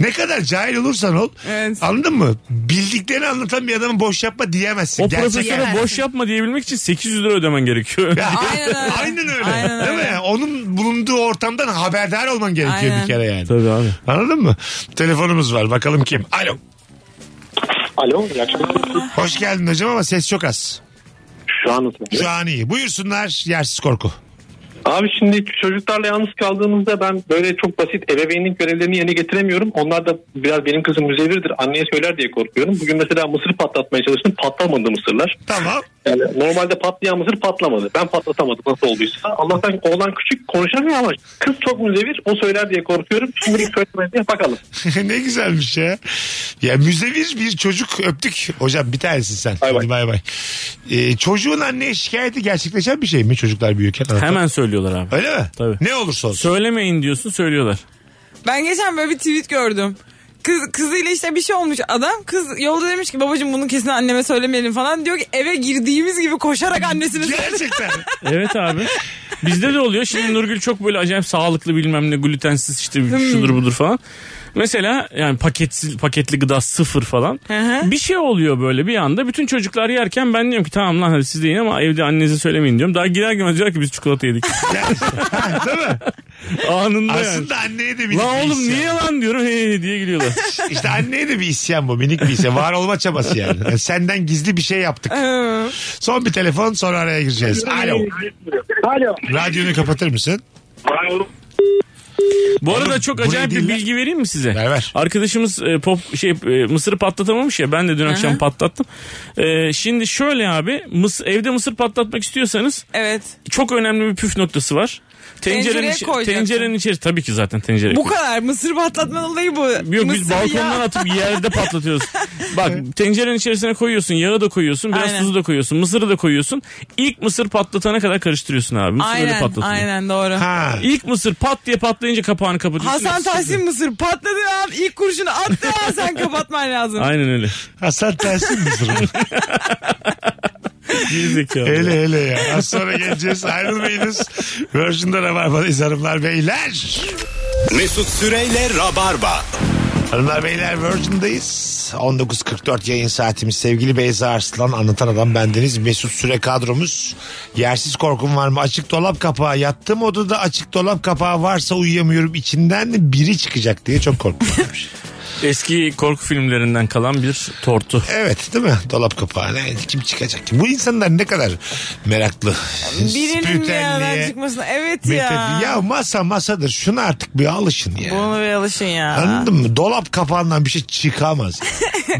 Speaker 3: Ne kadar cahil olursan ol.
Speaker 4: Evet.
Speaker 3: Anladın mı? Bildiklerini anlatan bir adama boş yapma diyemezsin.
Speaker 5: O
Speaker 3: Gerçek-
Speaker 5: profesöre boş yapma diyebilmek için 800 lira ödemen gerekiyor.
Speaker 3: Ya,
Speaker 4: Aynen öyle.
Speaker 3: Aynen öyle.
Speaker 4: Aynen
Speaker 3: Değil mi?
Speaker 4: öyle.
Speaker 3: Onun bulunduğu ortamdan haberdar olman gerekiyor
Speaker 4: Aynen.
Speaker 3: bir kere yani.
Speaker 5: Tabii abi.
Speaker 3: Anladın mı? Telefonumuz var. Bakalım kim? Alo.
Speaker 7: Alo iyi akşamlar.
Speaker 3: Hoş geldin hocam ama ses çok az.
Speaker 7: Şu an nasıl?
Speaker 3: Şu an iyi. Buyursunlar. Yersiz korku.
Speaker 7: Abi şimdi Hani çocuklarla yalnız kaldığımızda ben böyle çok basit ebeveynlik görevlerini yerine getiremiyorum. Onlar da biraz benim kızım müzevirdir anneye söyler diye korkuyorum. Bugün mesela mısır patlatmaya çalıştım patlamadı mısırlar.
Speaker 3: Tamam.
Speaker 7: Yani normalde patlayan mısır patlamadı. Ben patlatamadım nasıl olduysa. Allah'tan oğlan küçük konuşamıyor ama kız çok müzevir o söyler diye korkuyorum. Şimdilik söylemedi diye bakalım.
Speaker 3: ne güzelmiş ya. Ya müzevir bir çocuk öptük. Hocam bir tanesin sen.
Speaker 7: Bay bay.
Speaker 3: Hadi bay bay. Ee, çocuğun anneye şikayeti gerçekleşen bir şey mi çocuklar büyürken?
Speaker 5: Hemen söylüyorlar abi.
Speaker 3: Öyle mi?
Speaker 5: Tabii.
Speaker 3: Ne olursa olsun.
Speaker 5: Söylemeyin diyorsun söylüyorlar.
Speaker 4: Ben geçen böyle bir tweet gördüm. Kız, kızıyla işte bir şey olmuş adam. Kız yolda demiş ki babacığım bunu kesin anneme söylemeyelim falan. Diyor ki eve girdiğimiz gibi koşarak annesine söyledi.
Speaker 3: Gerçekten.
Speaker 5: Evet abi.
Speaker 4: Hmm.
Speaker 5: Bizde de oluyor. Şimdi Nurgül çok böyle acayip sağlıklı bilmem ne glutensiz işte şudur budur falan. Mesela yani paketsiz, paketli gıda sıfır falan.
Speaker 4: Hı hı.
Speaker 5: Bir şey oluyor böyle bir anda. Bütün çocuklar yerken ben diyorum ki tamam lan hadi siz de yiyin ama evde annenize söylemeyin diyorum. Daha girer girmez diyor ki biz çikolata yedik.
Speaker 3: Değil mi?
Speaker 5: Anında yani.
Speaker 3: Aslında anneye de minik
Speaker 5: Lan
Speaker 3: bir
Speaker 5: oğlum
Speaker 3: isyan.
Speaker 5: niye lan diyorum he he diye gülüyorlar.
Speaker 3: İşte anneye de bir isyan bu minik bir isyan. Var olma çabası yani. Yani Senden gizli bir şey yaptık.
Speaker 4: Ee,
Speaker 3: Son bir telefon sonra araya gireceğiz. Alo.
Speaker 6: Alo.
Speaker 3: Radyonu kapatır mısın?
Speaker 5: Bu arada çok
Speaker 3: burayı
Speaker 5: acayip bir
Speaker 3: dinle.
Speaker 5: bilgi vereyim mi size?
Speaker 3: Ver, ver.
Speaker 5: Arkadaşımız e, pop şey e, mısırı patlatamamış ya ben de dün akşam patlattım. E, şimdi şöyle abi mıs evde mısır patlatmak istiyorsanız
Speaker 4: evet.
Speaker 5: çok önemli bir püf noktası var. Tencerenin,
Speaker 4: Tencereye
Speaker 5: içi-
Speaker 4: koyacaksın.
Speaker 5: tencerenin içeri tabii ki zaten tencereye.
Speaker 4: Bu
Speaker 5: koy-
Speaker 4: kadar mısır patlatmanın olayı bu.
Speaker 5: Yok biz
Speaker 4: Mısır
Speaker 5: balkondan
Speaker 4: ya.
Speaker 5: atıp yerde patlatıyoruz. Bak tencerenin içerisine koyuyorsun, yağı da koyuyorsun, biraz
Speaker 4: Aynen.
Speaker 5: tuzu da koyuyorsun, mısırı da koyuyorsun. İlk mısır patlatana kadar karıştırıyorsun abi. Mısır öyle
Speaker 4: Aynen,
Speaker 5: patlatılıyor.
Speaker 4: aynen doğru.
Speaker 3: Ha.
Speaker 5: İlk mısır pat diye patlayınca kapağını kapatıyorsun.
Speaker 4: Hasan
Speaker 5: Mısır-
Speaker 4: Tahsin Mısır patladı an ilk kurşunu attı an sen kapatman lazım.
Speaker 5: Aynen öyle.
Speaker 3: Hasan tersin misin?
Speaker 5: Gerizekalı.
Speaker 3: Hele hele ya. Az sonra geleceğiz. Ayrılmayınız. Virgin'de Rabarba'dayız hanımlar beyler.
Speaker 2: Mesut Süreyle Rabarba.
Speaker 3: Hanımlar beyler Virgin'dayız. 19.44 yayın saatimiz. Sevgili Beyza Arslan anlatan adam bendeniz. Mesut Süre kadromuz. Yersiz korkum var mı? Açık dolap kapağı. Yattığım odada açık dolap kapağı varsa uyuyamıyorum. İçinden biri çıkacak diye çok korkuyorum.
Speaker 5: Eski korku filmlerinden kalan bir tortu.
Speaker 3: evet değil mi? Dolap kapağı. Ne? Kim çıkacak? ki? Bu insanlar ne kadar meraklı.
Speaker 4: Birinin bir yerden
Speaker 3: Spiritüelliğe,
Speaker 4: çıkmasına evet ya.
Speaker 3: metafi- Ya masa masadır. Şuna artık bir alışın ya.
Speaker 4: Bunu bir alışın ya.
Speaker 3: Anladın mı? Dolap kapağından bir şey çıkamaz.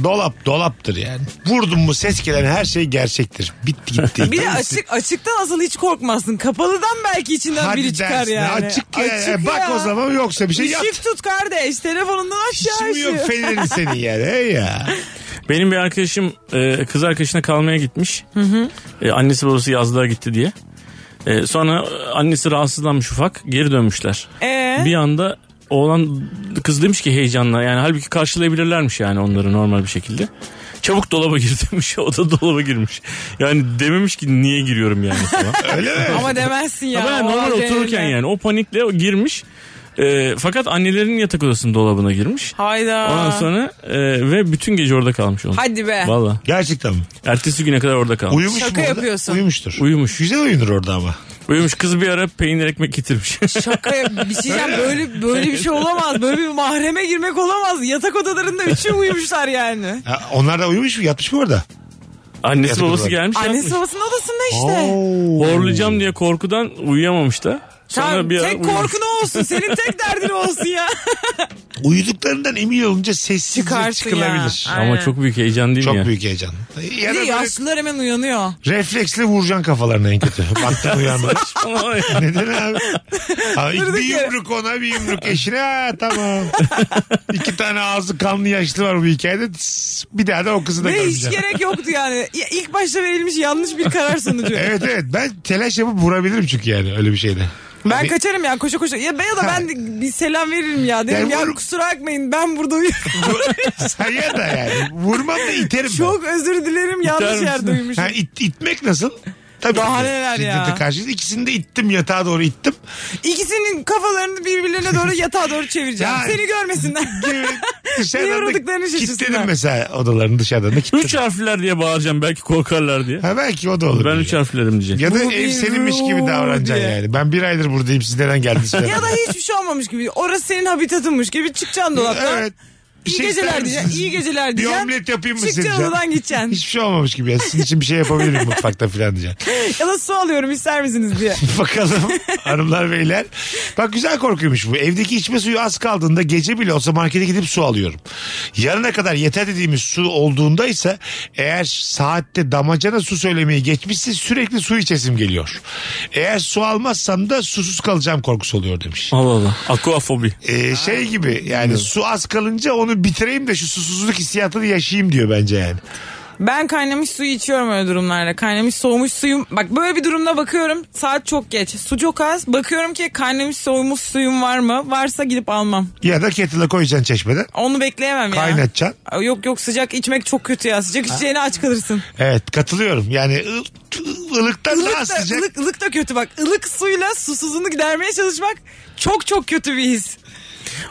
Speaker 3: dolap dolaptır yani. Vurdun mu ses gelen her şey gerçektir. Bitti gitti.
Speaker 4: Bir de açık açıktan asıl hiç korkmazsın. Kapalıdan belki içinden
Speaker 3: Hadi
Speaker 4: biri çıkar
Speaker 3: dersin.
Speaker 4: yani.
Speaker 3: Açık, ya. E, Bak
Speaker 4: ya.
Speaker 3: o zaman yoksa bir şey yap.
Speaker 4: Işık tut kardeş. Telefonundan
Speaker 3: Hiç
Speaker 4: aşağı
Speaker 3: mi yok
Speaker 4: ışığı.
Speaker 3: fenerin senin yani? He ya.
Speaker 5: Benim bir arkadaşım e, kız arkadaşına kalmaya gitmiş. E, annesi babası yazlığa gitti diye. E, sonra annesi rahatsızlanmış ufak. Geri dönmüşler.
Speaker 4: Ee?
Speaker 5: Bir anda oğlan kız demiş ki heyecanla. Yani halbuki karşılayabilirlermiş yani onları normal bir şekilde. Çabuk dolaba gir demiş. O da dolaba girmiş. Yani dememiş ki niye giriyorum yani falan.
Speaker 3: Öyle mi?
Speaker 4: Ama demezsin ya.
Speaker 5: Ama yani normal
Speaker 4: Olay
Speaker 5: otururken
Speaker 4: genelinde.
Speaker 5: yani o panikle o girmiş. E, fakat annelerin yatak odasının dolabına girmiş.
Speaker 4: Hayda.
Speaker 5: Ondan sonra e, ve bütün gece orada kalmış onun.
Speaker 4: Hadi be.
Speaker 5: Valla.
Speaker 3: Gerçekten mi?
Speaker 5: Ertesi güne kadar orada kalmış.
Speaker 3: Uyumuş
Speaker 4: Şaka
Speaker 3: mu orada?
Speaker 4: yapıyorsun.
Speaker 3: Uyumuştur.
Speaker 5: Uyumuş.
Speaker 3: Güzel uyunur orada ama.
Speaker 5: Uyumuş kız bir ara peynir ekmek getirmiş.
Speaker 4: Şaka yap- bir şey diyeceğim. böyle böyle bir şey olamaz. Böyle bir mahreme girmek olamaz. Yatak odalarında üçü uyumuşlar yani.
Speaker 3: Ha, onlar da uyumuş mu? Yatmış mı orada?
Speaker 5: Annesi
Speaker 3: Yatak
Speaker 5: babası
Speaker 3: odası.
Speaker 5: gelmiş.
Speaker 4: Annesi
Speaker 5: yapmış.
Speaker 4: babasının odasında işte.
Speaker 3: Oo.
Speaker 5: Horlayacağım diye korkudan uyuyamamış da. Sonra
Speaker 4: Tamam,
Speaker 5: bir ara
Speaker 4: tek
Speaker 5: uyumuş.
Speaker 4: korkun o olsun. Senin tek derdin o olsun ya.
Speaker 3: Uyuduklarından emin olunca sessizce
Speaker 4: Çıkarsın
Speaker 3: çıkılabilir.
Speaker 4: ya.
Speaker 5: Ama
Speaker 4: Aynen.
Speaker 5: çok büyük heyecan değil
Speaker 3: Çok
Speaker 5: mi ya?
Speaker 3: büyük heyecan. Ya da
Speaker 4: Bir de
Speaker 3: böyle
Speaker 4: yaşlılar hemen uyanıyor.
Speaker 3: refleksle vuracaksın kafalarına en kötü. Baktın uyanmadın.
Speaker 5: Ama
Speaker 3: Neden abi? Ha, bir
Speaker 4: Durduk yere.
Speaker 3: yumruk ona bir yumruk eşine ha, tamam. İki tane ağzı kanlı yaşlı var bu hikayede. Tss, Bir daha da o kızı da
Speaker 4: Ve hiç
Speaker 3: görmeyeceğim.
Speaker 4: gerek yoktu yani. Ya İlk başta verilmiş yanlış bir karar sonucu.
Speaker 3: Evet evet ben telaş yapıp vurabilirim çünkü yani öyle bir şeyde.
Speaker 4: Ben
Speaker 3: Hani
Speaker 4: kaçarım ya koşa koşa. Ya ben ya da ben de bir selam veririm ya. Derim
Speaker 3: Yani
Speaker 4: ya
Speaker 3: vur-
Speaker 4: kusura bakmayın ben burada uyuyorum.
Speaker 3: sen ya da yani vurmam da iterim. ben.
Speaker 4: Çok özür dilerim yanlış
Speaker 5: misin?
Speaker 4: yerde uyumuşum.
Speaker 3: Ha, it, itmek nasıl? Tabii
Speaker 4: Daha
Speaker 3: ki de.
Speaker 4: neler ya.
Speaker 3: Şiddete karşıyız. İkisini de ittim yatağa doğru ittim.
Speaker 4: İkisinin kafalarını birbirlerine doğru yatağa doğru çevireceğim.
Speaker 3: Ya-
Speaker 4: Seni görmesinler.
Speaker 3: Gibi
Speaker 4: Niye
Speaker 3: dışarıdan
Speaker 4: uğradıklarını
Speaker 3: da kilitledim
Speaker 4: şaşırsınlar.
Speaker 3: mesela odalarını dışarıdan da
Speaker 5: üç
Speaker 3: kilitledim.
Speaker 5: harfler diye bağıracağım belki korkarlar diye.
Speaker 3: Ha, belki o da olur.
Speaker 5: Ben üç harflerim diyeceğim.
Speaker 3: Ya da
Speaker 4: Bu
Speaker 3: ev
Speaker 4: bir
Speaker 3: seninmiş gibi
Speaker 4: ruh
Speaker 3: davranacaksın
Speaker 4: diye.
Speaker 3: yani. Ben bir aydır buradayım siz neden geldiniz?
Speaker 4: ya da hiçbir şey olmamış gibi. Orası senin habitatınmış gibi çıkacaksın dolaptan.
Speaker 3: Evet. Bir
Speaker 4: İyi
Speaker 3: şey ister
Speaker 4: geceler
Speaker 3: misin?
Speaker 4: diyeceksin. İyi geceler
Speaker 3: Bir
Speaker 4: diyeceksin.
Speaker 3: omlet yapayım mı sizce?
Speaker 4: Çıkacaksın odadan gideceksin.
Speaker 3: Hiçbir şey olmamış gibi ya. Sizin için bir şey yapabilirim mutfakta falan diyeceksin.
Speaker 4: ya da su alıyorum ister misiniz diye.
Speaker 3: Bakalım hanımlar beyler. Bak güzel korkuymuş bu. Evdeki içme suyu az kaldığında gece bile olsa markete gidip su alıyorum. Yarına kadar yeter dediğimiz su olduğunda ise eğer saatte damacana su söylemeyi geçmişse sürekli su içesim geliyor. Eğer su almazsam da susuz kalacağım korkusu oluyor demiş.
Speaker 5: Allah Allah. Aquafobi.
Speaker 3: Ee, şey gibi yani su az kalınca onu bitireyim de şu susuzluk hissiyatını yaşayayım diyor bence yani.
Speaker 4: Ben kaynamış suyu içiyorum öyle durumlarda. Kaynamış soğumuş suyum. Bak böyle bir durumda bakıyorum. Saat çok geç. Su çok az. Bakıyorum ki kaynamış soğumuş suyum var mı? Varsa gidip almam.
Speaker 3: Ya da kettle'a koyacaksın çeşmeden.
Speaker 4: Onu bekleyemem ya.
Speaker 3: Kaynatacaksın.
Speaker 4: Yok yok sıcak içmek çok kötü ya. Sıcak içeceğine aç kalırsın.
Speaker 3: Evet katılıyorum. Yani ı- ılıktan daha
Speaker 4: Ilık da,
Speaker 3: sıcak.
Speaker 4: ılık, ılık da kötü bak. Ilık suyla susuzluğunu gidermeye çalışmak çok çok kötü bir his.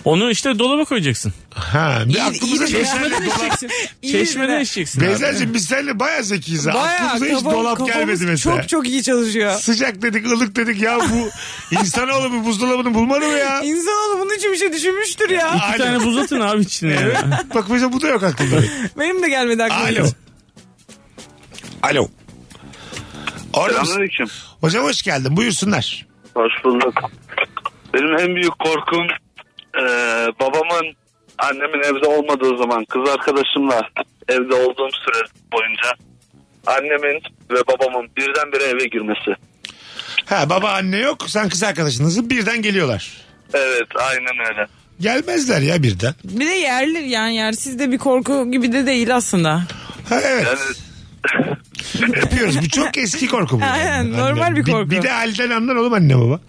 Speaker 5: Onu işte dolaba koyacaksın.
Speaker 3: Ha, bir aklımıza
Speaker 4: İğrenç.
Speaker 3: geçen
Speaker 4: Çeşmeden içeceksin. İğrenç.
Speaker 5: Çeşmeden eşeceksin abi.
Speaker 3: Beyza'cığım biz seninle baya zekiyiz. ha.
Speaker 4: Bayağı
Speaker 3: aklımıza hiç
Speaker 4: kafam-
Speaker 3: dolap
Speaker 4: kafamız
Speaker 3: gelmedi mesela.
Speaker 4: Çok çok iyi çalışıyor.
Speaker 3: Sıcak dedik, ılık dedik ya bu insanoğlu bir buzdolabını bulmalı mı ya?
Speaker 4: İnsanoğlu bunun için bir şey düşünmüştür ya.
Speaker 5: Bir tane buz atın abi içine.
Speaker 3: Evet.
Speaker 5: ya.
Speaker 3: Bak mesela bu da yok aklımda.
Speaker 4: Benim de gelmedi aklıma.
Speaker 3: Alo.
Speaker 4: hiç.
Speaker 3: Alo. Orada mısın?
Speaker 10: Selamünaleyküm.
Speaker 3: Hocam hoş geldin. Buyursunlar.
Speaker 10: Hoş bulduk. Benim en büyük korkum e, babamın annemin evde olmadığı zaman kız arkadaşımla evde olduğum süre boyunca annemin ve babamın birdenbire eve girmesi.
Speaker 3: Ha baba anne yok. Sen kız arkadaşınızın birden geliyorlar.
Speaker 10: Evet aynen öyle.
Speaker 3: Gelmezler ya birden.
Speaker 4: Bir de yerli yani yersiz de bir korku gibi de değil aslında.
Speaker 3: Ha evet.
Speaker 10: Yani
Speaker 3: Öpüyoruz. Bu çok eski korku bu.
Speaker 4: Aynen, normal bir korku.
Speaker 3: Bir, de halden anlar oğlum anne baba.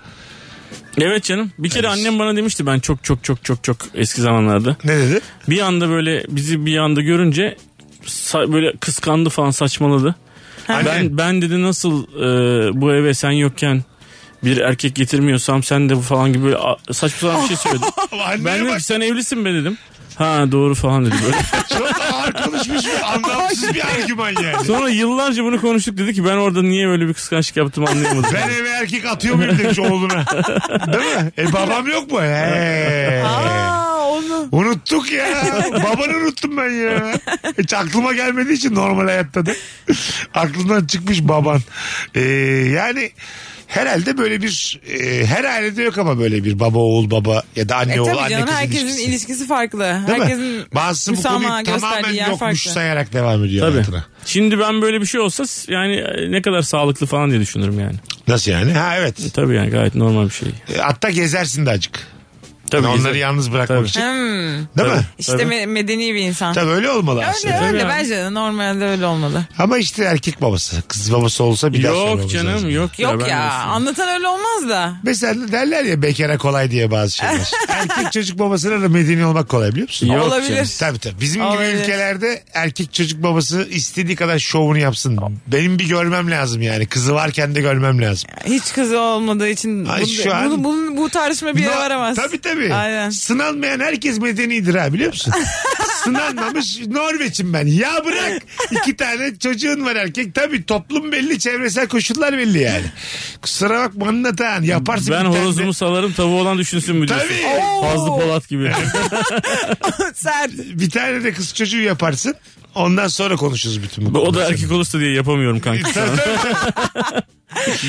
Speaker 5: Evet canım. Bir kere annem bana demişti ben çok çok çok çok çok eski zamanlarda.
Speaker 3: Ne dedi?
Speaker 5: Bir anda böyle bizi bir anda görünce sa- böyle kıskandı falan saçmaladı.
Speaker 3: Anne.
Speaker 5: Ben ben dedi nasıl e, bu eve sen yokken bir erkek getirmiyorsam sen de bu falan gibi böyle a- saçma sapan bir şey söyledi.
Speaker 3: Ama anneye
Speaker 5: ben dedim
Speaker 3: bak
Speaker 5: ki sen evlisin be dedim. Ha doğru falan dedi böyle.
Speaker 3: çok ağır konuşmuş ve anlamsız bir argüman yani.
Speaker 5: Sonra yıllarca bunu konuştuk dedi ki ben orada niye böyle bir kıskançlık yaptım anlayamadım.
Speaker 3: Ben eve erkek atıyor muyum demiş oğluna. Değil mi? E babam yok mu? He.
Speaker 4: Aa onu.
Speaker 3: E. Unuttuk ya. Babanı unuttum ben ya. Hiç aklıma gelmediği için normal hayatta da. Aklından çıkmış baban. Ee, yani herhalde böyle bir e, her ailede yok ama böyle bir baba oğul baba ya da anne
Speaker 4: E
Speaker 3: oğul
Speaker 4: tabii
Speaker 3: Hani
Speaker 4: canım
Speaker 3: anne kız
Speaker 4: herkesin
Speaker 3: ilişkisi.
Speaker 4: ilişkisi, farklı.
Speaker 3: Değil mi?
Speaker 4: herkesin
Speaker 3: Bazısı bu konuyu
Speaker 4: müsamaha
Speaker 3: tamamen
Speaker 4: gösterdiği yer
Speaker 3: yokmuş
Speaker 4: farklı.
Speaker 3: sayarak devam ediyor
Speaker 5: Tabii.
Speaker 3: hayatına.
Speaker 5: Şimdi ben böyle bir şey olsa s- yani e, ne kadar sağlıklı falan diye düşünürüm yani.
Speaker 3: Nasıl yani? Ha evet.
Speaker 5: E, Tabii yani gayet normal bir şey.
Speaker 3: E, Hatta gezersin de acık.
Speaker 5: Tabii
Speaker 3: Yani onları
Speaker 5: güzel.
Speaker 3: yalnız bırakmak
Speaker 5: Tabii.
Speaker 3: için.
Speaker 4: Hmm,
Speaker 3: Değil mi?
Speaker 4: işte
Speaker 5: Tabii.
Speaker 4: me- medeni bir insan.
Speaker 3: Tabii öyle olmalı
Speaker 4: Öyle
Speaker 3: aslında.
Speaker 4: öyle
Speaker 5: yani.
Speaker 4: bence de normalde öyle olmalı.
Speaker 3: Ama işte erkek babası. Kız babası olsa bir daha
Speaker 5: Yok
Speaker 3: sormamız
Speaker 5: canım
Speaker 3: lazım.
Speaker 5: yok ya.
Speaker 4: Yok
Speaker 5: ben
Speaker 4: ya,
Speaker 5: olsun.
Speaker 4: anlatan öyle olmaz da.
Speaker 3: Mesela derler ya bekara kolay diye bazı şeyler. erkek çocuk babasına da medeni olmak kolay biliyor musun?
Speaker 5: Yok
Speaker 4: Olabilir.
Speaker 5: canım.
Speaker 3: Tabii tabii. Bizim
Speaker 4: Olabilir.
Speaker 3: gibi ülkelerde erkek çocuk babası istediği kadar şovunu yapsın. Benim bir görmem lazım yani. Kızı varken de görmem lazım.
Speaker 4: Hiç kızı olmadığı için
Speaker 3: Ay,
Speaker 4: bunu-
Speaker 3: şu an-
Speaker 4: bunu- bunu- bu tartışma bir yere
Speaker 3: No-
Speaker 4: varamaz.
Speaker 3: Tabii tabii.
Speaker 4: Aynen.
Speaker 3: Sınanmayan herkes medenidir ha biliyor musun? Sınanmamış Norveç'im ben. Ya bırak iki tane çocuğun var erkek. Tabii toplum belli çevresel koşullar belli yani. Kusura bakma anlatan yaparsın.
Speaker 5: Ben
Speaker 3: bir tane de-
Speaker 5: horozumu salarım tavuğu olan düşünsün mü diyorsun?
Speaker 3: Tabii.
Speaker 5: Fazlı Polat gibi.
Speaker 4: Sert.
Speaker 3: Bir tane de kız çocuğu yaparsın. Ondan sonra konuşuruz bütün bu
Speaker 5: o
Speaker 3: konuları.
Speaker 5: da erkek olursa diye yapamıyorum kanka. şu an.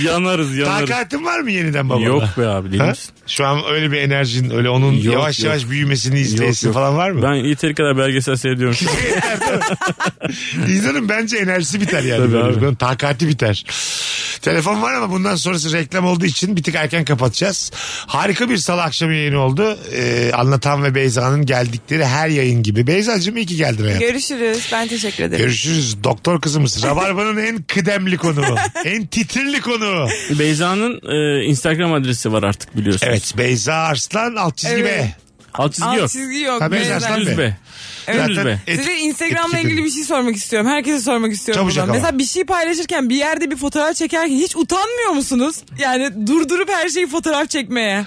Speaker 5: yanarız yanarız.
Speaker 3: Takatin var mı yeniden babana?
Speaker 5: Yok be abi değil
Speaker 3: Ha?
Speaker 5: misin?
Speaker 3: Şu an öyle bir enerjin, öyle onun
Speaker 5: Yok,
Speaker 3: yavaş
Speaker 5: yok.
Speaker 3: yavaş büyümesini izleyesin
Speaker 5: yok.
Speaker 3: falan var mı?
Speaker 5: Ben yeteri kadar belgesel seyrediyorum. şu an.
Speaker 3: İnsanın bence enerjisi biter yani.
Speaker 5: Tabii
Speaker 3: böyle
Speaker 5: abi.
Speaker 3: bir konu. Takati biter. Telefon var ama bundan sonrası reklam olduğu için bir tık erken kapatacağız. Harika bir salı akşamı yayını oldu. Ee, Anlatan ve Beyza'nın geldikleri her yayın gibi. Beyza'cığım iyi ki geldin hayatım.
Speaker 4: Görüşürüz. Ben teşekkür ederim.
Speaker 3: Görüşürüz. Doktor kızımız. Rabarba'nın en kıdemli konuğu. en titrili konuğu.
Speaker 5: Beyza'nın e, Instagram adresi var artık biliyorsunuz.
Speaker 3: Evet Beyza Arslan alt çizgi
Speaker 4: Evet.
Speaker 3: B.
Speaker 5: Alt çizgi
Speaker 4: Alt
Speaker 5: yok.
Speaker 4: çizgi yok.
Speaker 3: Ha, Beyza
Speaker 4: Beyza.
Speaker 3: Arslan
Speaker 5: Düz
Speaker 3: Be.
Speaker 5: be. Dümdüz
Speaker 3: Zaten
Speaker 5: be.
Speaker 3: et-
Speaker 4: Size Instagram'la
Speaker 3: etki-
Speaker 4: ilgili bir şey sormak istiyorum. Herkese sormak istiyorum.
Speaker 3: Çabucak
Speaker 4: buradan.
Speaker 3: ama.
Speaker 4: Mesela bir şey paylaşırken bir yerde bir fotoğraf çekerken hiç utanmıyor musunuz? Yani durdurup her şeyi fotoğraf çekmeye.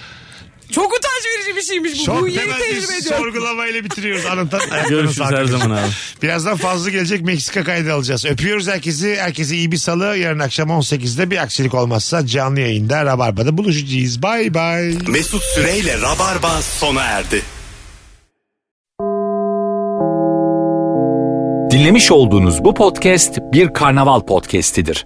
Speaker 4: Çok utanç verici bir şeymiş bu.
Speaker 3: Çok
Speaker 4: bu
Speaker 3: temel
Speaker 4: yeni
Speaker 3: bir
Speaker 4: tecrübe ediyorum.
Speaker 3: sorgulamayla bitiriyoruz. Anlatan ayaklarına
Speaker 5: Görüşürüz
Speaker 3: sağlık.
Speaker 5: her zaman abi.
Speaker 3: Birazdan fazla gelecek Meksika kaydı alacağız. Öpüyoruz herkesi. Herkese iyi bir salı. Yarın akşam 18'de bir aksilik olmazsa canlı yayında Rabarba'da buluşacağız. Bay bay.
Speaker 2: Mesut Süreyle Rabarba sona erdi.
Speaker 1: Dinlemiş olduğunuz bu podcast bir karnaval podcastidir.